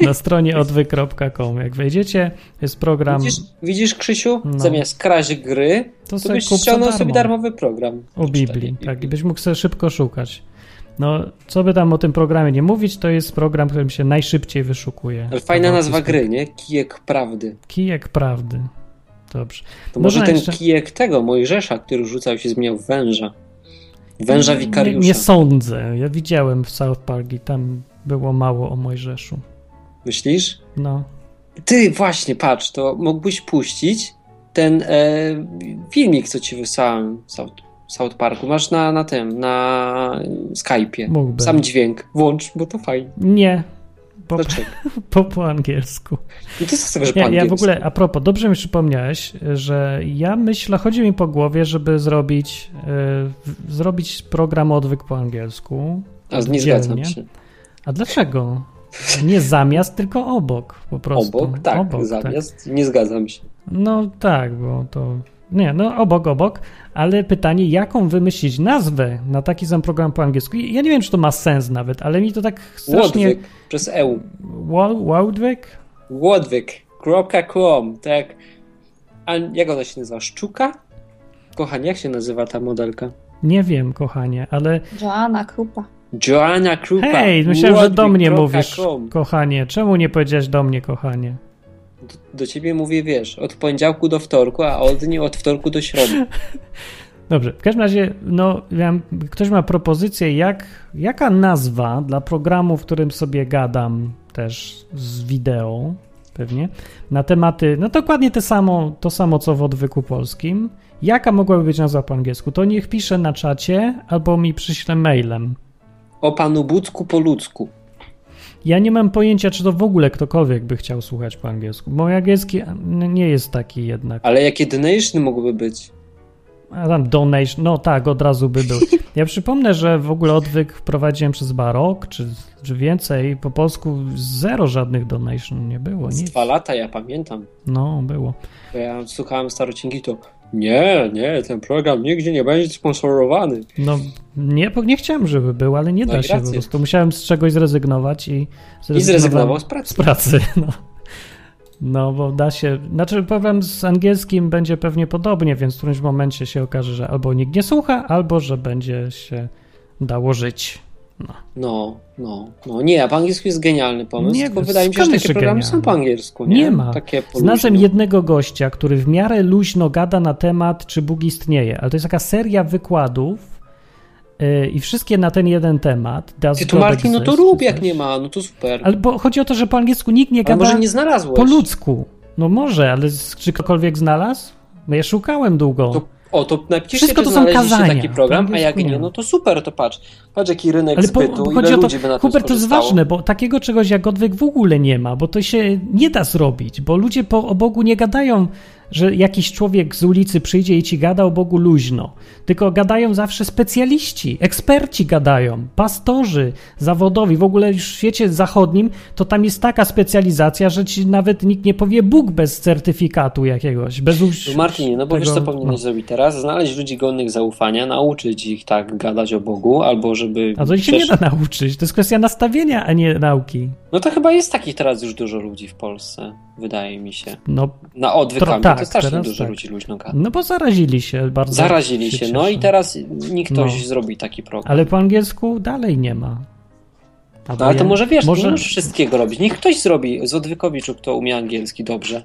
A: Na stronie odwy.com. Jak wejdziecie, jest program.
D: Widzisz, widzisz Krzysiu?
A: No.
D: Zamiast kraść gry,
A: To
D: to
A: sobie
D: byś
A: kup za
D: ściągnął sobie
A: darmo.
D: darmowy program.
A: O Biblii, tak. I byś mógł sobie szybko szukać. No, co by tam o tym programie nie mówić, to jest program, którym się najszybciej wyszukuje.
D: Ale fajna
A: Kawałki
D: nazwa
A: z-
D: gry, nie? Kijek prawdy.
A: Kijek prawdy. Dobrze.
D: To może
A: Można
D: ten
A: No tak, jeszcze-
D: kijek tego Mojżesza, który rzucał się zmieniał w węża. Węża
A: nie,
D: wikariusza.
A: nie sądzę. Ja widziałem w South Park i tam było mało o Mojżeszu.
D: Myślisz?
A: No.
D: Ty właśnie, patrz, to mógłbyś puścić ten e, filmik, co ci wysłałem z South, South Parku. Masz na, na tym, na Skype'ie.
A: Mógłbym.
D: Sam dźwięk. Włącz, bo to fajnie.
A: Nie. Po,
D: Dlaczego?
A: po, po angielsku.
D: I ty sobie, że
A: Ja,
D: pan
A: ja w ogóle, a propos, dobrze mi przypomniałeś, że ja myślę, chodzi mi po głowie, żeby zrobić, y, w- zrobić program odwyk po angielsku.
D: A nie
A: oddzielnie.
D: zgadzam się.
A: A dlaczego? Nie zamiast, tylko obok po prostu.
D: Obok, tak,
A: Obok,
D: zamiast. Nie zgadzam się.
A: No tak, bo to. Nie, no obok, obok, ale pytanie, jaką wymyślić nazwę na taki sam program po angielsku? I Ja nie wiem, czy to ma sens nawet, ale mi to tak strasznie...
D: Łodwyk, przez E EU.
A: Ło- Łodwyk?
D: Łodwyk.com, tak. A jak ona się nazywa? Szczuka? Kochanie, jak się nazywa ta modelka?
A: Nie wiem, kochanie, ale
C: Joanna Krupa.
D: Joanna Krupa.
A: Hej, myślałem, że do mnie
D: Łodwyk.com.
A: mówisz, kochanie. Czemu nie powiedziałeś do mnie, kochanie?
D: Do, do ciebie mówię, wiesz, od poniedziałku do wtorku, a od dni od wtorku do środy.
A: Dobrze, w każdym razie, no, miałem, ktoś ma propozycję, jak, jaka nazwa dla programu, w którym sobie gadam też z wideo, pewnie, na tematy, no dokładnie te samo, to samo, co w odwyku polskim. Jaka mogłaby być nazwa po angielsku? To niech pisze na czacie albo mi przyśle mailem.
D: O panu Budku po ludzku.
A: Ja nie mam pojęcia, czy to w ogóle ktokolwiek by chciał słuchać po angielsku. Mój angielski n- nie jest taki jednak.
D: Ale jakie dynamiczny mógłby być?
A: A tam donation, no tak, od razu by był. Ja przypomnę, że w ogóle odwyk wprowadziłem przez barok, czy, czy więcej, po polsku zero żadnych donation nie było,
D: Z
A: nic.
D: dwa lata, ja pamiętam.
A: No, było.
D: Bo ja słuchałem starocinki, to nie, nie, ten program nigdzie nie będzie sponsorowany.
A: No, nie, bo nie chciałem, żeby był, ale nie
D: No
A: da
D: i
A: się po
D: rację.
A: prostu. Musiałem z czegoś zrezygnować i
D: I zrezygnował
A: zrezygnowałem-
D: z pracy.
A: z pracy, no. No, bo da się. Znaczy, powiem, z angielskim będzie pewnie podobnie, więc w którymś momencie się okaże, że albo nikt nie słucha, albo że będzie się dało żyć.
D: No, no, no nie, a po angielsku jest genialny pomysł,
A: Nie,
D: tylko
A: skąd
D: wydaje mi się, że
A: jeszcze
D: takie programy
A: genialny?
D: są po angielsku, nie?
A: Nie ma.
D: Takie po
A: Znalazłem
D: luźno.
A: jednego gościa, który w miarę luźno gada na temat, czy Bóg istnieje, ale to jest taka seria wykładów yy, i wszystkie na ten jeden temat. Does
D: Ty to
A: God
D: Martin, no to
A: exist,
D: rób
A: czy
D: jak
A: coś?
D: nie ma, no to super. Ale,
A: Albo chodzi o to, że po angielsku nikt nie gada
D: może nie znalazłeś.
A: po ludzku. No może, ale z- czy ktokolwiek znalazł? No ja szukałem długo.
D: To O, to napiszcie,
A: Wszystko
D: czy
A: to są
D: znaleźliście
A: kazania.
D: taki program,
A: To
D: a
A: jest
D: jak nie,
A: chujowe.
D: no to super, to patrz. Patrz jaki rynek
A: Ale po,
D: zbytu, ile
A: chodzi o to,
D: ludzi by na tym
A: Hubert, to jest
D: skorzystało.
A: ważne, bo takiego czegoś jak odwyk w ogóle nie ma, bo to się nie da zrobić, bo ludzie po, o Bogu nie gadają, że jakiś człowiek z ulicy przyjdzie i ci gada o Bogu luźno, tylko gadają zawsze specjaliści, eksperci gadają, pastorzy zawodowi, w ogóle już w świecie zachodnim to tam jest taka specjalizacja, że ci nawet nikt nie powie Bóg bez certyfikatu jakiegoś, bez uś-
D: No Martinie, no bo wiesz co
A: tego-
D: powinieneś
A: no.
D: zrobić teraz? Znaleźć ludzi godnych zaufania, nauczyć ich tak gadać o Bogu, albo żeby...
A: A to się nie
D: przecież-
A: da nauczyć, to jest kwestia nastawienia, a nie nauki.
D: No to chyba jest takich teraz już dużo ludzi w Polsce, wydaje mi się.
A: No,
D: Na odwykami
A: tak,
D: to strasznie
A: teraz
D: dużo
A: tak.
D: ludzi luźno gada.
A: No bo zarazili się bardzo.
D: Zarazili się, no i
A: cieszę.
D: teraz nikt ktoś
A: No.
D: zrobi taki program.
A: Ale po angielsku dalej nie ma. A
D: No ale to
A: ja-
D: może wiesz, nie możesz wszystkiego robić. Niech ktoś zrobi, z Odwykowiczu, kto umie angielski dobrze,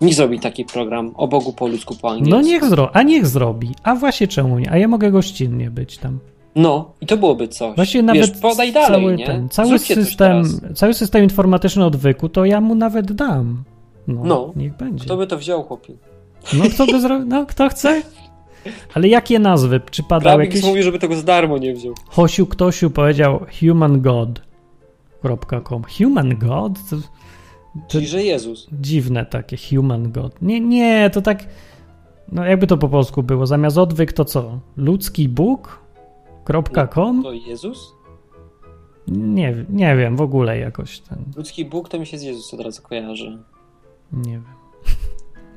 D: niech zrobi taki program o Bogu po ludzku, po angielsku.
A: No niech zro... a niech zrobi. A właśnie czemu nie? A ja mogę gościnnie być tam.
D: No, i to byłoby coś.
A: Właśnie nawet
D: wiesz, podaj dalej,
A: cały,
D: nie?
A: ten, cały,
D: Zróbcie coś
A: system,
D: teraz.
A: cały system informatyczny odwyku, to ja mu nawet dam. No,
D: No.
A: niech będzie.
D: Kto by to wziął, chłopie?
A: No kto by zrobił? No kto chce? Ale jakie nazwy? Czy padały
D: Grabix
A: jakieś?
D: mówi, żeby tego za darmo nie wziął.
A: Hosiu Ktosiu powiedział humangod.com. Human God? To, to
D: Czyli, że Jezus.
A: dziwne takie, human god. Nie, nie, to tak, no jakby to po polsku było, zamiast odwyk to co? Ludzki Bóg? Kropka com?
D: No, To Jezus?
A: Nie, nie wiem, w ogóle jakoś ten,
D: Ludzki Bóg to mi się z Jezus od razu kojarzy.
A: nie wiem.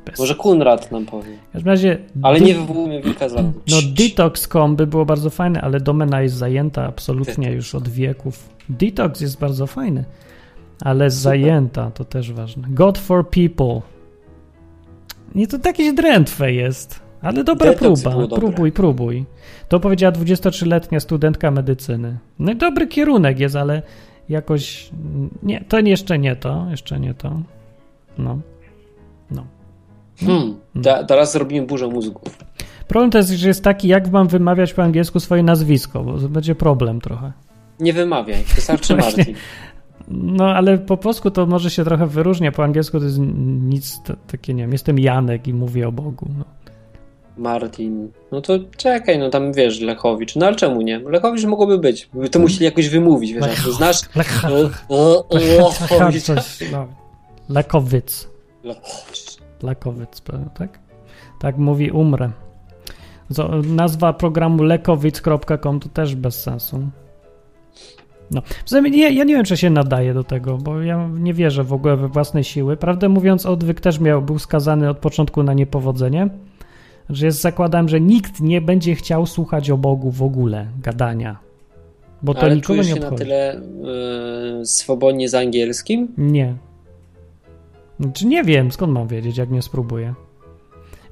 A: Bez.
D: Może Kunrad nam powie.
A: W każdym razie...
D: Ale
A: dy-
D: nie wywołujmy wilka z latem.
A: No detox.com by było bardzo fajne, ale domena jest zajęta absolutnie już od wieków. Detox jest bardzo fajny, ale zajęta, to też ważne. God for people. Nie, to jakieś drętwe jest, ale dobra
D: Detox było
A: próba.
D: dobre.
A: Próbuj, próbuj. To powiedziała 23-letnia studentka medycyny. No i dobry kierunek jest, ale jakoś... mm, Nie, to jeszcze nie to, jeszcze nie to. No.
D: Hmm, ta, teraz zrobimy burzę mózgów.
A: Problem to jest, że jest taki, jak mam wymawiać po angielsku swoje nazwisko, bo będzie problem trochę.
D: Nie wymawiaj, wystarczy
A: Właśnie.
D: Martin.
A: No, ale po polsku to może się trochę wyróżnia, po angielsku to jest nic t- takie, nie wiem, jestem Janek i mówię o Bogu. No.
D: Martin. No to czekaj, no tam wiesz, Lechowicz. No ale czemu nie? Lechowicz mogłoby być. By to musieli jakoś wymówić, wiesz, jak to znasz.
A: Lech-
D: O, o, o, Lechowicz.
A: Tak, Coś, no. Lakowic.
D: Lechowicz.
A: Lekowic, pe- tak? Tak mówi umrę. Co, nazwa programu lekowic.com to też bez sensu. No, w sumie nie, ja nie wiem, czy się nadaje do tego, bo ja nie wierzę w ogóle we własne siły. Prawdę mówiąc, odwyk też miał, był skazany od początku na niepowodzenie. Że jest, zakładam, że nikt nie będzie chciał słuchać o Bogu w ogóle gadania. Bo to
D: Ale
A: nikogo
D: czujesz
A: nie
D: się na
A: obchodzi.
D: tyle y, swobodnie z angielskim?
A: Nie. Znaczy nie wiem, skąd mam wiedzieć, jak nie spróbuję.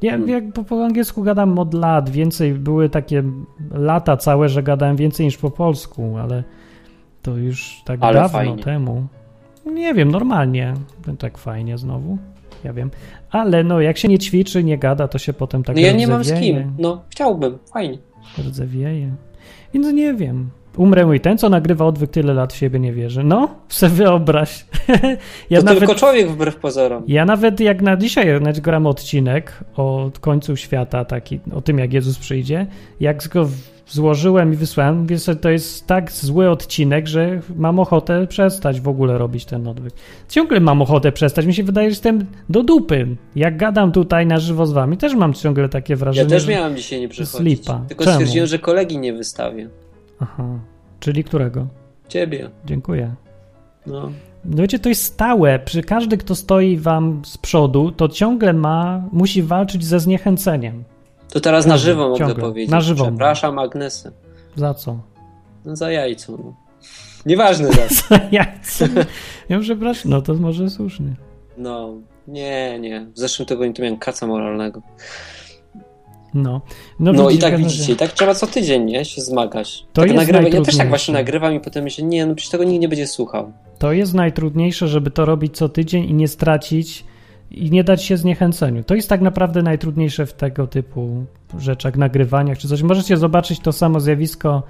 A: Ja
D: Hmm.
A: jak po, po angielsku gadam od lat, więcej były takie lata całe, że gadałem więcej niż po polsku, ale to już tak
D: Ale
A: dawno
D: fajnie.
A: temu. Nie wiem, no, normalnie. Tak fajnie znowu. Ja wiem. Ale no, jak się nie ćwiczy, nie gada, to się potem tak
D: No ja nie mam z
A: rdzewieje,
D: kim. No, chciałbym, fajnie.
A: Rdzewieje. Więc nie wiem. Umrę i ten, co nagrywa odwyk tyle lat w siebie nie wierzy. No, se wyobraź.
D: to tylko człowiek wbrew pozorom.
A: Ja nawet jak na dzisiaj nawet gram odcinek o końcu świata, taki o tym jak Jezus przyjdzie, jak go w- złożyłem i wysłałem, więc to jest tak zły odcinek, że mam ochotę przestać w ogóle robić ten odwyk. Ciągle mam ochotę przestać, mi się wydaje, że jestem do dupy. Jak gadam tutaj na żywo z wami, też mam ciągle takie wrażenie.
D: Ja też
A: że-
D: miałam dzisiaj nie przychodzić.
A: Slipa.
D: Tylko
A: Czemu?
D: stwierdziłem, że kolegi nie wystawię.
A: Aha, czyli którego?
D: Ciebie.
A: Dziękuję.
D: No.
A: No wiecie, to jest stałe. Przy każdy, kto stoi wam z przodu, to ciągle ma, musi walczyć ze zniechęceniem.
D: To teraz na żywo mogę
A: Ciągle.
D: powiedzieć.
A: Na żywo.
D: Przepraszam Agnesę.
A: Za co?
D: No za jajco. No. Nieważne no. za co.
A: Jajce. Ja przepraszam, no to może słusznie.
D: No, nie, nie. W zeszłym tygodniu to miałem kaca moralnego.
A: No,
D: No, i
A: widzisz,
D: tak
A: każdy-
D: widzicie, i tak trzeba co tydzień, nie? Się zmagać.
A: To
D: tak
A: jest
D: nagrywam. Ja też
A: najtrudniejsze.
D: tak właśnie nagrywam i potem myślę, nie, no przecież tego nikt nie będzie słuchał.
A: To jest najtrudniejsze, żeby to robić co tydzień i nie stracić i nie dać się zniechęceniu. To jest tak naprawdę najtrudniejsze w tego typu rzeczach, nagrywaniach czy coś. Możecie zobaczyć to samo zjawisko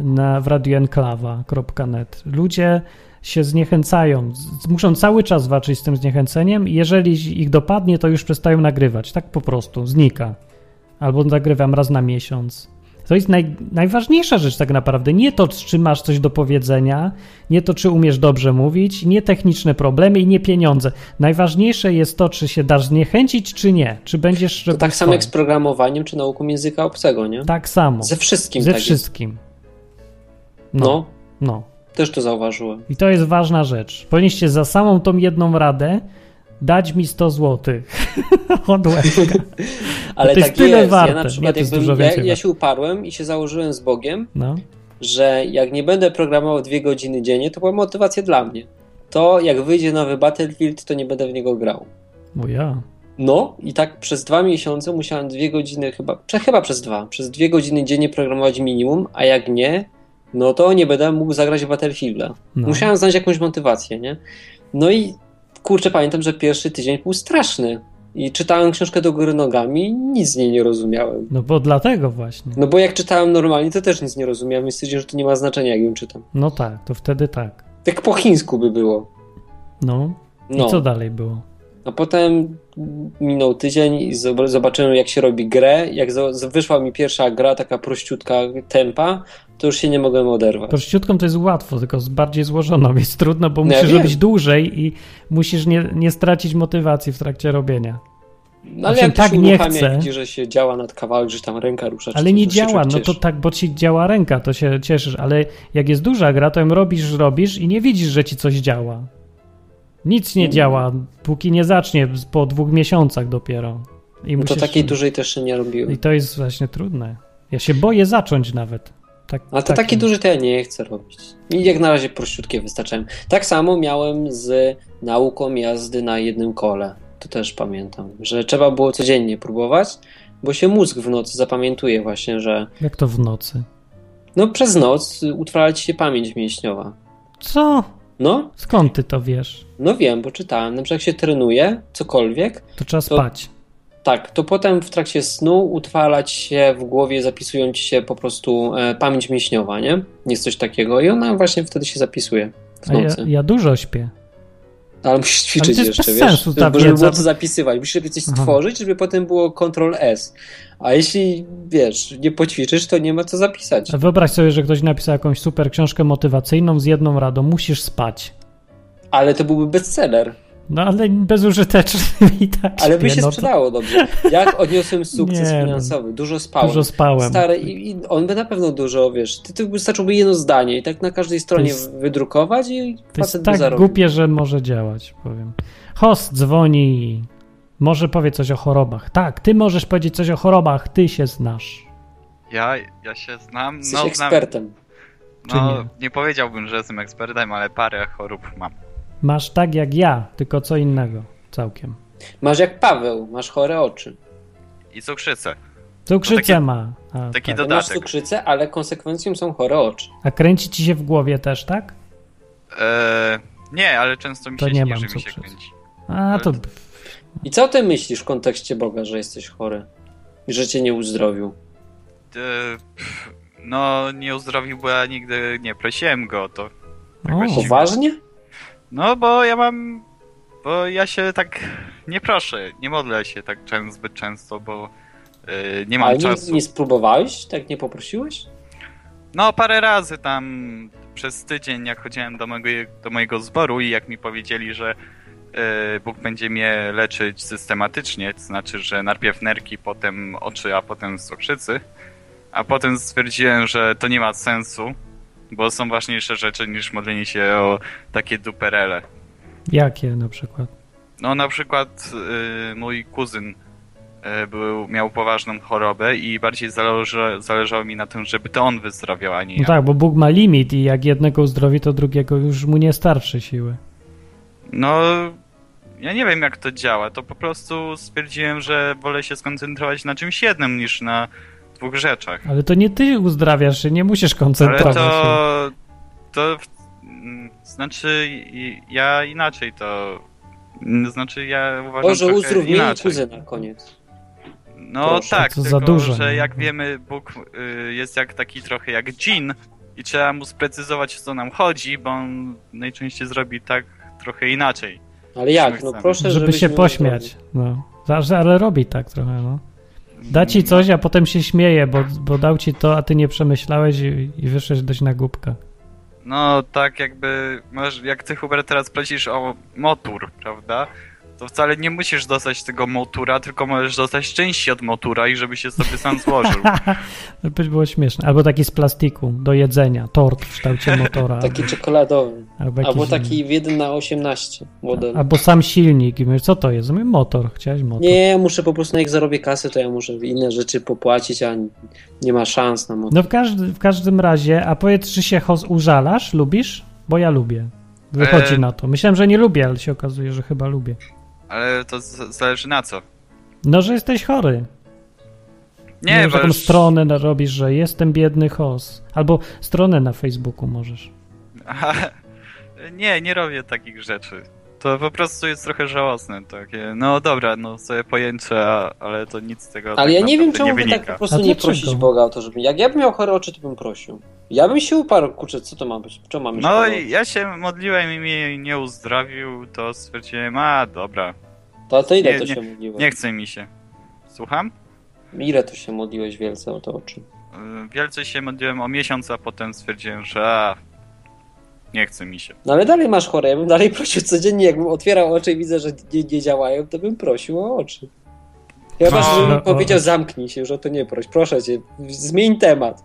A: na, w radioenklawa.net. Ludzie się zniechęcają, z- muszą cały czas walczyć z tym zniechęceniem i jeżeli ich dopadnie, to już przestają nagrywać. Tak po prostu, znika. albo zagrywam raz na miesiąc. To jest naj, najważniejsza rzecz tak naprawdę. Nie to, czy masz coś do powiedzenia, nie to, czy umiesz dobrze mówić, nie techniczne problemy i nie pieniądze. Najważniejsze jest to, czy się dasz zniechęcić, czy nie. Czy będziesz...
D: To tak samo jak z programowaniem czy nauką języka obcego, nie?
A: Tak samo.
D: Ze wszystkim
A: Ze
D: tak jest.
A: wszystkim.
D: No.
A: No.
D: też to zauważyłem.
A: I to jest ważna rzecz. Powinniście za samą tą jedną radę dać mi 100 złotych. Od łebka.
D: Ale
A: to jest
D: tak
A: tyle
D: jest.
A: warte.
D: Ja na
A: Nie,
D: przykład
A: to jest
D: jakbym,
A: dużo
D: ja,
A: więcej.
D: ja się uparłem i się założyłem z Bogiem,
A: No.
D: że jak nie będę programował dwie godziny dziennie, to była motywacja dla mnie. To jak wyjdzie nowy Battlefield, to nie będę w niego grał.
A: Bo ja.
D: No i tak przez dwa miesiące musiałem dwie godziny, chyba, prze, chyba przez dwa, przez dwie godziny dziennie programować minimum, a jak nie, no to nie będę mógł zagrać w Battlefielda.
A: No.
D: Musiałem znaleźć jakąś motywację, nie? No i kurczę, pamiętam, że pierwszy tydzień był straszny. I czytałem książkę do góry nogami i nic z niej nie rozumiałem.
A: No bo dlatego właśnie.
D: No bo jak czytałem normalnie, to też nic nie rozumiałem i stwierdziłem, że to nie ma znaczenia, jak ją czytam.
A: No tak, to wtedy tak.
D: Tak po chińsku by było.
A: No.
D: No.
A: I co dalej było?
D: A potem minął tydzień i zob- zobaczyłem, jak się robi grę. Jak zo- z- wyszła mi pierwsza gra, taka prościutka tempa, to już się nie mogłem oderwać.
A: Prościutką to jest łatwo, tylko z bardziej złożoną jest trudno, bo
D: No ja
A: musisz
D: wiem.
A: robić dłużej i musisz nie, nie stracić motywacji w trakcie robienia.
D: No, ale
A: Owszem,
D: jak to
A: tak
D: się
A: nie
D: uruchamia,
A: chcę.
D: jak widzi, że się działa nad kawałek, że tam ręka rusza. czy
A: Ale
D: coś,
A: nie
D: to się
A: działa,
D: człowiek
A: no to
D: cieszy.
A: tak, bo ci działa ręka, to się cieszysz, ale jak jest duża gra, to ją robisz, robisz i nie widzisz, że ci coś działa. Nic
D: Mm.
A: nie działa, póki nie zacznie, po dwóch miesiącach dopiero. I
D: No to
A: musisz...
D: takiej dużej też się nie robiłem.
A: I to jest właśnie trudne. Ja się boję zacząć nawet. Tak,
D: Ale to taki
A: takim.
D: duży to ja nie chcę robić. I jak na razie prościutkie wystarczałem. Tak samo miałem z nauką jazdy na jednym kole. To też pamiętam, że trzeba było codziennie próbować, bo się mózg w nocy zapamiętuje właśnie, że
A: Jak to w nocy?
D: no przez noc utrwala ci się pamięć mięśniowa.
A: Co?
D: No,
A: Skąd ty to wiesz?
D: no wiem, bo czytałem, na przykład jak się trenuje, cokolwiek,
A: To trzeba
D: To-
A: spać.
D: tak, to potem w trakcie snu utrwalać się w głowie, zapisując się po prostu e, pamięć mięśniowa, nie? Jest coś takiego i ona właśnie wtedy się zapisuje w
A: A ja,
D: nocy.
A: ja dużo śpię.
D: Ale musisz
A: Ale
D: ćwiczyć
A: to jest
D: jeszcze,
A: bez
D: wiesz,
A: sensu ta
D: żeby żeby
A: wiedza.
D: było co zapisywać. Musisz sobie coś
A: Aha.
D: stworzyć, żeby potem było Ctrl S. A jeśli, wiesz, nie poćwiczysz, to nie ma co zapisać.
A: A Wyobraź sobie, że ktoś napisał jakąś super książkę motywacyjną z jedną radą. Musisz spać.
D: Ale to byłby bestseller.
A: No ale bezużyteczny i tak
D: Ale
A: śpię,
D: by się
A: no to
D: sprzedało dobrze. Jak odniosłem sukces
A: Nie, no.
D: finansowy? Dużo spałem.
A: Dużo spałem.
D: Stary, i, i on by na pewno dużo, wiesz, ty, ty wystarczyłby jedno zdanie i tak na każdej stronie
A: jest-
D: wydrukować i
A: To
D: facet
A: jest
D: by
A: tak
D: zarobił.
A: głupie, że może działać, powiem. Host dzwoni i może powie coś o chorobach. Tak, ty możesz powiedzieć coś o chorobach, ty się znasz.
K: Ja, ja się znam.
D: Jesteś
K: no, znam-
D: ekspertem.
A: czy
K: No,
A: nie?
K: nie? powiedziałbym, że jestem ekspertem, ale parę chorób mam.
A: Masz tak jak ja, tylko co innego całkiem.
D: Masz jak Paweł, masz chore oczy.
K: I cukrzycę.
A: Cukrzycę
K: No takie-
A: ma. A,
K: taki
A: tak.
K: do-
D: No Masz
K: Dodatek.
D: cukrzycę, ale konsekwencją są chore oczy.
A: A kręci ci się w głowie też, tak?
K: Eee, nie, ale często mi
A: To
K: się
A: nie
K: śni,
A: mam
K: że mi się
A: cukrzycy.
K: kręci.
A: A to
D: I co ty myślisz w kontekście Boga, że jesteś chory? I że cię nie uzdrowił?
K: Eee, pff, no, nie uzdrowił, bo ja nigdy nie prosiłem go o to.
A: O.
K: właściwie.
D: Poważnie?
K: No, bo ja mam... Bo ja się tak nie proszę, nie modlę się tak czę- zbyt często, bo eee, nie mam
D: Ale nie,
K: czasu.
D: nie spróbowałeś? Tak nie poprosiłeś?
K: No, parę razy tam przez tydzień, jak chodziłem do mojego, do mojego zboru i jak mi powiedzieli, że e, Bóg będzie mnie leczyć systematycznie, to znaczy, że najpierw nerki, potem oczy, a potem z cukrzycy, a potem stwierdziłem, że to nie ma sensu, bo są ważniejsze rzeczy niż modlenie się o takie duperele.
A: jakie na przykład?
K: No na przykład y, mój kuzyn y, był, miał poważną chorobę i bardziej zależy, zależało mi na tym, żeby to on wyzdrowiał, a nie
A: No
K: ja.
A: tak, bo Bóg ma limit i jak jednego uzdrowi, to drugiego już mu nie starczy siły.
K: No, ja nie wiem jak to działa. To po prostu stwierdziłem, że wolę się skoncentrować na czymś jednym niż na dwóch rzeczach.
A: Ale to nie ty uzdrawiasz się, nie musisz
K: Ale
A: koncentrować się.
K: to. To. w- mm, Znaczy, i- ja inaczej to. mm, Znaczy, ja uważam
D: Boże,
K: trochę
D: uzdrów mnie i
K: inaczej.
D: kuzyna, koniec.
K: No
D: Proszę.
K: tak,
A: Co za
K: tylko
A: dużo, nie?
K: że jak wiemy, Bóg y, jest jak taki trochę jak dżin i trzeba mu sprecyzować, o co nam chodzi, bo on najczęściej zrobi tak trochę inaczej.
D: Ale jak? No proszę,
A: Żeby się
D: żebyśmy
A: pośmiać.
D: zdrowi.
A: No. Zawsze, Ale robi tak trochę, no. Da ci coś, a potem się śmieje, bo, bo dał ci to, a ty nie przemyślałeś i, i wyszłeś dość na głupka.
K: No tak jakby, masz, jak ty Hubert teraz prosisz o motor, prawda? To wcale nie musisz dostać tego motura, tylko możesz dostać części od motura i żeby się sobie sam złożył.
A: To by było śmieszne. Albo taki z plastiku do jedzenia, tort w kształcie motora.
D: Taki czekoladowy.
A: Albo jakiś
D: Albo
A: inny.
D: taki w 1 na 18 model.
A: Albo sam silnik i mówisz, co to jest? Mówię, motor, chciałeś motor.
D: Nie, muszę po prostu, no jak zarobię kasę, to ja muszę inne rzeczy popłacić, a nie ma szans na motor.
A: No w, każdy, w każdym razie, a powiedz, czy się hos użalasz? Lubisz? Bo ja lubię. Wychodzi
K: E.
A: na to. Myślałem, że nie lubię, ale się okazuje, że chyba lubię.
K: Ale to z- zależy na co.
A: No, że jesteś chory.
K: Nie, bo
A: Możesz taką
K: już-
A: stronę na- robisz, że jestem biedny hos. Albo stronę na Facebooku możesz.
K: nie, nie robię takich rzeczy. To po prostu jest trochę żałosne takie. No dobra, no sobie pojęcie, a- ale to nic z tego tak
D: Ale ja nie wiem,
K: naprawdę
D: czemu
K: nie
D: by tak
K: wynika.
D: po prostu nie prosić Boga o to, żeby... Jak ja bym miał chore oczy, to bym prosił. Ja bym się uparł, kurczę, co to ma być? Czemu mam mieć
K: No
D: chore
K: i ja się modliłem i mnie nie uzdrowił, to stwierdziłem, a dobra.
D: To a ty ile
K: nie,
D: to
K: nie,
D: się modliłeś?
K: Nie chce mi się. Słucham?
D: Ile tu się modliłeś wielce o te oczy?
K: Y, Wielce się modliłem o miesiąc, a potem stwierdziłem, że a, nie chce mi się.
D: No ale dalej masz chore, ja bym dalej prosił codziennie, jakbym otwierał oczy i widzę, że nie, nie działają, to bym prosił o oczy. Chyba,
K: No.
D: żebym
K: No, o
D: powiedział,
K: oczy.
D: zamknij się, już o to nie proś, proszę cię, zmień temat.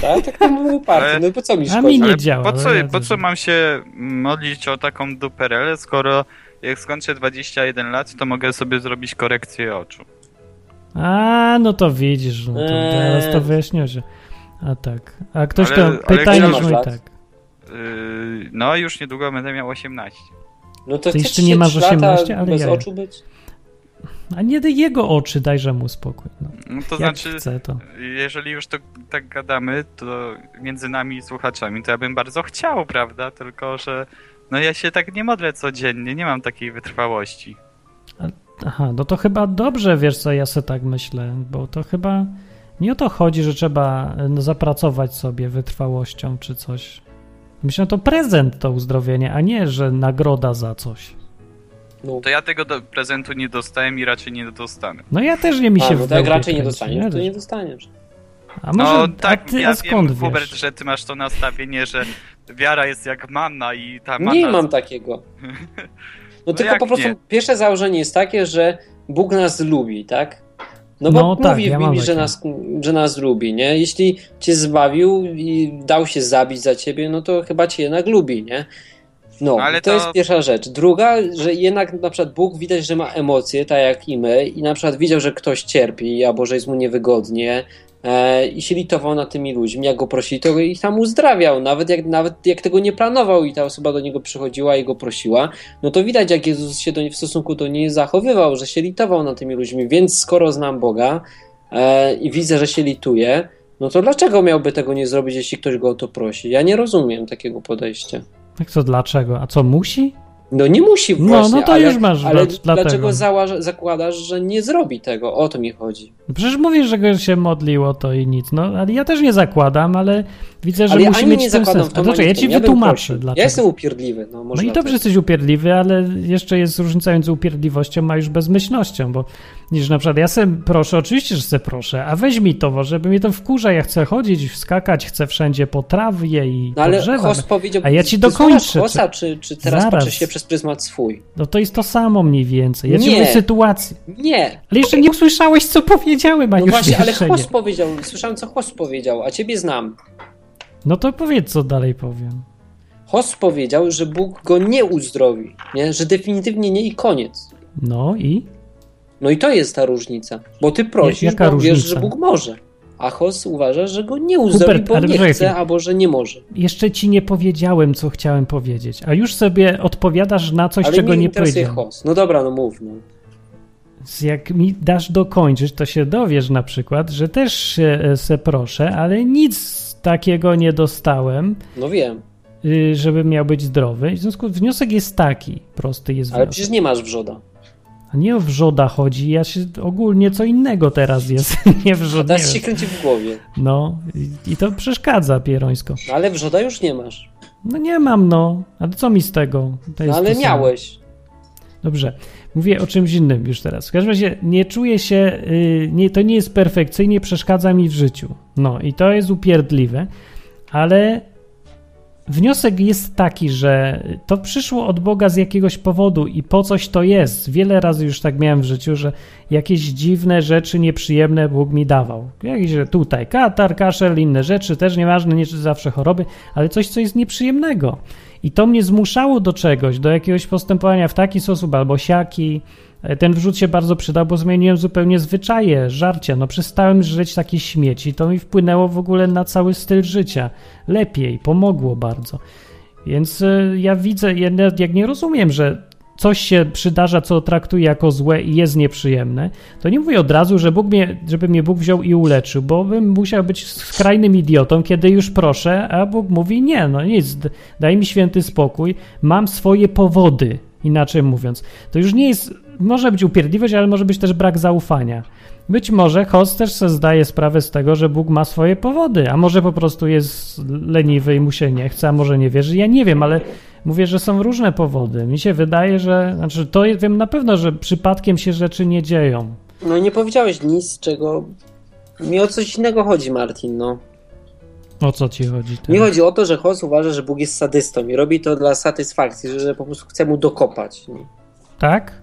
D: Tak, tak to był uparty, no i po co mi szkodzi?
K: Ale
A: no
K: Po co, po co mam się modlić o taką duperelę, skoro jak skończę 21 lat, to mogę sobie zrobić korekcję oczu.
A: A, no to widzisz, no to
K: Eee.
A: teraz to wyjaśniło się. A tak. A ktoś
K: Ale-
A: to
K: ale
A: pytanie
K: ile
A: brzmi
K: masz lat?
A: tak.
K: Yy, no już niedługo będę miał 18.
D: No to
A: Ty chcesz jeszcze nie się masz trzy lata 18, ale bez
D: Bez
A: jaja.
D: oczu być?
A: A nie daj jego oczy, dajże mu spokój. No.
K: No to
A: Jak
K: znaczy,
A: chce, to.
K: jeżeli już to tak gadamy, to między nami słuchaczami, to ja bym bardzo chciał, prawda? Tylko, że no ja się tak nie modlę codziennie, nie mam takiej wytrwałości.
A: Aha, no to chyba dobrze, wiesz co, ja se tak myślę, bo to chyba nie o to chodzi, że trzeba e, no, zapracować sobie wytrwałością czy coś. Myślę, to prezent to uzdrowienie, a nie, że nagroda za coś.
D: No.
K: To ja tego do, prezentu nie dostałem i raczej nie dostanę.
A: No ja też nie mi
D: A,
A: się
D: no
A: w
D: tak
A: głowie
D: raczej nie
A: kręci,
D: dostaniesz, to
A: wiesz?
D: nie dostaniesz.
A: A może,
K: no tak,
A: a ty,
K: ja
A: a skąd
K: wiem,
A: wiesz?
K: Hubert, że ty masz to nastawienie, że wiara jest jak manna i ta manna...
D: Nie mam takiego. No tylko
K: jak
D: po prostu
K: nie?
D: pierwsze założenie jest takie, że Bóg nas lubi, tak? No bo
A: No tak,
D: mówi
A: ja
D: w
A: mam
D: Biblii, że
A: takie.
D: nas, że nas lubi, nie? Jeśli cię zbawił i dał się zabić za ciebie, no to chyba cię jednak lubi, nie? No,
K: Ale
D: to,
K: to-
D: jest pierwsza rzecz. Druga, że jednak na przykład Bóg widać, że ma emocje, tak jak i my, i na przykład widział, że ktoś cierpi, albo że jest mu niewygodnie e, i się litował nad tymi ludźmi, jak go prosili, to ich tam uzdrawiał, nawet jak, nawet jak tego nie planował i ta osoba do niego przychodziła i go prosiła, no to widać, jak Jezus się do, w stosunku do niej zachowywał, że się litował nad tymi ludźmi, więc skoro znam Boga e, i widzę, że się lituje, no to dlaczego miałby tego nie zrobić, jeśli ktoś go o to prosi? Ja nie rozumiem takiego podejścia.
A: Tak co, dlaczego? A co, musi?
D: No nie musi
A: No,
D: właśnie,
A: no to
D: ale,
A: już masz
D: ale
A: dla-
D: dlaczego
A: dlatego.
D: załaż- zakładasz, że nie zrobi tego? O to mi chodzi.
A: No Przecież mówisz, że go się modliło to i nic. No, ale ja też nie zakładam, ale widzę, że
D: ale ja
A: musi
D: ani
A: mieć
D: nie
A: ten
D: zakładam w
A: sens.
D: tym,
A: A dobrze,
D: ani
A: ja
D: w
A: ci
D: tym. bym
A: wytłumaczę
D: prosił. Ja
A: dlaczego.
D: jestem upierdliwy, no
A: No
D: można
A: i dobrze
D: powiedzieć.
A: jesteś upierdliwy, ale jeszcze jest różnica między upierdliwością a już bezmyślnością, bo niż na przykład ja se proszę, oczywiście, że se proszę, a weź mi to, bo żeby mnie to wkurza, ja chcę chodzić, skakać, chcę wszędzie po trawie i
D: No
A: po
D: ale
A: drzewach.
D: Hos powiedział,
A: a ja ci
D: ty słuchasz
A: dokończę.
D: Hossa, czy, czy teraz
A: Zaraz.
D: patrzysz się przez pryzmat swój?
A: No to jest to samo mniej więcej. Ja ci
D: Nie.
A: mówię sytuację.
D: Nie.
A: Ale jeszcze nie usłyszałeś, co powiedziałem, a
D: No
A: już
D: właśnie, ale
A: jeszcze
D: Hos
A: nie.
D: powiedział, słyszałem co Hos powiedział, a ciebie znam.
A: No to powiedz, co dalej powiem.
D: Hos powiedział, że Bóg go nie uzdrowi, nie? że definitywnie nie i koniec.
A: No i?
D: No i to jest ta różnica, bo ty prosisz,
A: Jaka
D: bo wiesz,
A: różnica?
D: że Bóg może, a Hos uważa, że go nie uzdrowi,
A: Hubert,
D: bo
A: ale
D: nie
A: poczekaj
D: chce
A: chwilę.
D: albo że nie może.
A: Jeszcze ci nie powiedziałem, co chciałem powiedzieć, a już sobie odpowiadasz na coś,
D: Ale
A: czego
D: mnie
A: nie
D: interesuje
A: powiedziałem.
D: host. No dobra, no mów. No.
A: Jak mi dasz dokończyć, to się dowiesz na przykład, że też się e, se proszę, ale nic takiego nie dostałem,
D: no wiem,
A: y, żeby miał być zdrowy. W związku wniosek jest taki, prosty jest
D: ale
A: wniosek.
D: przecież nie masz wrzoda.
A: A nie o wrzoda chodzi, ja się ogólnie co innego teraz jest, nie wrzod, nie
D: Teraz się
A: wiem.
D: kręci w głowie.
A: No i- i to przeszkadza pierońsko.
D: No ale wrzoda już nie masz.
A: No nie mam no, ale co mi z tego? To
D: No
A: jest
D: ale
A: to samo.
D: miałeś.
A: Dobrze, mówię o czymś innym już teraz. W każdym razie nie czuję się, y, nie, to nie jest perfekcyjnie, przeszkadza mi w życiu. No i to jest upierdliwe, ale wniosek jest taki, że to przyszło od Boga z jakiegoś powodu i po coś to jest. Wiele razy już tak miałem w życiu, że jakieś dziwne rzeczy nieprzyjemne Bóg mi dawał. Jakieś że tutaj katar, kaszel, inne rzeczy, też nieważne, nie zawsze choroby, ale coś, co jest nieprzyjemnego. I to mnie zmuszało do czegoś, do jakiegoś postępowania w taki sposób albo siaki. E, Ten wrzut się bardzo przydał, bo zmieniłem zupełnie zwyczaje żarcia. No przestałem żyć takie śmieci. To mi wpłynęło w ogóle na cały styl życia. Lepiej, pomogło bardzo. Więc y, ja widzę, ja nawet jak nie rozumiem, że coś się przydarza, co traktuję jako złe i jest nieprzyjemne, to nie mówię od razu, że Bóg mnie, żeby mnie Bóg wziął i uleczył, bo bym musiał być skrajnym idiotą, kiedy już proszę, a Bóg mówi nie, no nic, d- daj mi święty spokój, mam swoje powody, inaczej mówiąc. To już nie jest, może być upierdliwość, ale może być też brak zaufania. Być może Host też se zdaje sprawę z tego, że Bóg ma swoje powody, a może po prostu jest leniwy i mu się nie chce, a może nie wierzy. Ja nie wiem, ale mówię, że są różne powody. Mi się wydaje, że. Znaczy, to je- wiem na pewno, że przypadkiem się rzeczy nie dzieją.
D: No i nie powiedziałeś nic, czego... Mi o coś innego chodzi, Martin, no.
A: O co ci chodzi?
D: Mi chodzi o to, że Hoss uważa, że Bóg jest sadystą i robi to dla satysfakcji, że, że po prostu chce mu dokopać. no.
A: Tak?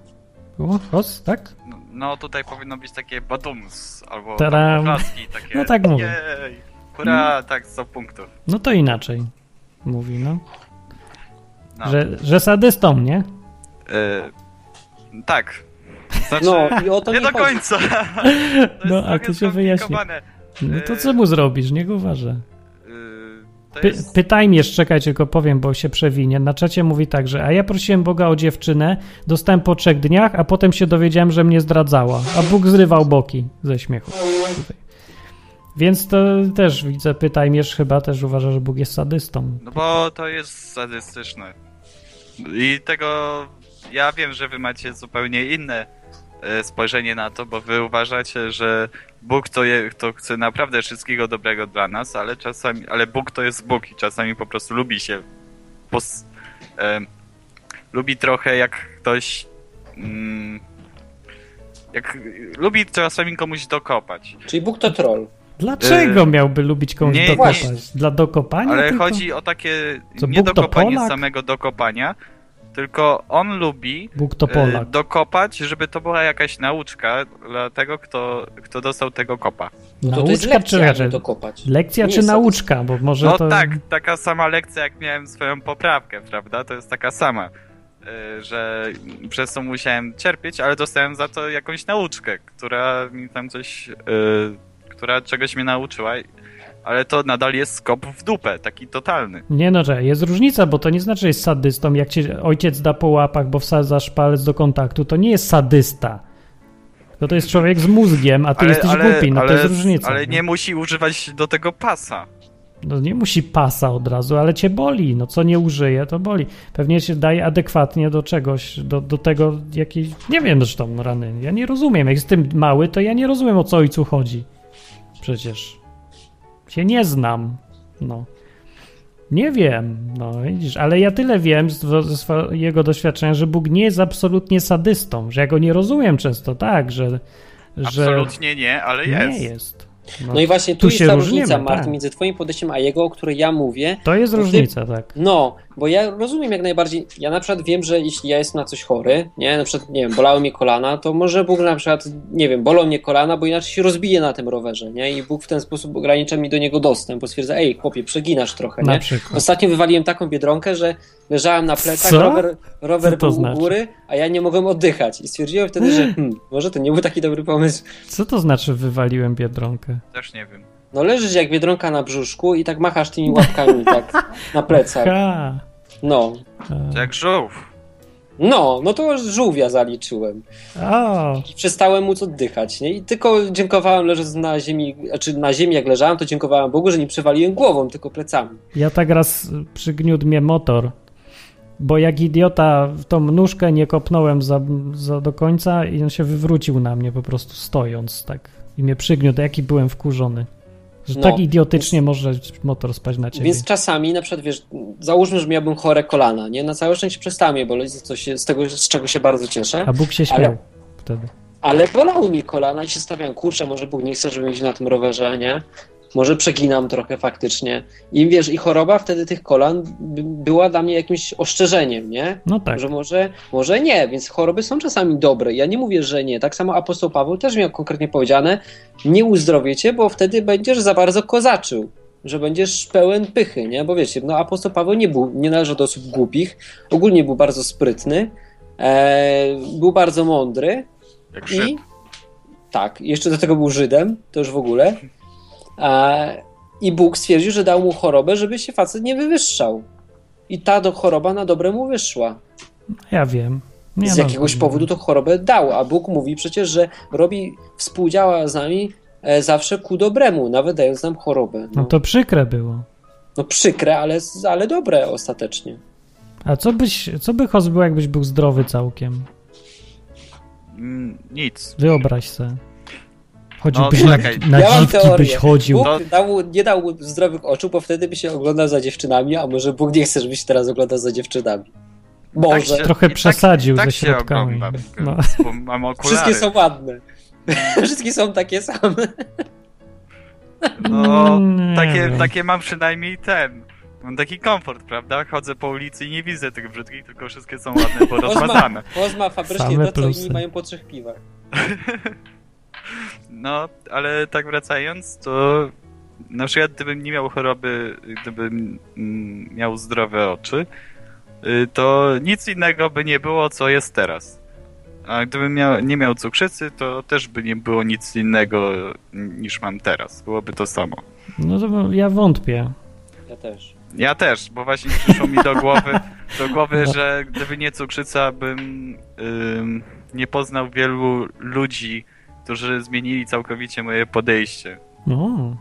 A: Było? Host, tak?
K: No tutaj powinno być takie badums albo
A: Tadam.
K: tam oklaski takie.
A: No tak mówię.
K: Jej,
D: Mm.
K: hurra, tak, 100 punktów.
A: No to inaczej. Mówi, no.
K: No.
A: Że, że sadystą, nie?
K: E, tak. Znaczy,
A: No,
D: i o to
K: nie
D: mi
K: do
D: chodzi.
K: końca.
A: No, a to się wyjaśni. No to co mu zrobisz? Niech uważa.
K: Y, to
A: Py,
K: jest-
A: pytajmy jeszcze, czekajcie, tylko powiem, bo się przewinie. Na czacie mówi tak, że a ja prosiłem Boga o dziewczynę, dostałem po trzech dniach, a potem się dowiedziałem, że mnie zdradzała, a Bóg zrywał boki ze śmiechu. Tutaj. Więc to też widzę, pytajmierz chyba też uważa, że Bóg jest sadystą.
K: No bo to jest sadystyczne. I tego ja wiem, że wy macie zupełnie inne e, spojrzenie na to, bo wy uważacie, że Bóg to, je, to chce naprawdę wszystkiego dobrego dla nas, ale czasami, ale Bóg to jest Bóg i czasami po prostu lubi się pos, e, lubi trochę jak ktoś mm, jak lubi czasami komuś dokopać.
D: Czyli Bóg to troll.
A: Dlaczego
K: E,
A: miałby lubić komuś
K: nie,
A: dokopać?
K: właśnie.
A: Dla dokopania?
K: Ale
A: tylko?
K: chodzi o takie
A: Co,
K: nie
A: Bóg to
K: dokopanie
A: Polak?
K: samego dokopania, tylko on lubi
A: Bóg to
K: e,
A: Polak.
K: dokopać, żeby to była jakaś nauczka dla tego, kto, kto dostał tego kopa.
A: czy Lekcja
K: Nie
A: czy
K: jest
A: nauczka? Bo może
K: no
A: to.
K: tak, taka sama lekcja, jak miałem swoją poprawkę, prawda? To jest taka sama, e, że przez to musiałem cierpieć, ale dostałem za to jakąś nauczkę, która mi tam coś, e, która czegoś mnie nauczyła, ale to nadal jest skop w dupę, taki totalny.
A: Nie no, że jest różnica, bo to nie znaczy, że jest sadystą. Jak cię ojciec da po łapach, bo wsadzasz palec do kontaktu, to nie jest sadysta. To to jest człowiek z mózgiem, a ty jesteś głupi, no to jest różnica.
K: Ale nie musi używać do tego pasa.
A: No nie musi pasa od razu, ale cię boli. No co nie użyje, to boli. Pewnie się daje adekwatnie do czegoś, do, do tego jakiejś... Nie wiem zresztą no, rany. Ja nie rozumiem. Jak jestem mały, to ja nie rozumiem o co ojcu chodzi. Przecież. Się nie znam. No. Nie wiem, no widzisz, ale ja tyle wiem z- ze swojego doświadczenia, że Bóg nie jest absolutnie sadystą, że ja go nie rozumiem często, tak, że... że
K: Absolutnie nie, ale jest.
A: Nie jest.
D: No, i właśnie tu, jest ta różnica,
A: różnimy,
D: Martin,
A: tak.
D: między twoim podejściem a jego, o której ja mówię.
A: To jest
D: bo ty-
A: różnica, tak.
D: No, bo ja rozumiem jak najbardziej. Ja na przykład wiem, że jeśli ja jestem na coś chory, nie, na przykład, nie wiem, bolały mnie kolana, to może Bóg na przykład, nie wiem, bolą mnie kolana, bo inaczej się rozbije na tym rowerze, nie? I Bóg w ten sposób ogranicza mi do niego dostęp, bo stwierdza, ej, chłopie, przeginasz trochę,
A: Na
D: nie?
A: przykład.
D: Ostatnio wywaliłem taką biedronkę, że leżałem na plecach,
A: Co?
D: rower, rower
A: Co to
D: był
A: znaczy?
D: u góry, a ja nie mogłem oddychać. I stwierdziłem wtedy, że hmm, może to nie był taki dobry pomysł.
A: Co to znaczy wywaliłem Biedronkę?
K: Też nie wiem.
D: No leżysz jak biedronka na brzuszku i tak machasz tymi łapkami tak na plecach.
A: Aha.
D: No.
K: Jak żółw.
D: No, no to żółwia zaliczyłem.
A: O,
D: I przestałem móc oddychać, nie? I tylko dziękowałem leżąc na ziemi, znaczy na ziemi jak leżałem, to dziękowałem Bogu, że nie przewaliłem głową, tylko plecami.
A: ja tak raz przygniótł mnie motor, bo jak idiota w tą nóżkę nie kopnąłem za, za do końca i on się wywrócił na mnie po prostu stojąc tak i mnie przygniótł, jaki byłem wkurzony. Że
D: No,
A: tak idiotycznie może motor spać na ciebie.
D: Więc czasami, na przykład wiesz, załóżmy, że miałbym chore kolana, nie? Na całe szczęście przestałem je boleć, co się, z tego, z czego się bardzo cieszę.
A: A Bóg się śmiał
D: Ale,
A: wtedy.
D: ale bolały mi kolana i się stawiam, kurczę, może Bóg nie chce, żebym jeździł na tym rowerze, nie? Może przeginam trochę faktycznie. I wiesz, i choroba wtedy tych kolan by- była dla mnie jakimś ostrzeżeniem, nie?
A: No tak.
D: Że może, może nie, więc choroby są czasami dobre. Ja nie mówię, że nie. Tak samo apostoł Paweł też miał konkretnie powiedziane, nie uzdrowiecie, bo wtedy będziesz za bardzo kozaczył. Że będziesz pełen pychy, nie? Bo wiecie, no apostoł Paweł nie był, nie należał do osób głupich, ogólnie był bardzo sprytny, e, był bardzo mądry.
K: Jak
D: I tak, jeszcze do tego był Żydem, to już w ogóle. E, I Bóg stwierdził, że dał mu chorobę, żeby się facet nie wywyższał. I ta do choroba na dobre mu wyszła
A: Ja wiem. Nie
D: z
A: no,
D: jakiegoś powodu tą chorobę dał, a Bóg mówi przecież, że robi, współdziała z nami e, zawsze ku dobremu, nawet dając nam chorobę.
A: No to przykre było.
D: No przykre, ale, ale dobre ostatecznie.
A: A co byś, co by Chos był, jakbyś był zdrowy całkiem?
K: Mm, Nic.
A: Wyobraź sobie.
K: No,
A: Chodziłbyś
K: czekaj.
A: na, na
D: ja mam
A: dziwki
D: teorię.
A: byś chodził.
D: Bóg dał, nie dał mu zdrowych oczu, bo wtedy by się oglądał za dziewczynami, a może Bóg nie chce, żebyś teraz oglądał za dziewczynami. Może.
K: się-
A: Trochę
K: i tak-
A: przesadził
K: i tak
A: ze
K: się
A: środkami.
K: oglądam.
A: No.
K: Bo mam okulary.
D: Wszystkie są ładne. Wszystkie są takie same.
K: No,
A: Mm, Nie
K: takie,
A: wiem.
K: takie mam przynajmniej ten. Mam taki komfort, prawda? Chodzę po ulicy i nie widzę tych brzydkich, tylko wszystkie są ładne, bo rozmazane.
D: Pozma, pozma fabrycznie
A: Same
D: to, co
A: plusy.
D: inni mają po trzech piwach.
K: No, ale tak wracając, to na przykład gdybym nie miał choroby, gdybym mm, miał zdrowe oczy, y, to nic innego by nie było, co jest teraz. A gdybym miał, nie miał cukrzycy, to też by nie było nic innego mm, niż mam teraz. Byłoby to samo.
A: No to ja wątpię.
D: Ja też.
K: Ja też, bo właśnie przyszło mi do głowy, do głowy że gdyby nie cukrzyca, bym ym, nie poznał wielu ludzi, którzy zmienili całkowicie moje podejście.
A: No.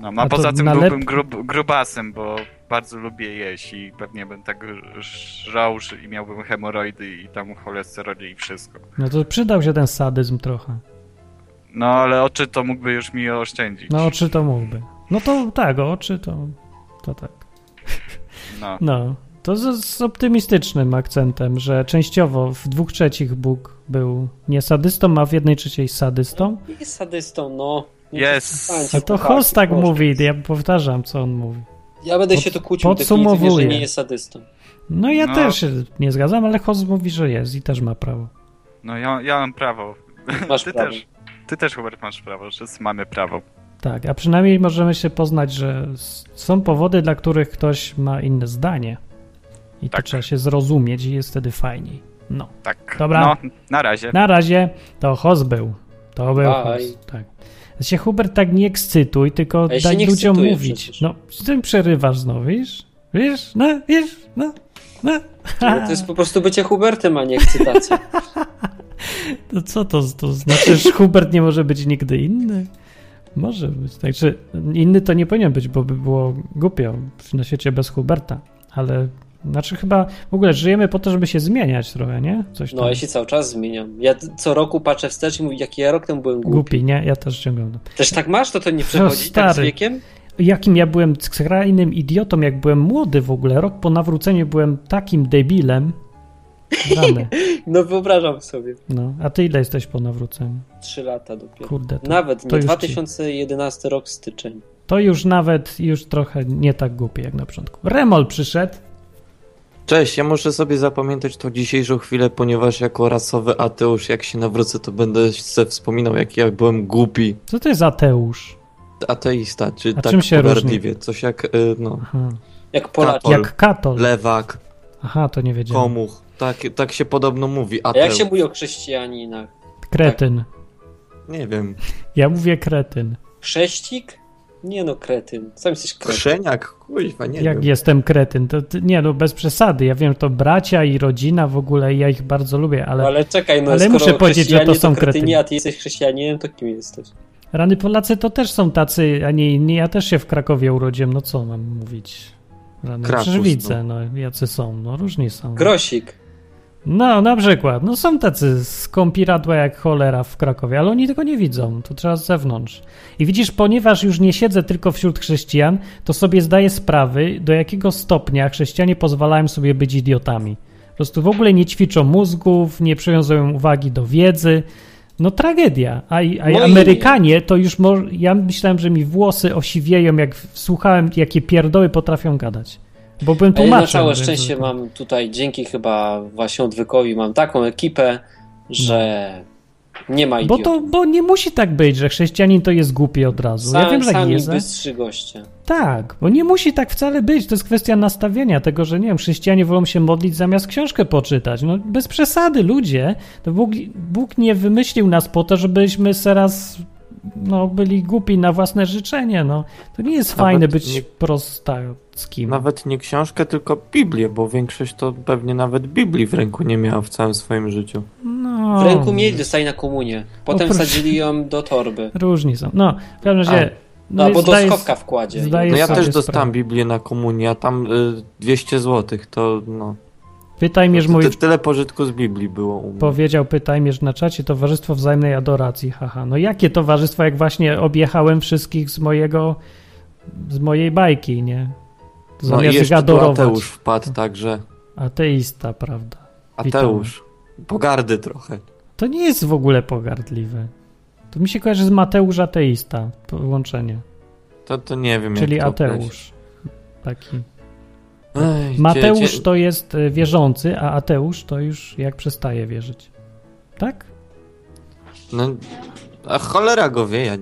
K: No, a,
A: A to
K: poza tym
A: nalep-
K: byłbym grub, grubasem, bo bardzo lubię jeść i pewnie bym tak żrał że- i miałbym hemoroidy i tam cholesterol i wszystko.
A: no to przydał się ten sadyzm trochę.
K: No ale oczy to mógłby już mi oszczędzić.
A: No oczy to mógłby. No to tak, oczy to, to tak.
K: No.
A: No. To z, z optymistycznym akcentem, że częściowo w dwóch trzecich Bóg był nie sadystą, a w jednej trzeciej sadystą.
D: Jest sadystą, no. Nie
K: Jest.
D: przestańcie,
A: A to
D: chłopaki,
A: Host tak
D: Boże.
A: mówi, ja powtarzam, co on mówi.
D: Ja będę się
A: Pod-
D: tu kłócił definitywnie, że
A: podsumowuję.
D: nie jest sadystą.
A: No ja
K: No.
A: też się nie zgadzam, ale Host mówi, że jest i też ma prawo.
K: No ja, ja mam prawo.
D: Masz
K: ty
D: prawo.
K: też. Ty też, Hubert, masz prawo. Wszyscy mamy prawo.
A: Tak, a przynajmniej możemy się poznać, że s- są powody, dla których ktoś ma inne zdanie. I to trzeba się zrozumieć i jest wtedy fajniej. No.
K: Tak.
A: Dobra.
K: No, na razie.
A: Na razie to Hoss był. To był
D: Aj.
A: Hoss. Tak. Się Hubert tak nie ekscytuj, tylko
D: A ja się
A: daj
D: nie
A: ludziom
D: ekscytuję
A: mówić.
D: przecież.
A: No, z tym przerywasz znowu, wiesz? Wiesz? No, wiesz? No, no.
D: Ale to jest po prostu bycie Hubertem, a nie ekscytacja.
A: To No co to, to znaczy, że Hubert nie może być nigdy inny? Może być. Także inny to nie powinien być, bo by było głupio na świecie bez Huberta. Ale znaczy chyba w ogóle żyjemy po to, żeby się zmieniać trochę, nie? Coś tam.
D: No, ja się cały czas zmieniam. Ja co roku patrzę wstecz i mówię, jak ja rok temu byłem głupi.
A: Głupi, nie? Ja też ciągle.
D: Też tak masz, to to nie przechodzi tak z
A: stary.
D: wiekiem?
A: Jakim ja byłem skrajnym idiotą, jak byłem młody w ogóle. Rok po nawróceniu byłem takim debilem. Rany.
D: No wyobrażam sobie.
A: No, a ty ile jesteś po nawróceniu?
D: Trzy lata dopiero.
A: Kurde, to,
D: Nawet
A: to
D: nie.
A: już ci-
D: 2011 rok styczeń.
A: to już nawet już trochę nie tak głupie jak na początku. Remol przyszedł.
L: Cześć, ja muszę sobie zapamiętać tą dzisiejszą chwilę, ponieważ jako rasowy ateusz, jak się nawrócę, to będę se wspominał, jak ja byłem głupi
A: Co to jest Ateusz?
L: ateista, czy
A: A
L: tak
A: czym się różni?
L: pogardliwie, coś jak, y, no,
A: Aha.
D: Jak Polak.
L: Katol,
A: Jak katol.
L: lewak,
A: Aha, to nie wiedziałem.
L: komuch, tak, tak się podobno mówi,
D: A jak
L: ateusz,
D: się mówi o chrześcijaninach?
A: Kretyn.
L: nie wiem,
A: Ja mówię kretyn.
D: Chrześcik? Nie no, kretyn. Sam jesteś kretyn.
L: krzeniak, kuźwa, nie
A: Jak
L: wiem.
A: jestem kretyn, to ty, nie no, bez przesady. Ja wiem, to bracia i rodzina w ogóle, ja ich bardzo lubię, ale,
D: Ale, czekaj, no
A: ale
D: skoro
A: muszę powiedzieć, że to
D: chrześcijanie
A: są
D: kretyni,
A: kretyni.
D: a ty jesteś chrześcijaninem, to kim jesteś?
A: rany Polacy to też są tacy, a nie inni. Ja też się w Krakowie urodziłem, no co mam mówić? Rany,
L: Krakus,
A: przecież widzę, no. jacy są, no różni są.
D: Grosik.
A: No, na przykład. No są tacy skąpiradła jak cholera w Krakowie, ale oni tego nie widzą. To trzeba z zewnątrz. I widzisz, ponieważ już nie siedzę tylko wśród chrześcijan, to sobie zdaję sprawy, do jakiego stopnia chrześcijanie pozwalają sobie być idiotami. Po prostu w ogóle nie ćwiczą mózgów, nie przywiązują uwagi do wiedzy. No tragedia. A, i- a i
D: No
M: Moi-
A: Amerykanie to już... Mo- ja myślałem, że mi włosy osiwieją, jak w- słuchałem, jakie pierdoły potrafią gadać. Bo byłem
D: A ja
A: tłumaczem.
D: na całe
A: więc-
D: szczęście mam tutaj, dzięki chyba właśnie odwykowi, mam taką ekipę, że nie ma
A: Bo
D: idiotów.
A: to, bo nie musi tak być, że chrześcijanin to jest głupi od razu.
D: Sam,
A: ja wiem, że
D: sami
A: jest. ale-
D: bystrzy goście.
A: Tak, bo nie musi tak wcale być. To jest kwestia nastawienia tego, że nie wiem, chrześcijanie wolą się modlić zamiast książkę poczytać. No bez przesady, ludzie. To Bóg, Bóg nie wymyślił nas po to, żebyśmy teraz no, byli głupi na własne życzenie. No. To nie jest
L: Nawet
A: fajne być
L: nie-
A: prostackim.
L: Nawet nie książkę, tylko Biblię, bo większość to pewnie nawet Biblii w ręku nie miała w całym swoim życiu.
A: No.
D: W ręku mieli dostali na komunię. Potem
A: Oprócz-
D: wsadzili ją do torby.
A: Różni są. No, w każdym razie...
D: No, bo do
A: zdaję-
D: schowka wkładzie.
A: Zdaję
L: no ja
A: sobie
L: też
A: sprawę.
L: dostałem Biblię na komunię, a tam y, 200 zł, to no.
A: Pytajmierz
L: to,
A: mówi-
L: ty- Tyle pożytku z Biblii było u mnie.
A: Powiedział pytajmierz na czacie Towarzystwo Wzajemnej Adoracji. Haha, no jakie towarzystwo, jak właśnie objechałem wszystkich z mojego, z mojej bajki, nie?
L: No i
A: Zamiast ich
L: jeszcze tu
A: adorować.
L: Ateusz wpadł, także
A: Ateista, prawda.
L: Ateusz. Pogardy trochę.
A: To nie jest w ogóle pogardliwe. To mi się kojarzy z Mateusz Ateista, połączenie.
L: To, to nie wiem
A: Czyli
L: jak to określić.
A: Ateusz. Taki.
L: Ej,
A: Mateusz
L: cie- cie-
A: to jest y, wierzący, a Ateusz to już jak przestaje wierzyć. Tak?
L: No, a cholera go wie, ja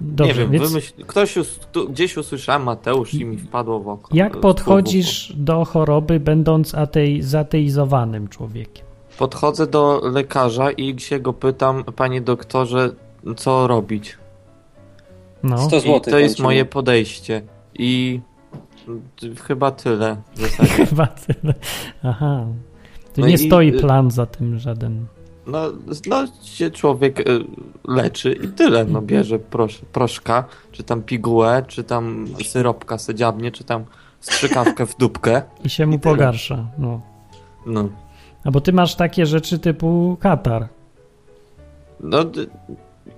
A: Dobrze,
L: nie wiem,
A: więc-
L: wymyśl... Ktoś us... tu, gdzieś usłyszałem Mateusz i mi wpadło w oko.
A: Jak podchodzisz do choroby, będąc atei- zateizowanym człowiekiem?
L: Podchodzę do lekarza i się go pytam, panie doktorze, co robić.
A: No.
D: 100
L: I
D: złotych
L: to jest
D: kończymy.
L: moje podejście. I y, chyba tyle w zasadzie.
A: Chyba tyle. Aha. Tu
L: No
A: nie
L: i-
A: stoi plan za tym żaden.
L: No, no się człowiek y, leczy i tyle. No bierze prosz, proszka, czy tam pigułę, czy tam syropka sedziabnie, czy tam strzykawkę w dupkę.
A: I się mu
L: tyle.
A: pogarsza. No.
L: No.
A: A bo ty masz takie rzeczy typu katar.
L: No d-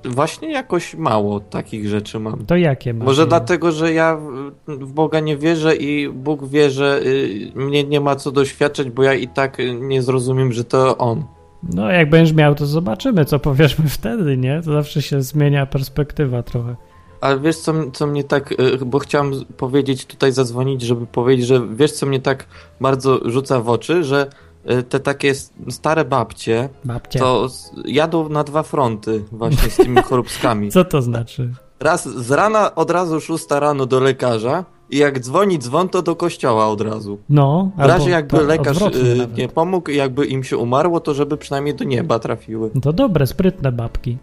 L: właśnie jakoś mało takich rzeczy mam.
A: To jakie masz?
L: Może dlatego, że ja w- w Boga nie wierzę i Bóg wie, że y, mnie nie ma co doświadczać, bo ja i tak y, nie zrozumiem, że to On.
A: No, jak będziesz miał, to zobaczymy, co powiemy wtedy, nie? To zawsze się zmienia perspektywa trochę.
L: Ale wiesz, co, m- co mnie tak, y, bo chciałem z- powiedzieć, tutaj zadzwonić, żeby powiedzieć, że wiesz, co mnie tak bardzo rzuca w oczy, że y, te takie s- stare babcie,
A: Babcie.
L: to s- jadą na dwa fronty właśnie z tymi choróbskami.
A: Co to znaczy?
L: Raz z rana od razu szósta rano do lekarza i jak dzwoni dzwon, to do kościoła od razu.
A: No,
L: W razie jakby
A: to
L: lekarz
A: odwrotnie
L: y,
A: nawet.
L: nie pomógł i jakby im się umarło, to żeby przynajmniej do nieba trafiły.
A: No To dobre, sprytne babki.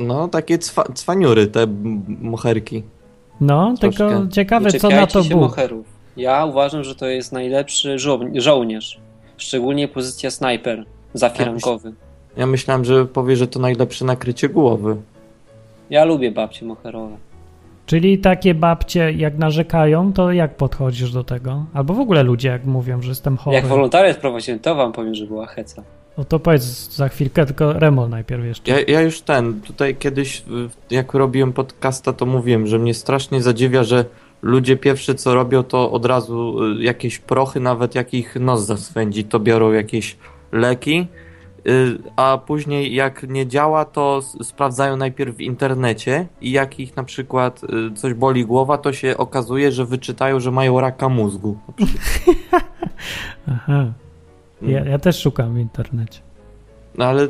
L: No, takie cwa- cwaniury, te m- moherki.
A: No, tylko
L: Troszkę.
A: ciekawe,
D: Nie
A: co na to
D: czepiajcie się
A: Bóg.
D: moherów. Ja uważam, że to jest najlepszy żo żołnierz. Szczególnie pozycja snajper,
A: Tak.
D: zafirankowy.
L: Ja myślałem, że powie, że to najlepsze nakrycie głowy.
D: Ja lubię babcie moherowe.
A: Czyli takie babcie, jak narzekają, to jak podchodzisz do tego? Albo w ogóle ludzie, jak mówią, że jestem chory.
D: Jak wolontariat prowadziłem, to wam powiem, że była heca.
A: No to powiedz za chwilkę, tylko Remol najpierw jeszcze.
L: Ja, ja już ten, tutaj kiedyś, y, jak robiłem podcasta, to mówiłem, że mnie strasznie zadziwia, że ludzie pierwsze co robią, to od razu y, jakieś prochy, nawet jak ich nos zaswędzi, to biorą jakieś leki, y, a później jak nie działa, to s- sprawdzają najpierw w internecie i jak ich na przykład y, coś boli głowa, to się okazuje, że wyczytają, że mają raka mózgu.
A: Aha. Ja,
D: Mm.
A: ja też szukam w internecie.
L: No ale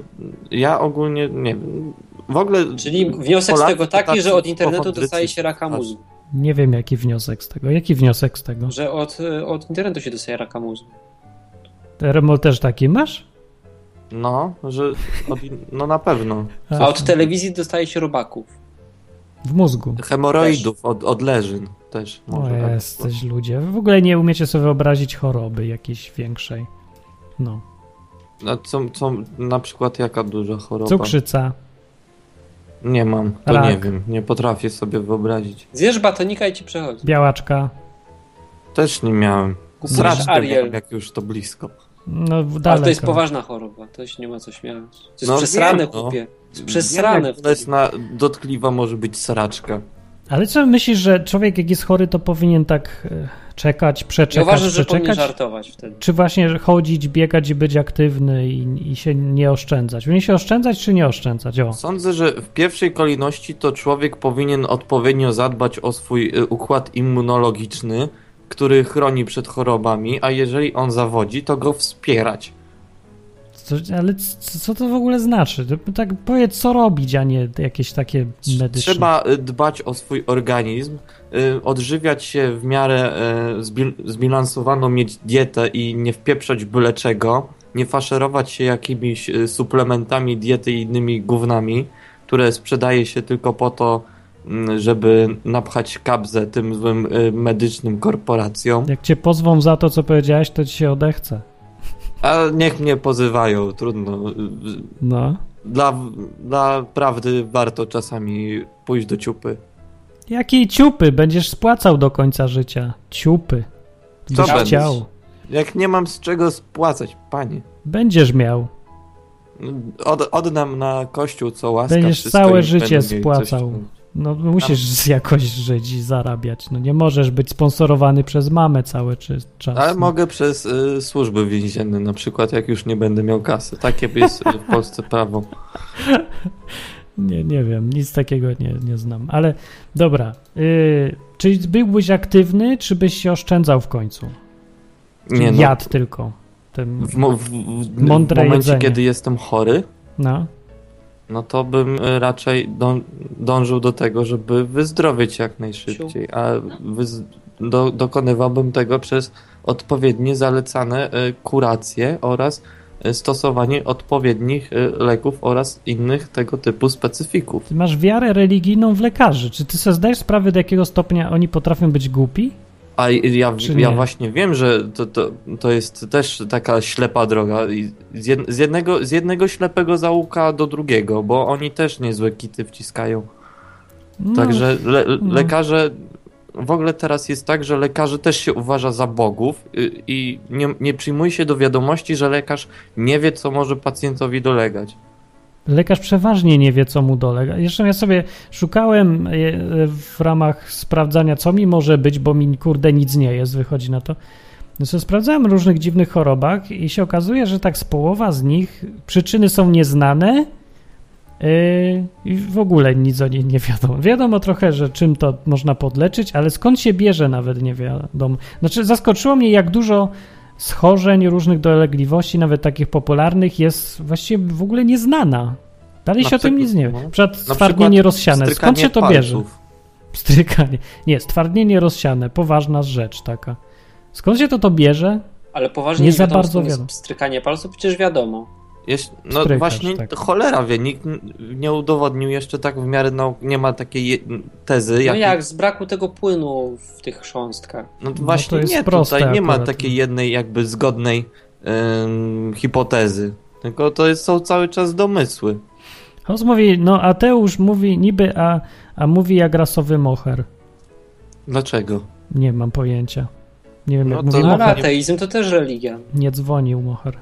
L: ja ogólnie nie wiem. W ogóle.
D: Czyli wniosek z
L: Polacy
D: tego
L: to
D: taki,
L: tacy
D: że od internetu
L: pochondrycy.
D: dostaje się raka mózgu.
A: Nie wiem, jaki wniosek z tego. Jaki wniosek z tego?
D: Że od, y, od internetu się dostaje raka mózgu.
A: Remol też taki masz?
L: No, że. Od, in- no na pewno.
D: A od telewizji dostaje się robaków.
A: W mózgu.
L: Hemoroidów, od, od leżyn też
A: O,
L: może.
D: tak.
L: tak
A: jesteś ludzie. Wy w ogóle nie umiecie sobie wyobrazić choroby jakiejś większej. No.
L: A co, co, na przykład jaka duża
D: tak.
L: choroba?
A: Cukrzyca.
L: Nie mam, to
A: Rak.
L: nie wiem, nie potrafię sobie wyobrazić.
D: Zjesz batonika i ci przechodzi.
A: Białaczka.
L: Też nie miałem.
D: Kupujesz
L: Strasznie
D: Ariel.
L: miałem, jak już to blisko.
A: No, w-
D: Ale
A: daleko.
D: to jest poważna choroba, to się nie ma co śmiać. To jest
L: No
D: przesrane,
L: wiem, no.
D: chłopie. To jest
L: Wiem,
D: przesrane.
L: jak to jest na, dotkliwa może być sraczka.
A: Ale co myślisz, że człowiek jak jest chory, to powinien tak e, czekać, przeczekać,
D: Ja uważam, że
A: przeczekać?
D: powinien żartować wtedy.
A: Czy właśnie chodzić, biegać i być aktywny i, i się nie oszczędzać? Powinien się oszczędzać czy nie oszczędzać? O.
L: Sądzę, że w pierwszej kolejności to człowiek powinien odpowiednio zadbać o swój y, układ immunologiczny, który chroni przed chorobami, a jeżeli on zawodzi, to go wspierać.
A: Co, ale co, co to w ogóle znaczy? To Tak powiedz, co robić, a nie jakieś takie medyczne.
L: Trzeba y, dbać o swój organizm, y, odżywiać się w miarę y, zbil- zbilansowaną, mieć dietę i nie wpieprzać byle czego, nie faszerować się jakimiś y, suplementami diety i innymi gównami, które sprzedaje się tylko po to, mm, żeby napchać kabzę tym złym y, medycznym korporacjom.
A: Jak cię pozwą za to, co powiedziałeś, to ci się odechce.
L: A niech mnie pozywają, trudno. y,
A: No.
L: Dla, dla prawdy warto czasami pójść do ciupy.
A: Jakiej ciupy? Będziesz spłacał do końca życia. Ciupy.
L: Co
A: Byś
L: będę?
A: chciał.
L: Jak nie mam z czego spłacać, panie.
A: Będziesz miał.
L: Od, oddam na kościół co łaska.
A: Będziesz
L: wszystko
A: całe
L: i
A: życie
L: będę mieli
A: spłacał.
L: coś.
A: No musisz jakoś żyć i zarabiać. No nie możesz być sponsorowany przez mamę cały czy- czas.
L: Ale
A: no.
L: mogę przez y, służby więzienne, na przykład, jak już nie będę miał kasy. Takie jest y, w Polsce prawo.
A: Nie, nie wiem, nic takiego nie, nie znam. Ale dobra, yy, czy byłbyś aktywny, czy byś się oszczędzał w końcu? Czy
L: Nie, no.
A: Jadł tylko. Ten...
L: W, mo- w, w, w
A: Mądre
L: momencie,
A: jedzenie.
L: kiedy jestem chory,
A: No.
L: no to bym y, raczej dą, dążył do tego, żeby wyzdrowieć jak najszybciej, a wyz, do, dokonywałbym tego przez odpowiednie zalecane y, kuracje oraz y, stosowanie odpowiednich y, leków oraz innych tego typu specyfików.
A: Ty masz wiarę religijną w lekarzy. Czy ty sobie zdajesz sprawę, do jakiego stopnia oni potrafią być głupi?
L: A i- ja,
A: Czy
L: ja
A: nie?
L: właśnie wiem, że to, to, to jest też taka ślepa droga. I Z, jed, z, jednego, z jednego ślepego zaułka do drugiego, bo oni też niezłe kity wciskają.
A: No,
L: Także le,
A: no.
L: lekarze. W ogóle teraz jest tak, że lekarzy też się uważa za bogów i, i nie, nie przyjmuje się do wiadomości, że lekarz nie wie, co może pacjentowi dolegać.
A: Lekarz przeważnie nie wie, co mu dolega. Zresztą ja sobie szukałem e, e, w ramach sprawdzania, co mi może być, bo mi kurde nic nie jest, wychodzi na to. No sobie sprawdzałem różnych dziwnych chorobach i się okazuje, że tak z połowa z nich przyczyny są nieznane e, i w ogóle nic o niej nie wiadomo. Wiadomo trochę, że czym to można podleczyć, ale skąd się bierze nawet nie wiadomo. Znaczy zaskoczyło mnie, jak dużo schorzeń, różnych dolegliwości, nawet takich popularnych, jest właściwie w ogóle nieznana. Dalej
L: Na
A: się o tym
L: przykład-
A: nic nie wie.
L: no.
A: Na przykład
L: Na
A: stwardnienie
L: przykład
A: rozsiane. Skąd
L: strykanie
A: się to
L: palców.
A: bierze? Strykanie. Nie, stwardnienie rozsiane. Poważna rzecz taka. Skąd się to to bierze?
D: Ale poważnie
A: Nie
D: nie,
A: za
D: wiadomo,
A: bardzo
D: skąd jest
A: wiadomo.
D: strykanie palców, przecież wiadomo.
L: Jeś- no
A: Strykasz,
L: właśnie
A: tak.
L: cholera wie, nikt n- nie udowodnił jeszcze tak w miarę, no nie ma takiej je- tezy.
D: No
L: jakiej-
D: jak, z braku tego płynu w tych chrząstkach.
L: No to
D: No
L: właśnie
D: to jest
L: nie,
D: proste
L: tutaj nie ma
D: akurat.
L: takiej jednej jakby zgodnej ym, hipotezy. Tylko to jest, są cały czas domysły.
A: Holmes mówi, no Ateusz mówi niby, a, a mówi jak rasowy moher.
L: Dlaczego?
A: Nie mam pojęcia. Nie wiem,
L: No
A: jak
L: to-
A: mówi
D: No ale
A: moher.
D: ateizm to też religia.
A: Nie dzwonił moher.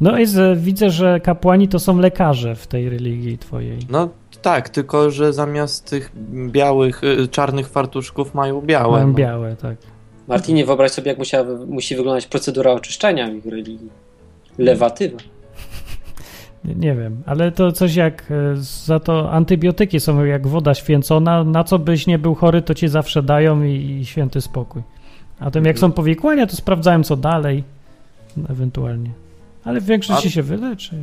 A: No i z, widzę, że kapłani to są lekarze w tej religii twojej.
L: No tak, tylko że zamiast tych białych, y, czarnych fartuszków mają białe.
A: Mają
L: no.
A: białe, tak.
D: Martinie, wyobraź sobie, jak musiała, musi wyglądać procedura oczyszczenia w ich religii. Lewatywa.
A: Nie, nie wiem, ale to coś jak e, za to antybiotyki są jak woda święcona, na co byś nie był chory, to ci zawsze dają i, i święty spokój. A tym jak są
L: Mhm.
A: powikłania, to sprawdzałem co dalej, ewentualnie. Ale w większości
L: A-
A: się wyleczy.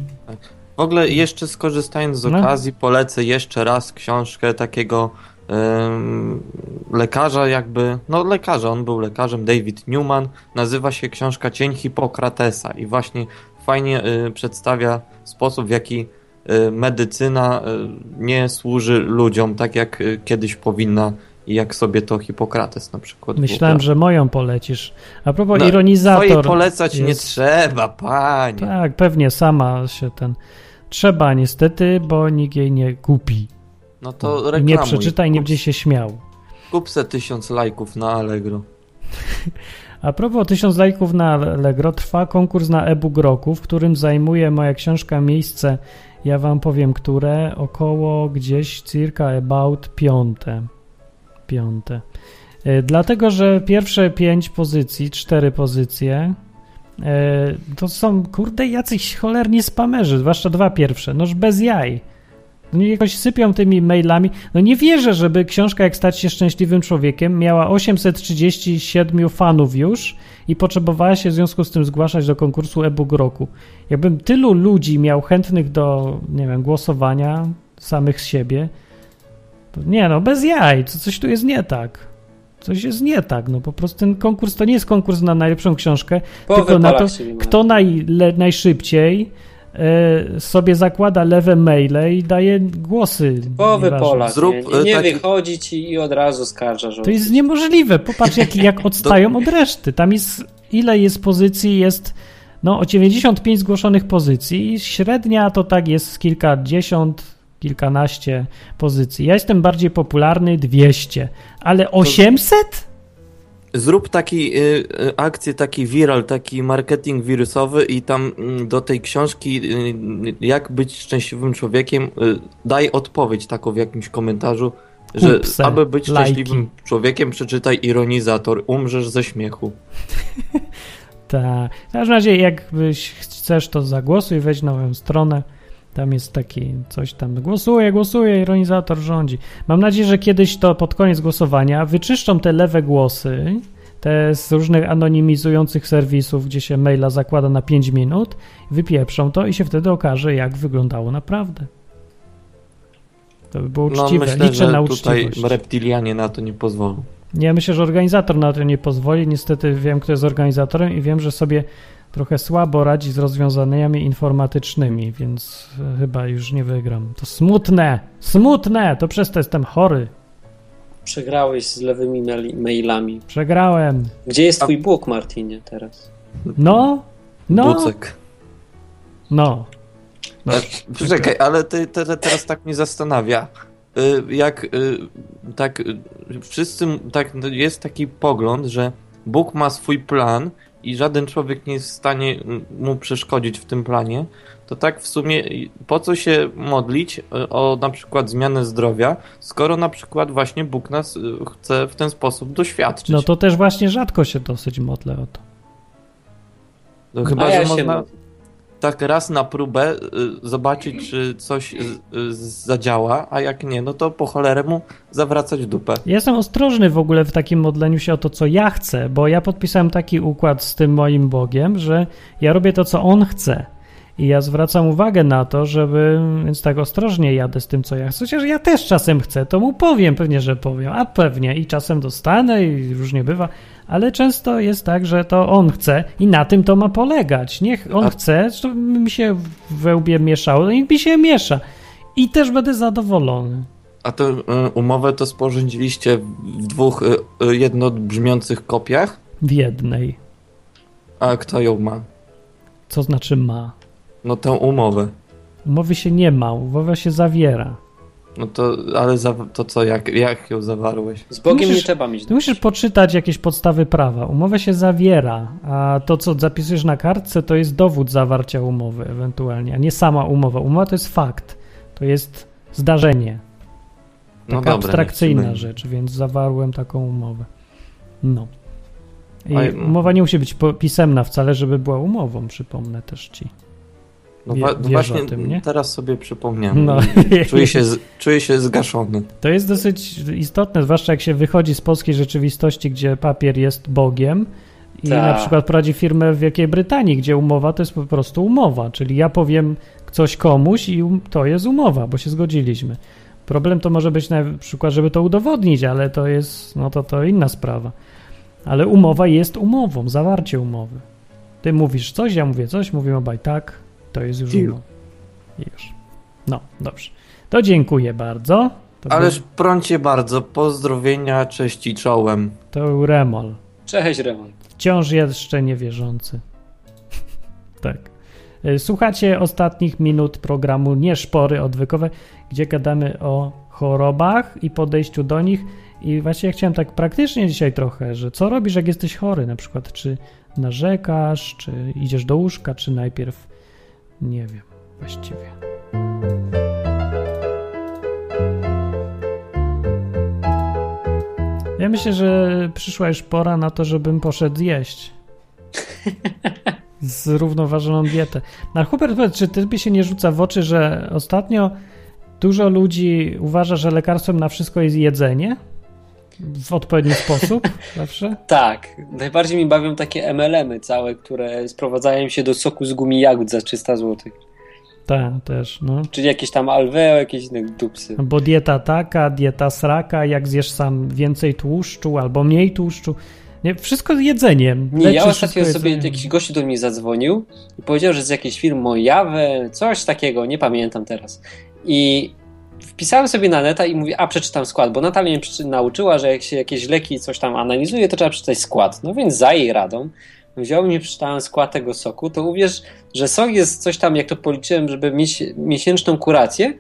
L: W ogóle jeszcze skorzystając z
A: No.
L: okazji, polecę jeszcze raz książkę takiego ym, lekarza jakby, no lekarza, on był lekarzem, David Newman, nazywa się książka Cień Hipokratesa i właśnie fajnie y, przedstawia sposób, w jaki y, medycyna y, nie służy ludziom tak, jak y, kiedyś powinna i jak sobie to Hipokrates na przykład
A: Myślałem, że
L: wyobrażał.
A: moją polecisz. A propos
L: No,
A: ironizator.
L: twojej polecać nie trzeba, pani.
A: Tak, pewnie sama się ten. Trzeba niestety, bo nikt jej nie kupi.
L: No to
A: I nie
L: reklamuj.
A: przeczyta i nie będzie się śmiał.
L: Kup se tysiąc lajków na Allegro.
A: A propos 1000 lajków na Allegro, trwa konkurs na e-book roku, w którym zajmuje moja książka miejsce, ja wam powiem które, około gdzieś circa about piąte. Piąte. Y, Dlatego, że pierwsze pięć pozycji, cztery pozycje, y, to są, kurde, jacyś cholerni spamerzy, zwłaszcza dwa pierwsze, noż bez jaj. Oni jakoś sypią tymi mailami. No nie wierzę, żeby książka Jak stać się szczęśliwym człowiekiem miała 837 fanów już i potrzebowała się w związku z tym zgłaszać do konkursu e-book roku. Jakbym tylu ludzi miał chętnych do, nie wiem, głosowania samych z siebie, to nie no, bez jaj, co- coś tu jest nie tak. Coś jest nie tak, no po prostu ten konkurs to nie jest konkurs na najlepszą książkę,
D: Po
A: tylko na to,
D: wyborach się nie ma.
A: kto naj, le, najszybciej e, sobie zakłada lewe maile i daje głosy.
D: Powy
A: nieważne.
D: Polak. nie nie,
A: e,
D: nie
A: tak-
D: wychodzi ci i od razu skarża, że.
A: To jest niemożliwe. Popatrz, jak, jak odstają od reszty. Tam jest, ile jest pozycji, jest no, o 95 zgłoszonych pozycji. i Średnia to tak jest kilkadziesiąt, kilkanaście pozycji. Ja jestem bardziej popularny, 200. Ale 800?
L: Zrób taki y, y, akcję, taki viral, taki marketing wirusowy i tam mm, do tej książki y, y, jak być szczęśliwym człowiekiem y, daj odpowiedź taką w jakimś komentarzu, że
A: Kupse,
L: aby być
A: e, lajki.
L: szczęśliwym człowiekiem przeczytaj ironizator, umrzesz ze śmiechu.
A: Tak. W każdym razie, jakbyś chcesz, to zagłosuj, weź na moją stronę. Tam jest taki coś tam. Głosuje, głosuje, ironizator rządzi. Mam nadzieję, że kiedyś to pod koniec głosowania wyczyszczą te lewe głosy, te z różnych anonimizujących serwisów, gdzie się maila zakłada na 5 minut, wypieprzą to i się wtedy okaże, jak wyglądało naprawdę. To by było uczciwe.
L: no myślę,
A: Liczę
L: że
A: na
L: tutaj
A: uczciwość.
L: reptilianie na to nie pozwolą.
A: Ja myślę, że organizator na to nie pozwoli. Niestety wiem, kto jest organizatorem i wiem, że sobie trochę słabo radzi z rozwiązaniami informatycznymi, więc e, chyba już nie wygram. To smutne! Smutne! To przez to jestem chory.
D: Przegrałeś z lewymi maili- mailami.
A: Przegrałem.
D: Gdzie jest twój Bóg, Martinie, teraz?
A: No? No?
L: Bucek.
A: No. No.
L: Czekaj, ale ty, te, te, teraz tak mnie zastanawia. Y, Jak y, tak y, wszyscy m- tak no, jest taki pogląd, że Bóg ma swój plan i żaden człowiek nie jest w stanie mm, mu przeszkodzić w tym planie, to tak w sumie y, po co się modlić y, o na przykład zmianę zdrowia, skoro na przykład właśnie Bóg nas y, chce w ten sposób doświadczyć.
A: No to też właśnie rzadko się dosyć modlę o to.
L: No chyba,
A: A ja
L: że
A: się
L: można
A: mam.
L: tak raz na próbę y, zobaczyć, czy coś y, y, zadziała, a jak nie, no to po cholerę mu zawracać dupę.
A: Ja jestem ostrożny w ogóle w takim modleniu się o to, co ja chcę, bo ja podpisałem taki układ z tym moim Bogiem, że ja robię to, co On chce. I ja zwracam uwagę na to, żeby. Więc tak ostrożnie jadę z tym, co ja chcę. Chociaż ja też czasem chcę, to mu powiem, pewnie, że powiem, a pewnie i czasem dostanę i różnie bywa, ale często jest tak, że to on chce i na tym to ma polegać. Niech on chce, żeby mi się we łbie mieszało, niech mi się miesza. I też będę zadowolony.
L: A tę y, umowę to sporządziliście w dwóch y, y, jednobrzmiących kopiach,
A: W jednej.
L: a kto ją ma?
A: Co znaczy ma?
L: No tę umowę.
A: Umowy się nie ma, umowa się zawiera.
L: No to, ale za, to co, jak, jak ją zawarłeś?
D: Z
A: Bogiem Musisz- nie
D: trzeba mieć.
A: Ty musisz poczytać jakieś podstawy prawa. Umowę się zawiera, a to, co zapisujesz na kartce, to jest dowód zawarcia umowy ewentualnie, a nie sama umowa. Umowa to jest fakt, to jest zdarzenie.
L: No
A: Taka
L: dobra, niech
A: abstrakcyjna
L: będzie.
A: rzecz, więc zawarłem taką umowę. No. I
L: Oj, no.
A: umowa nie musi być po- pisemna wcale, żeby była umową, przypomnę też ci.
L: No,
A: Wie-
L: wa-
A: wiesz o
L: właśnie
A: tym, nie?
L: teraz sobie przypomniałem.
A: No.
L: Czuję, się, z- czuję się zgaszony.
A: To jest dosyć istotne, zwłaszcza jak się wychodzi z polskiej rzeczywistości, gdzie papier jest Bogiem. I
D: Tak.
A: na przykład prowadzi firmę w Wielkiej Brytanii, gdzie umowa to jest po prostu umowa, czyli ja powiem coś komuś i um- to jest umowa, bo się zgodziliśmy. Problem to może być na przykład, żeby to udowodnić, ale to jest, no to, to inna sprawa. Ale umowa jest umową, zawarcie umowy. Ty mówisz coś, ja mówię coś, mówimy obaj tak, to jest już
L: Deal.
A: umowa. I Już. No, dobrze. To dziękuję bardzo. To
L: Ależ
A: był-
L: prącie bardzo, pozdrowienia, cześć i czołem.
A: To był Remol.
D: Cześć, Remon.
A: Wciąż jeszcze niewierzący. tak. Y, Słuchacie ostatnich minut programu Nieszpory Odwykowe, gdzie gadamy o chorobach i podejściu do nich. I właśnie ja chciałem tak praktycznie dzisiaj trochę, że co robisz, jak jesteś chory na przykład? Czy narzekasz, czy idziesz do łóżka, czy najpierw nie wiem właściwie. Ja myślę, że przyszła już pora na to, żebym poszedł jeść. Zrównoważoną dietę. Na Hubert, powiedz, czy tobie się nie rzuca w oczy, że ostatnio dużo ludzi uważa, że lekarstwem na wszystko jest jedzenie? W odpowiedni sposób zawsze?
D: Tak, najbardziej mi bawią takie MLM-y całe, które sprowadzają się do soku z gumi jagód za 300 zł.
A: Tak, też, no.
D: Czyli jakieś tam alweo, jakieś inne dupsy.
A: Bo dieta taka, dieta sraka, jak zjesz sam więcej tłuszczu albo mniej tłuszczu. Nie, wszystko z jedzeniem.
D: Nie,
A: Leczysz
D: ja
A: wszystko
D: ostatnio sobie
A: jedzeniem.
D: jakiś gościu do mnie zadzwonił i powiedział, że z jakiejś firmy Mojave, coś takiego, nie pamiętam teraz. I wpisałem sobie na neta i mówię, a przeczytam skład, bo Natalia mnie przeczy- nauczyła, że jak się jakieś leki coś tam analizuje, to trzeba przeczytać skład. No więc za jej radą wziąłem i przeczytałem skład tego soku, to uwierz, że sok jest coś tam, jak to policzyłem, żeby mieć miesięczną kurację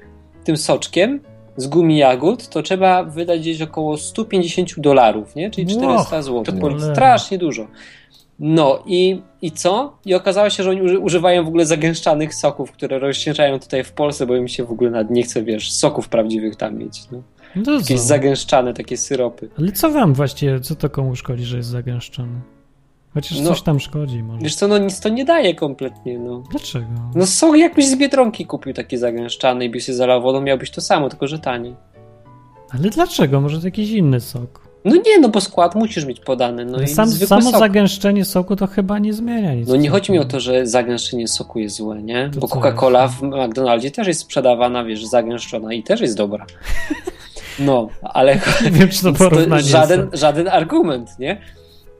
D: tym soczkiem z gumi jagód, to trzeba wydać gdzieś około 150 dolarów, nie? Czyli 400
A: Och,
D: zł. To
A: cholera.
D: poli- strasznie dużo. No i, i co? I okazało się, że oni uży- używają w ogóle zagęszczanych soków, które rozcieńczają tutaj w Polsce, bo im się w ogóle nad nie chce, wiesz, soków prawdziwych tam mieć. No.
A: No to
D: Jakieś
A: co?
D: zagęszczane takie syropy.
A: Ale co wam właściwie, co to komu szkodzi, że jest zagęszczony? Chociaż
D: No.
A: coś tam szkodzi może.
D: Wiesz co, no nic to nie daje kompletnie, no.
A: Dlaczego?
D: No sok jakbyś z Biedronki kupił taki zagęszczany i byś się zalał wodą, miałbyś to samo, tylko że taniej.
A: Ale dlaczego? Może to jakiś inny sok?
D: No nie, no bo skład musisz mieć podany, no i
A: Sam,
D: zwykły
A: samo
D: sok.
A: zagęszczenie soku to chyba nie zmienia nic.
D: No nie chodzi mi o to, że zagęszczenie soku jest złe, nie? Bo
A: co
D: Coca-Cola w McDonaldzie też jest sprzedawana, wiesz, zagęszczona i też jest dobra. No, ale
A: Nie wiem, czy to porównanie
D: żaden,
A: jest.
D: żaden argument, nie?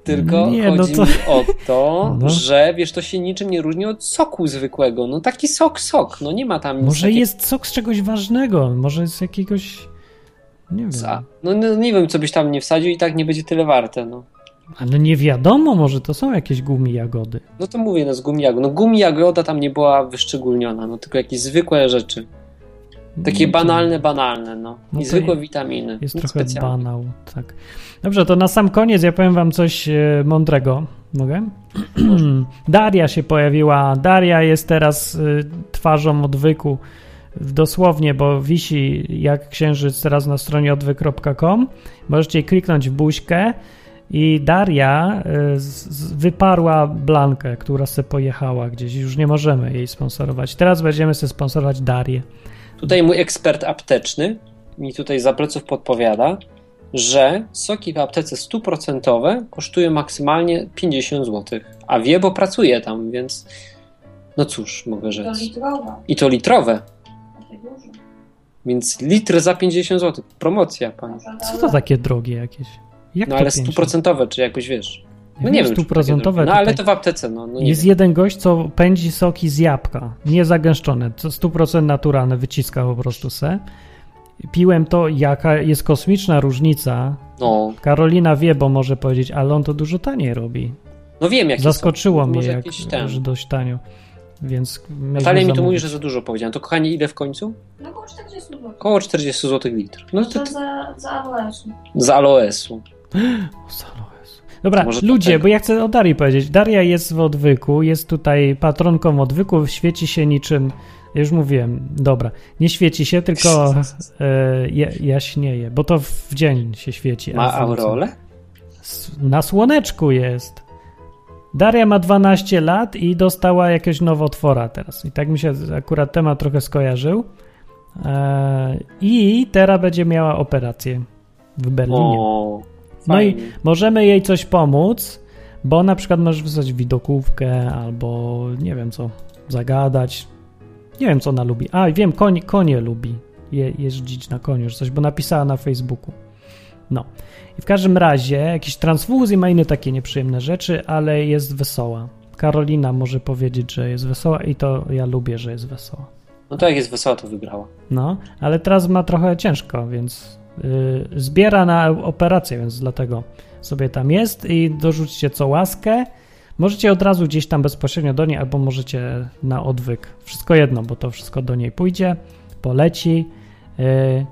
D: Tylko
A: Nie, no
D: chodzi
A: to-
D: mi o to,
A: No.
D: że wiesz, to się niczym nie różni od soku zwykłego. No taki sok, sok, no nie ma tam nic
A: Może
D: takiego.
A: jest sok z czegoś ważnego, może z jakiegoś... Nie wiem.
D: Za. No, no nie wiem, co byś tam nie wsadził i tak nie będzie tyle warte, no.
A: Ale nie wiadomo, może to są jakieś gumi jagody.
D: No to mówię, no z gumi jagód. No gumi jagoda tam nie była wyszczególniona, no tylko jakieś zwykłe rzeczy. Takie
A: No to-
D: banalne, banalne, no.
A: No
D: I
A: to
D: zwykłe
A: je-
D: witaminy.
A: Jest
D: Nic
A: trochę
D: specjalnego.
A: banał, tak. Dobrze, to na sam koniec ja powiem wam coś e, mądrego. Mogę? Hmm. Daria się pojawiła. Daria jest teraz y, twarzą odwyku. Dosłownie, bo wisi jak księżyc teraz na stronie odwyk.com. Możecie jej kliknąć w buźkę. I Daria y, z- z- wyparła Blankę, która se pojechała gdzieś. Już nie możemy jej sponsorować. Teraz będziemy se sponsorować Darię.
D: Tutaj mój ekspert apteczny mi tutaj za pleców podpowiada, że soki w aptece 100% kosztują maksymalnie 50 zł. A wie, bo pracuje tam, więc no cóż, mogę rzec. I to litrowe, więc litr za 50 zł. Promocja, pani.
A: Co to takie drogie jakieś? Jak
D: no
A: to
D: ale
A: pięć?
D: stuprocentowe, czy jakoś wiesz. No
A: Jak
D: nie
A: wiesz,
D: wiem. czy
A: stuprocentowe tak
D: takie drogie. No ale
A: tutaj-
D: to w aptece, no. no nie
A: jest
D: wiem.
A: jeden gość, co pędzi soki z jabłka, niezagęszczone, to 100% naturalne, wyciska po prostu se. Piłem to, jaka jest kosmiczna różnica.
D: No.
A: Karolina wie, bo może powiedzieć, ale on to dużo taniej robi.
D: No wiem, jakie
A: Zaskoczyło
D: są.
A: mnie,
D: Może
A: jak
D: jakiś ten.
A: że dość tanio. Więc
D: Natalia mi tu mówi, że za dużo powiedziałem. To kochanie, ile w końcu?
M: No około 40 zł.
D: Około 40 zł litr. No
M: No
D: to
M: to za, za AWS-u.
D: z aloesu.
A: Dobra,
D: Może
A: ludzie, bo ja chcę o Darii powiedzieć. Daria jest w odwyku, jest tutaj patronką odwyku, świeci się niczym. ja Już mówiłem, dobra. Nie świeci się, tylko e, ja, jaśnieje, bo to w dzień się świeci. a
D: Ma
A: w nocy-
D: aureolę?
A: S- Na słoneczku jest. Daria ma 12 lat i dostała jakiegoś nowotwora teraz. I tak mi się akurat temat trochę skojarzył. E, I teraz będzie miała operację w Berlinie.
D: O,
A: No i
D: fajnie.
A: możemy jej coś pomóc, bo na przykład możesz wysłać widokówkę albo nie wiem co, zagadać. Nie wiem co ona lubi. A wiem, konie, konie lubi. Je, jeździć na koniu czy coś, bo napisała na Facebooku. No. I w każdym razie jakieś transfuzje ma inne takie nieprzyjemne rzeczy, ale jest wesoła. Karolina może powiedzieć, że jest wesoła i to ja lubię, że jest wesoła.
D: No to jak jest wesoła, to wygrała.
A: No, ale teraz ma trochę ciężko, więc yy, zbiera na operację, więc dlatego sobie tam jest i dorzućcie co łaskę. Możecie od razu gdzieś tam bezpośrednio do niej, albo możecie na odwyk. Wszystko jedno, bo to wszystko do niej pójdzie, poleci. Yy,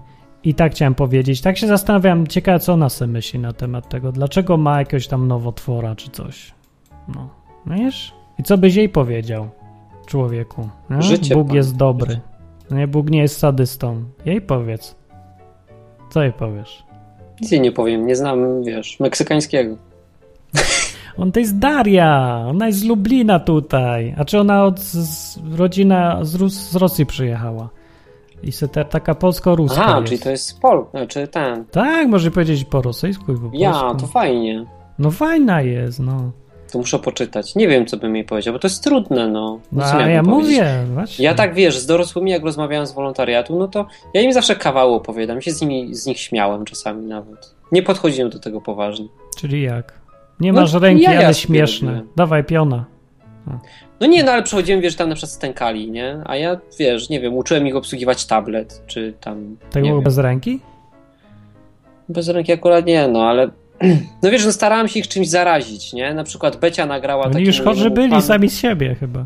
A: I tak chciałem powiedzieć. Tak się zastanawiam, ciekawe co ona sobie myśli na temat tego. Dlaczego ma jakiegoś tam nowotwora czy coś. No, wiesz? I co byś jej powiedział, człowieku? No,
D: Życie,
A: Bóg
D: pan,
A: jest dobry. No nie, Bóg nie jest sadystą. Jej powiedz. Co jej powiesz?
D: Nic jej nie powiem, nie znam, wiesz, meksykańskiego.
A: On to jest Daria, ona jest z Lublina tutaj. A czy ona od z, z- rodzina z, Rus, z Rosji przyjechała? I se te, taka polsko-ruska
D: Aha,
A: jest.
D: czyli to jest Pol, znaczy ten.
A: Tak, może powiedzieć po rosyjsku i po
D: Ja,
A: polsku.
D: to fajnie.
A: No fajna jest, no.
D: To muszę poczytać. Nie wiem, co bym jej powiedział, bo to jest trudne, no.
A: No,
D: Co
A: a
D: miałbym
A: ja
D: powiedzieć?
A: mówię, właśnie.
D: Ja tak, wiesz, z dorosłymi, jak rozmawiałem z wolontariatu, no to ja im zawsze kawały opowiadam, się z, nimi, z nich śmiałem czasami nawet. Nie podchodziłem do tego poważnie.
A: Czyli jak? Nie
D: No,
A: masz ręki,
D: ja
A: ale
D: jasne
A: śmieszne.
D: robiłem.
A: Dawaj piona.
D: No nie, no ale przechodziłem, wiesz, tam na przykład stękali, nie? A ja, wiesz, nie wiem, uczyłem ich obsługiwać tablet, czy tam,
A: Tak
D: nie
A: było
D: wiem.
A: bez ręki?
D: Bez ręki akurat nie, no ale... No wiesz, no starałem się ich czymś zarazić, nie? Na przykład Becia nagrała...
A: Oni
D: takiemu
A: No już chorzy
D: jednemu
A: byli
D: panu-
A: sami z siebie chyba.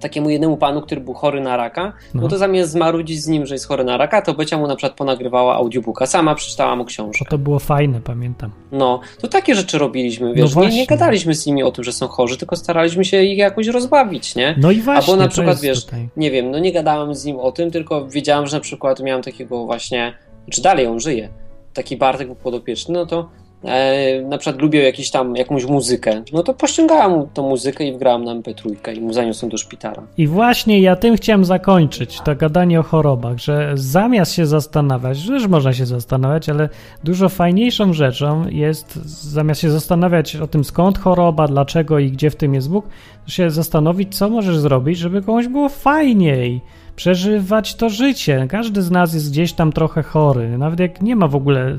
D: takiemu jednemu panu, który był chory na raka, no,
A: No.
D: to zamiast zmarudzić z nim, że jest chory na raka, to Becia mu na przykład ponagrywała audiobooka, sama przeczytała mu książkę.
A: Bo to było fajne, pamiętam.
D: No, to takie rzeczy robiliśmy, wiesz, nie,
A: No właśnie.
D: nie gadaliśmy z nimi o tym, że są chorzy, tylko staraliśmy się ich jakoś rozbawić, nie?
A: No i właśnie,
D: Albo na
A: to
D: przykład,
A: jest
D: wiesz,
A: tutaj.
D: nie wiem, no nie gadałem z nim o tym, tylko wiedziałem, że na przykład miałem takiego właśnie, czy dalej on żyje, taki Bartek był podopieczny, no to e, na przykład lubił jakiś tam, jakąś muzykę, no to pościągałem mu tą muzykę i wgrałem na MP3 i mu zaniosłem do szpitala.
A: I właśnie ja tym chciałem zakończyć to gadanie o chorobach, że zamiast się zastanawiać, że też można się zastanawiać, ale dużo fajniejszą rzeczą jest, zamiast się zastanawiać o tym skąd choroba, dlaczego i gdzie w tym jest Bóg, się zastanowić, co możesz zrobić, żeby komuś było fajniej. Przeżywać to życie. Każdy z nas jest gdzieś tam trochę chory, nawet jak nie ma w ogóle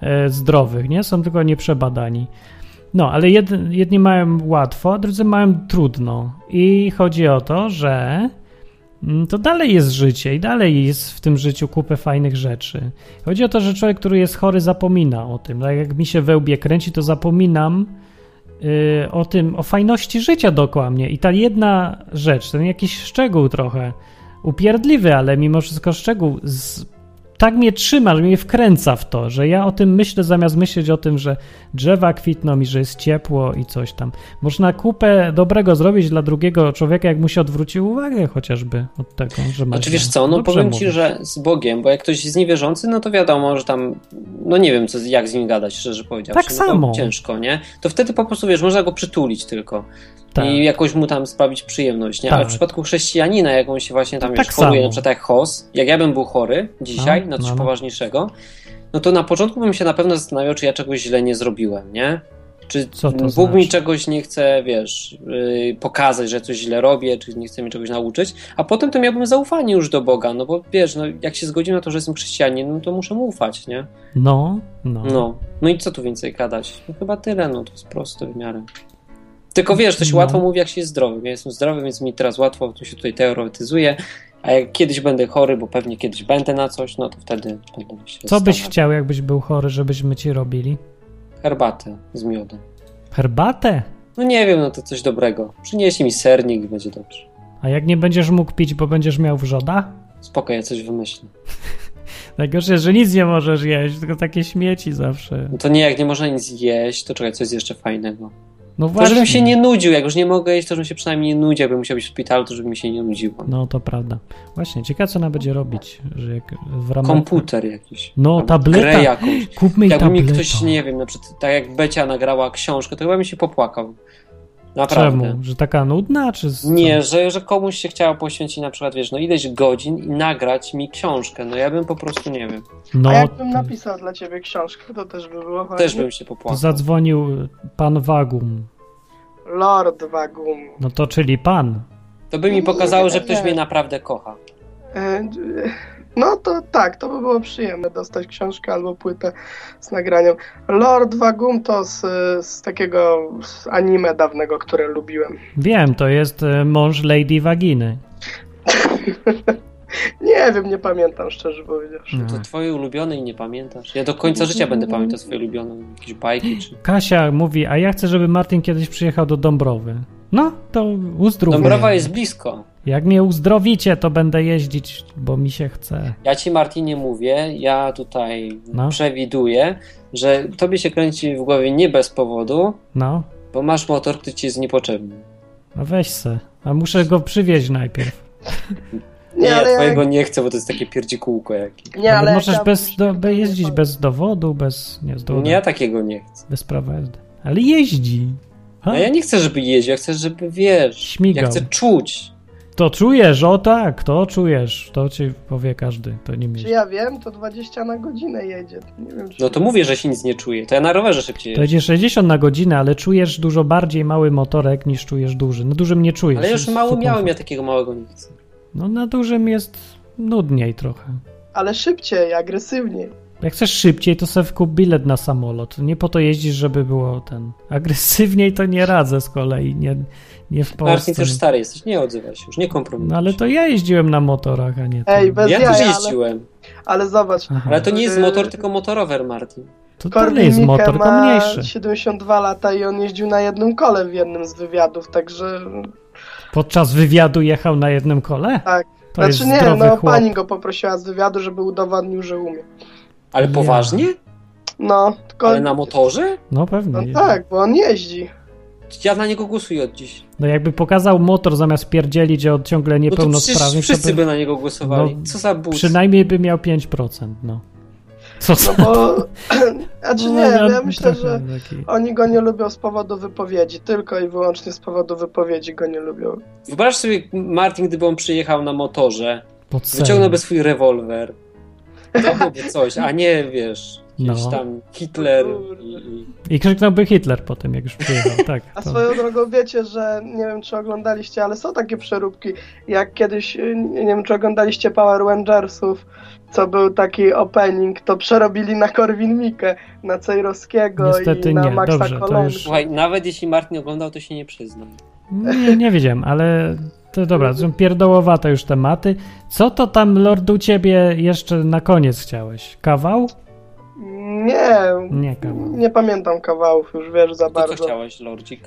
A: e, zdrowych, nie? Są tylko nieprzebadani. No, ale jed, jedni mają łatwo, a drudzy mają trudno. I chodzi o to, że mm, to dalej jest życie i dalej jest w tym życiu kupę fajnych rzeczy. Chodzi o to, że człowiek, który jest chory, zapomina o tym. Tak jak mi się we łbie kręci, to zapominam y, o tym, o fajności życia dookoła mnie. I ta jedna rzecz, ten jakiś szczegół trochę upierdliwy, ale mimo wszystko szczegół z, tak mnie trzyma, że mnie wkręca w to, że ja o tym myślę zamiast myśleć o tym, że drzewa kwitną i że jest ciepło i coś tam. Można kupę dobrego zrobić dla drugiego człowieka, jak mu się odwróci uwagę chociażby od tego, że ma
D: Znaczy
A: źle.
D: wiesz co, no
A: Dobrze
D: powiem ci,
A: mówisz.
D: że z Bogiem, bo jak ktoś jest niewierzący, no to wiadomo, że tam, no nie wiem, co, jak z nim gadać, szczerze powiedziawszy.
A: Tak
D: no, to
A: samo.
D: Ciężko, nie? To wtedy po prostu, wiesz, można go przytulić tylko.
A: Tak.
D: I jakoś mu tam sprawić przyjemność, nie? Ale
A: Tak.
D: w przypadku chrześcijanina, jak on się właśnie tam,
A: To
D: wiesz,
A: tak
D: choruje,
A: samo.
D: na przykład jak chos, jak ja bym był chory dzisiaj
A: No,
D: na coś
A: no, no.
D: poważniejszego, no to na początku bym się na pewno zastanawiał, czy ja czegoś źle nie zrobiłem, nie? Czy
A: to
D: Bóg
A: znaczy?
D: mi czegoś nie chce, wiesz, yy, pokazać, że coś źle robię, czy nie chce mi czegoś nauczyć, a potem to miałbym zaufanie już do Boga, no bo wiesz, no, jak się zgodził na to, że jestem chrześcijanin, no to muszę mu ufać, nie?
A: No, no.
D: No, no i co tu więcej gadać? No chyba tyle, no to jest proste w miarę. Tylko wiesz, to się
A: No.
D: łatwo mówi, jak się jest zdrowym. Ja jestem zdrowy, więc mi teraz łatwo, tu się tutaj teoretyzuje, a jak kiedyś będę chory, bo pewnie kiedyś będę na coś, no to wtedy będę się
A: Co byś
D: zastanawiał.
A: chciał, jakbyś był chory, żebyśmy ci robili?
D: Herbatę z miodem.
A: Herbatę?
D: No nie wiem, no to coś dobrego. Przyniesie mi sernik i będzie dobrze.
A: A jak nie będziesz mógł pić, bo będziesz miał wrzoda?
D: Spoko, ja coś wymyślę.
A: Najgorsze, że nic nie możesz jeść, tylko takie śmieci zawsze.
D: No to nie, jak nie można nic jeść, to czekaj, coś jeszcze fajnego.
A: No
D: To żebym
A: właśnie.
D: się nie nudził, jak już nie mogę jeść, to żebym się przynajmniej nie nudził, jakbym musiał być w szpitalu, to żeby mi się nie nudziło.
A: No to prawda. Właśnie, ciekawe co ona będzie robić, że jak w ramach...
D: Komputer jakiś.
A: No,
D: Albo
A: tableta.
D: Grę jakąś.
A: Kupmy jej
D: Jakby mi
A: tabletę.
D: ktoś, nie wiem, na przykład, tak jak Becia nagrała książkę, to chyba mi się popłakał. Naprawdę.
A: Czemu? Że taka nudna, czy... z-
D: Nie, że, że komuś się chciało poświęcić na przykład, wiesz, no ileś godzin i nagrać mi książkę. No ja bym po prostu, nie wiem,
A: No,
E: A jakbym napisał dla ciebie książkę, to też by było fajnie.
D: też bym się
A: to
D: popłakał.
A: zadzwonił pan Wagum.
E: Lord Wagum.
A: No to czyli pan.
D: To by mi pokazało, że ktoś
E: Nie.
D: mnie naprawdę kocha.
E: E, d- No to tak, to by było przyjemne dostać książkę albo płytę z nagraniem. Lord Wagum to z, z takiego z anime dawnego, które lubiłem.
A: Wiem, to jest e, mąż Lady Waginy.
E: Nie wiem, nie pamiętam szczerze powiedziawszy.
A: No.
D: To twoje ulubione i nie pamiętasz. Ja do końca życia będę pamiętał swoje ulubione jakieś bajki czy...
A: Kasia mówi, a ja chcę, żeby Martin kiedyś przyjechał do Dąbrowy. No, to uzdrówmy.
D: Dąbrowa jest blisko.
A: Jak mnie uzdrowicie, to będę jeździć, bo mi się chce.
D: Ja ci, Martinie, mówię, ja tutaj
A: No.
D: przewiduję, że tobie się kręci w głowie nie bez powodu,
A: No,
D: bo masz motor, który ci jest niepotrzebny.
A: no weź se. A muszę go przywieźć najpierw.
D: Nie,
E: ale ja-
D: twojego nie chcę, bo to jest takie pierdzikółko jakieś.
E: Nie, ale
A: możesz
E: ja-
A: bez, do, be- jeździć bez dowodu, bez... Nie, z dowodem.
D: Nie, ja takiego nie chcę.
A: Bez prawa jazdy. Ale jeździ. Ha?
D: No ja nie chcę, żeby jeździł, ja chcę, żeby wiesz.
A: Śmigał.
D: Ja chcę czuć.
A: To czujesz, o tak, to czujesz. To ci powie każdy, to nim
E: Czy
A: jeździ.
E: ja wiem, to 20 na godzinę jedzie. Nie wiem, czy...
D: No to mówię, że się nic nie czuje. To ja na rowerze szybciej
A: To
D: jeżdżę.
A: jedzie 60 na godzinę, ale czujesz dużo bardziej mały motorek niż czujesz duży. Na dużym nie czujesz.
D: Ale już
A: jest
D: mało
A: super.
D: miałem, ja takiego małego nie chcę.
A: No na dużym jest nudniej trochę.
E: Ale szybciej, agresywniej.
A: Jak chcesz szybciej, to sobie wkup bilet na samolot. Nie po to jeździsz, żeby było ten... Agresywniej to nie radzę z kolei, nie, nie w Polsce.
D: Martin, ty już stary jesteś, nie odzywaj się, już nie kompromituj.
A: No ale to ja jeździłem na motorach, a nie ty.
E: Ej, bez
D: ja
E: jaja,
D: też
E: ale-
D: jeździłem.
E: Ale zobacz. Yy,
D: Ale to nie jest motor, tylko motorower, Martin.
A: To
E: Korwin
A: dalej jest
E: Mikke
A: motor, tylko
E: ma
A: mniejszy.
E: 72 lata i on jeździł na jednym kole w jednym z wywiadów, także
A: Podczas wywiadu jechał na jednym kole?
E: tak.
A: To
E: znaczy
A: jest
E: nie,
A: zdrowy
E: no
A: chłop.
E: pani go poprosiła z wywiadu, żeby udowodnił, że umie.
D: Ale poważnie?
E: No, tylko
D: Ale na motorze?
A: No pewnie. jeździ.
E: tak, bo on jeździ.
D: Ja na niego głosuję od dziś.
A: No jakby pokazał motor zamiast pierdzielić, że od ciągle
D: No to
A: niepełnosprawny.
D: przecież
A: to
D: wszyscy by na niego głosowali.
A: no,
D: Co za but.
A: Przynajmniej by miał 5%, no. Co za...
E: No bo, znaczy nie,
A: No,
E: no, ja
A: no,
E: myślę, że
A: trochę taki-
E: oni go nie lubią z powodu wypowiedzi, tylko i wyłącznie z powodu wypowiedzi go nie lubią.
D: Wyobraź sobie, Martin, gdyby on przyjechał na motorze,
A: Pod sen.
D: wyciągnąłby swój rewolwer, to byłoby coś, a nie, wiesz, jakiś
A: No.
D: tam Hitler i, i
A: I krzyknąłby Hitler potem, jak już przyjechał, tak.
E: A
A: to-
E: swoją drogą wiecie, że nie wiem czy oglądaliście, ale są takie przeróbki, jak kiedyś, y, nie wiem czy oglądaliście Power Rangersów, co był taki opening, to przerobili na Korwin Mikke, na Cejrowskiego
A: Niestety
E: i na
A: nie,
E: Maxa
A: dobrze, to
E: Kolonkę.
A: już-
D: Słuchaj, nawet jeśli Martin oglądał, to się nie przyznam.
A: Nie, nie wiedziałem, ale to dobra, są pierdołowate już tematy. Co to tam, lordu, ciebie jeszcze na koniec chciałeś? Kawał?
E: Nie,
A: Nie, kawał.
E: nie pamiętam kawałów już, wiesz, za
D: To co
E: bardzo.
D: chciałeś, Lordzik?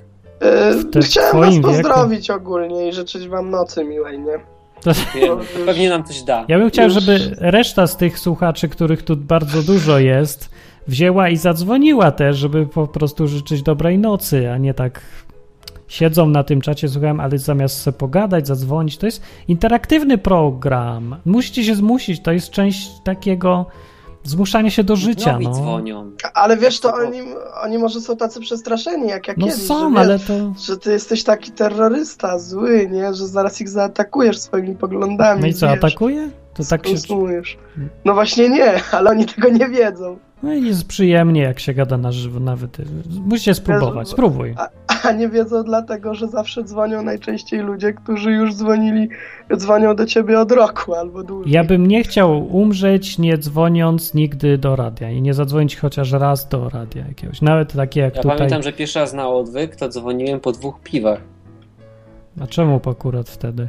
A: te-
E: Yy, chciałem was
A: twoim wieku.
E: pozdrowić ogólnie i życzyć wam nocy miłej, nie?
A: To...
D: Wiemy, Pewnie nam coś da.
A: Ja bym chciał, żeby reszta z tych słuchaczy, których tu bardzo dużo jest, wzięła i zadzwoniła też, żeby po prostu życzyć dobrej nocy, a nie tak siedzą na tym czacie, słuchałem, ale zamiast se pogadać, zadzwonić, to jest interaktywny program. Musicie się zmusić, to jest część takiego zmuszania się do życia.
D: Nowi
A: No,
D: dzwonią.
E: Ale wiesz, to oni, oni może są tacy przestraszeni, jak ja
A: no
E: kiedyś,
A: są,
E: że,
A: ale
E: wiesz,
A: to...
E: że ty jesteś taki terrorysta, zły, nie? Że zaraz ich zaatakujesz swoimi poglądami.
A: No i co,
E: wiesz,
A: atakuje? To tak się...
E: skonsumujesz. No właśnie nie, ale oni tego nie wiedzą.
A: No i jest przyjemnie, jak się gada na żywo, nawet... Musicie spróbować, spróbuj.
E: A nie wiedzą dlatego, że zawsze dzwonią najczęściej ludzie, którzy już dzwonili, dzwonią do ciebie od roku albo dłużej.
A: Ja bym nie chciał umrzeć, nie dzwoniąc nigdy do radia i nie zadzwonić chociaż raz do radia jakiegoś. Nawet takie jak Tak
D: Ja
A: tutaj.
D: pamiętam, że pierwszy raz na odwyk to dzwoniłem po dwóch piwach.
A: A czemu akurat wtedy?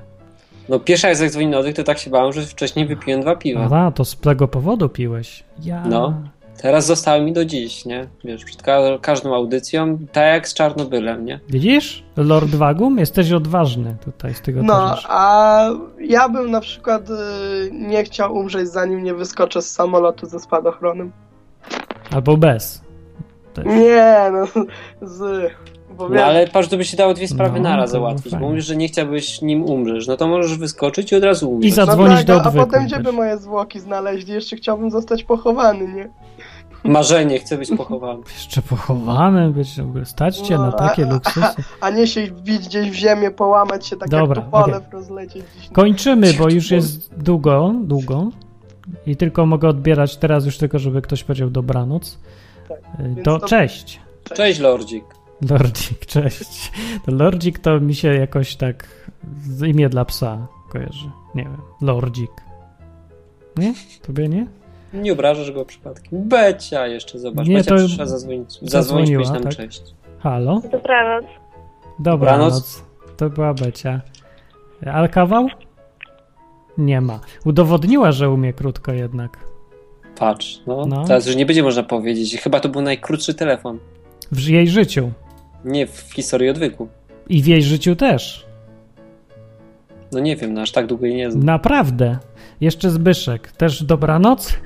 D: No pierwszy raz jak dzwoniłem na odwyk, to tak się bałem, że wcześniej wypiłem dwa piwa.
A: A, to z tego powodu piłeś. Ja.
D: No. Teraz zostały mi do dziś, nie? Wiesz, przed ka- każdą audycją, tak jak z Czarnobylem, nie?
A: Widzisz? Lord Wagum, jesteś odważny tutaj z tego
E: No,
A: towarzystwa.
E: a ja bym na przykład y, nie chciał umrzeć, zanim nie wyskoczę z samolotu ze spadochronem.
A: Albo bez. Też.
E: Nie, no, z... Bo
D: No
E: wiesz-
D: ale patrz, to by się dało dwie sprawy
A: No,
D: naraz
A: to było
D: załatwić,
A: fajnie.
D: bo mówisz, że nie chciałbyś nim umrzeć, no to możesz wyskoczyć i od razu umrzeć.
A: I zadzwonić do
E: Dlatego, A
A: odwyku.
E: potem gdzie by moje zwłoki znaleźli? Jeszcze chciałbym zostać pochowany, nie?
D: Marzenie, chcę być pochowany.
A: Jeszcze pochowany być, w ogóle stać cię
E: No
A: na
E: tak.
A: takie luksusy.
E: A nie się wbić gdzieś w ziemię, połamać się tak
A: Dobra,
E: jak tupolew
A: okej.
E: rozlecieć. gdzieś.
A: Kończymy, bo już jest długo, długo. I tylko mogę odbierać teraz już tylko, żeby ktoś powiedział dobranoc.
E: Tak,
A: E,
D: więc
A: To
D: to-
A: cześć.
D: Cześć, Lordzik.
A: Lordzik, cześć. To Lordzik to mi się jakoś tak z imię dla psa kojarzy. Nie wiem. Lordzik. Nie? Tobie nie?
D: Nie obrażasz go przypadkiem. Becia jeszcze, zobacz.
A: Nie,
D: Becia
A: to-
D: przyszła zadzwonić, zadzwonić
A: zadzwoniła,
D: powiedzieć nam
A: tak.
D: cześć.
A: Halo?
N: Dobranoc.
A: Dobranoc. no, To była Becia. Ale kawał? Nie ma. Udowodniła, że umie krótko jednak.
D: Patrz, no,
A: No.
D: Teraz już nie będzie można powiedzieć. Chyba to był najkrótszy telefon.
A: W jej życiu.
D: Nie w historii odwyku.
A: I w jej życiu też.
D: No nie wiem, no aż tak długo jej nie znam.
A: Naprawdę. Jeszcze Zbyszek. Też dobranoc?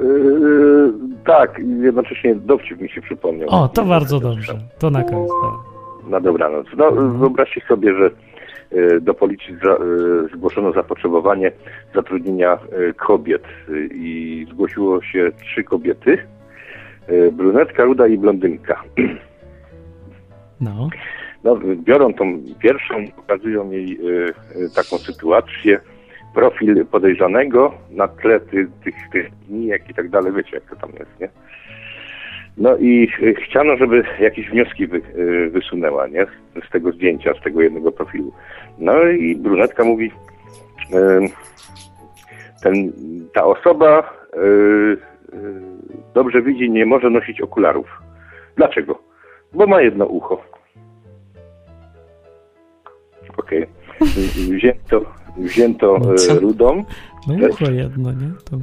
J: Yy, tak, i jednocześnie dowcip mi się przypomniał.
A: O, to bardzo dobrze. To na koniec.
J: Na dobranoc. No,
A: Mhm.
J: wyobraźcie sobie, że e, do policji za, e, zgłoszono zapotrzebowanie zatrudnienia e, kobiet e, i zgłosiło się trzy kobiety. e, Brunetka, ruda i blondynka.
A: No.
J: No, biorą tą pierwszą, pokazują jej e, e, taką sytuację, profil podejrzanego na tle ty, tych, tych nijak i tak dalej, wiecie jak to tam jest, nie? No i e, chciano, żeby jakieś wnioski wy, e, wysunęła, nie? Z, z tego zdjęcia, z tego jednego profilu. No i brunetka mówi, e, ten, ta osoba e, e, dobrze widzi, nie może nosić okularów. Dlaczego? Bo ma jedno ucho. Okej. Wzięto, wzięto e, rudą,
A: No ucho jedno, nie? To...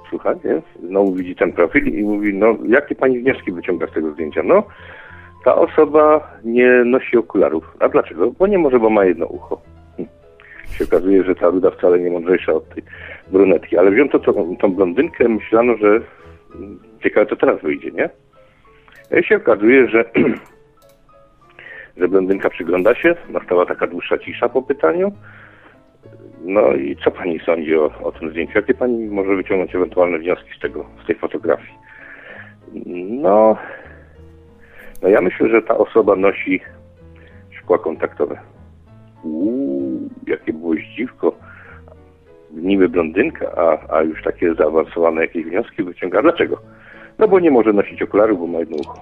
J: posłuchaj, nie? znowu widzi ten profil i mówi, no jakie pani wnioski wyciąga z tego zdjęcia? No, ta osoba nie nosi okularów. A dlaczego? Bo nie może, bo ma jedno ucho. Hm. Się okazuje, że ta ruda wcale nie mądrzejsza od tej brunetki. Ale wziął to, tą, tą blondynkę, myślano, że mm, ciekawe to teraz wyjdzie, nie? I się okazuje, że, że blondynka przygląda się, nastała taka dłuższa cisza po pytaniu. No i co pani sądzi o, o tym zdjęciu? Jakie pani może wyciągnąć ewentualne wnioski z tego, z tej fotografii? No, no ja myślę, że ta osoba nosi szkła kontaktowe. Uuu, jakie było zdziwko. Niby blondynka, a, a już takie zaawansowane jakieś wnioski wyciąga. Dlaczego? No bo nie może nosić okularów, bo ma jedno ucho.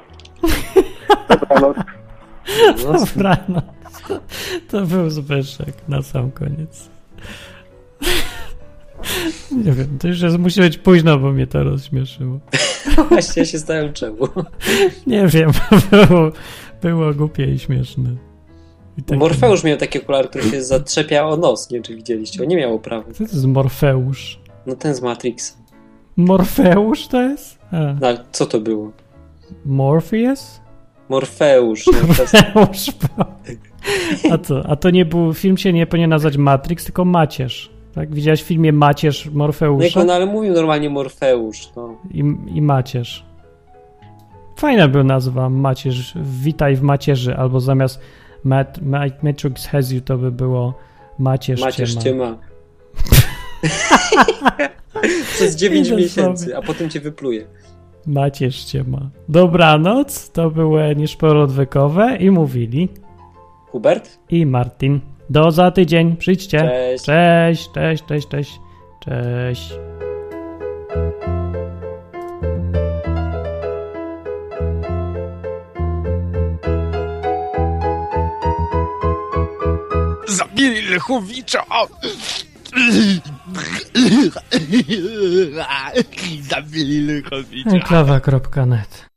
J: Dobranoc.
A: Dobranoc. To był Zbyszek na sam koniec. Nie wiem, to już jest, musi być późno, bo mnie to rozśmieszyło.
D: Właśnie ja się zdałem czemu.
A: Nie wiem, było, było głupie i śmieszne. I tak-
D: Morfeusz miał takie okulary, które się zatrzepiał o nos, nie wiem czy widzieliście, on nie miał oprawy.
A: Co to jest Morfeusz?
D: No ten z Matrixa.
A: Morfeusz to jest? A,
D: No, ale co to było?
A: Morpheus?
D: Morfeusz. No,
A: Morfeusz. A co? A to nie był, film się nie powinien nazwać Matrix, tylko Macierz. Tak? Widziałeś w filmie Macierz
D: no jak
A: Morfeusza?
D: on ale mówił normalnie Morfeusz, no.
A: i, i Macierz. Fajna była nazwa Macierz. Witaj w Macierzy, albo zamiast Mat, Mat, Matrix has you, to by było Macierz,
D: Macierz
A: ma.
D: cię ma. Przez 9
A: Idę
D: miesięcy,
A: sobie.
D: a potem cię wypluje.
A: Macierz cię ma. Dobranoc, to były nieszpory odwykowe i mówili
D: Hubert?
A: i Martin. Do za tydzień, przyjdźcie.
D: Cześć.
A: Cześć, cześć, cześć, cześć. Cześć.
B: Zabili Lechowicza! Zabili Lechowicza!
A: Enklawa.net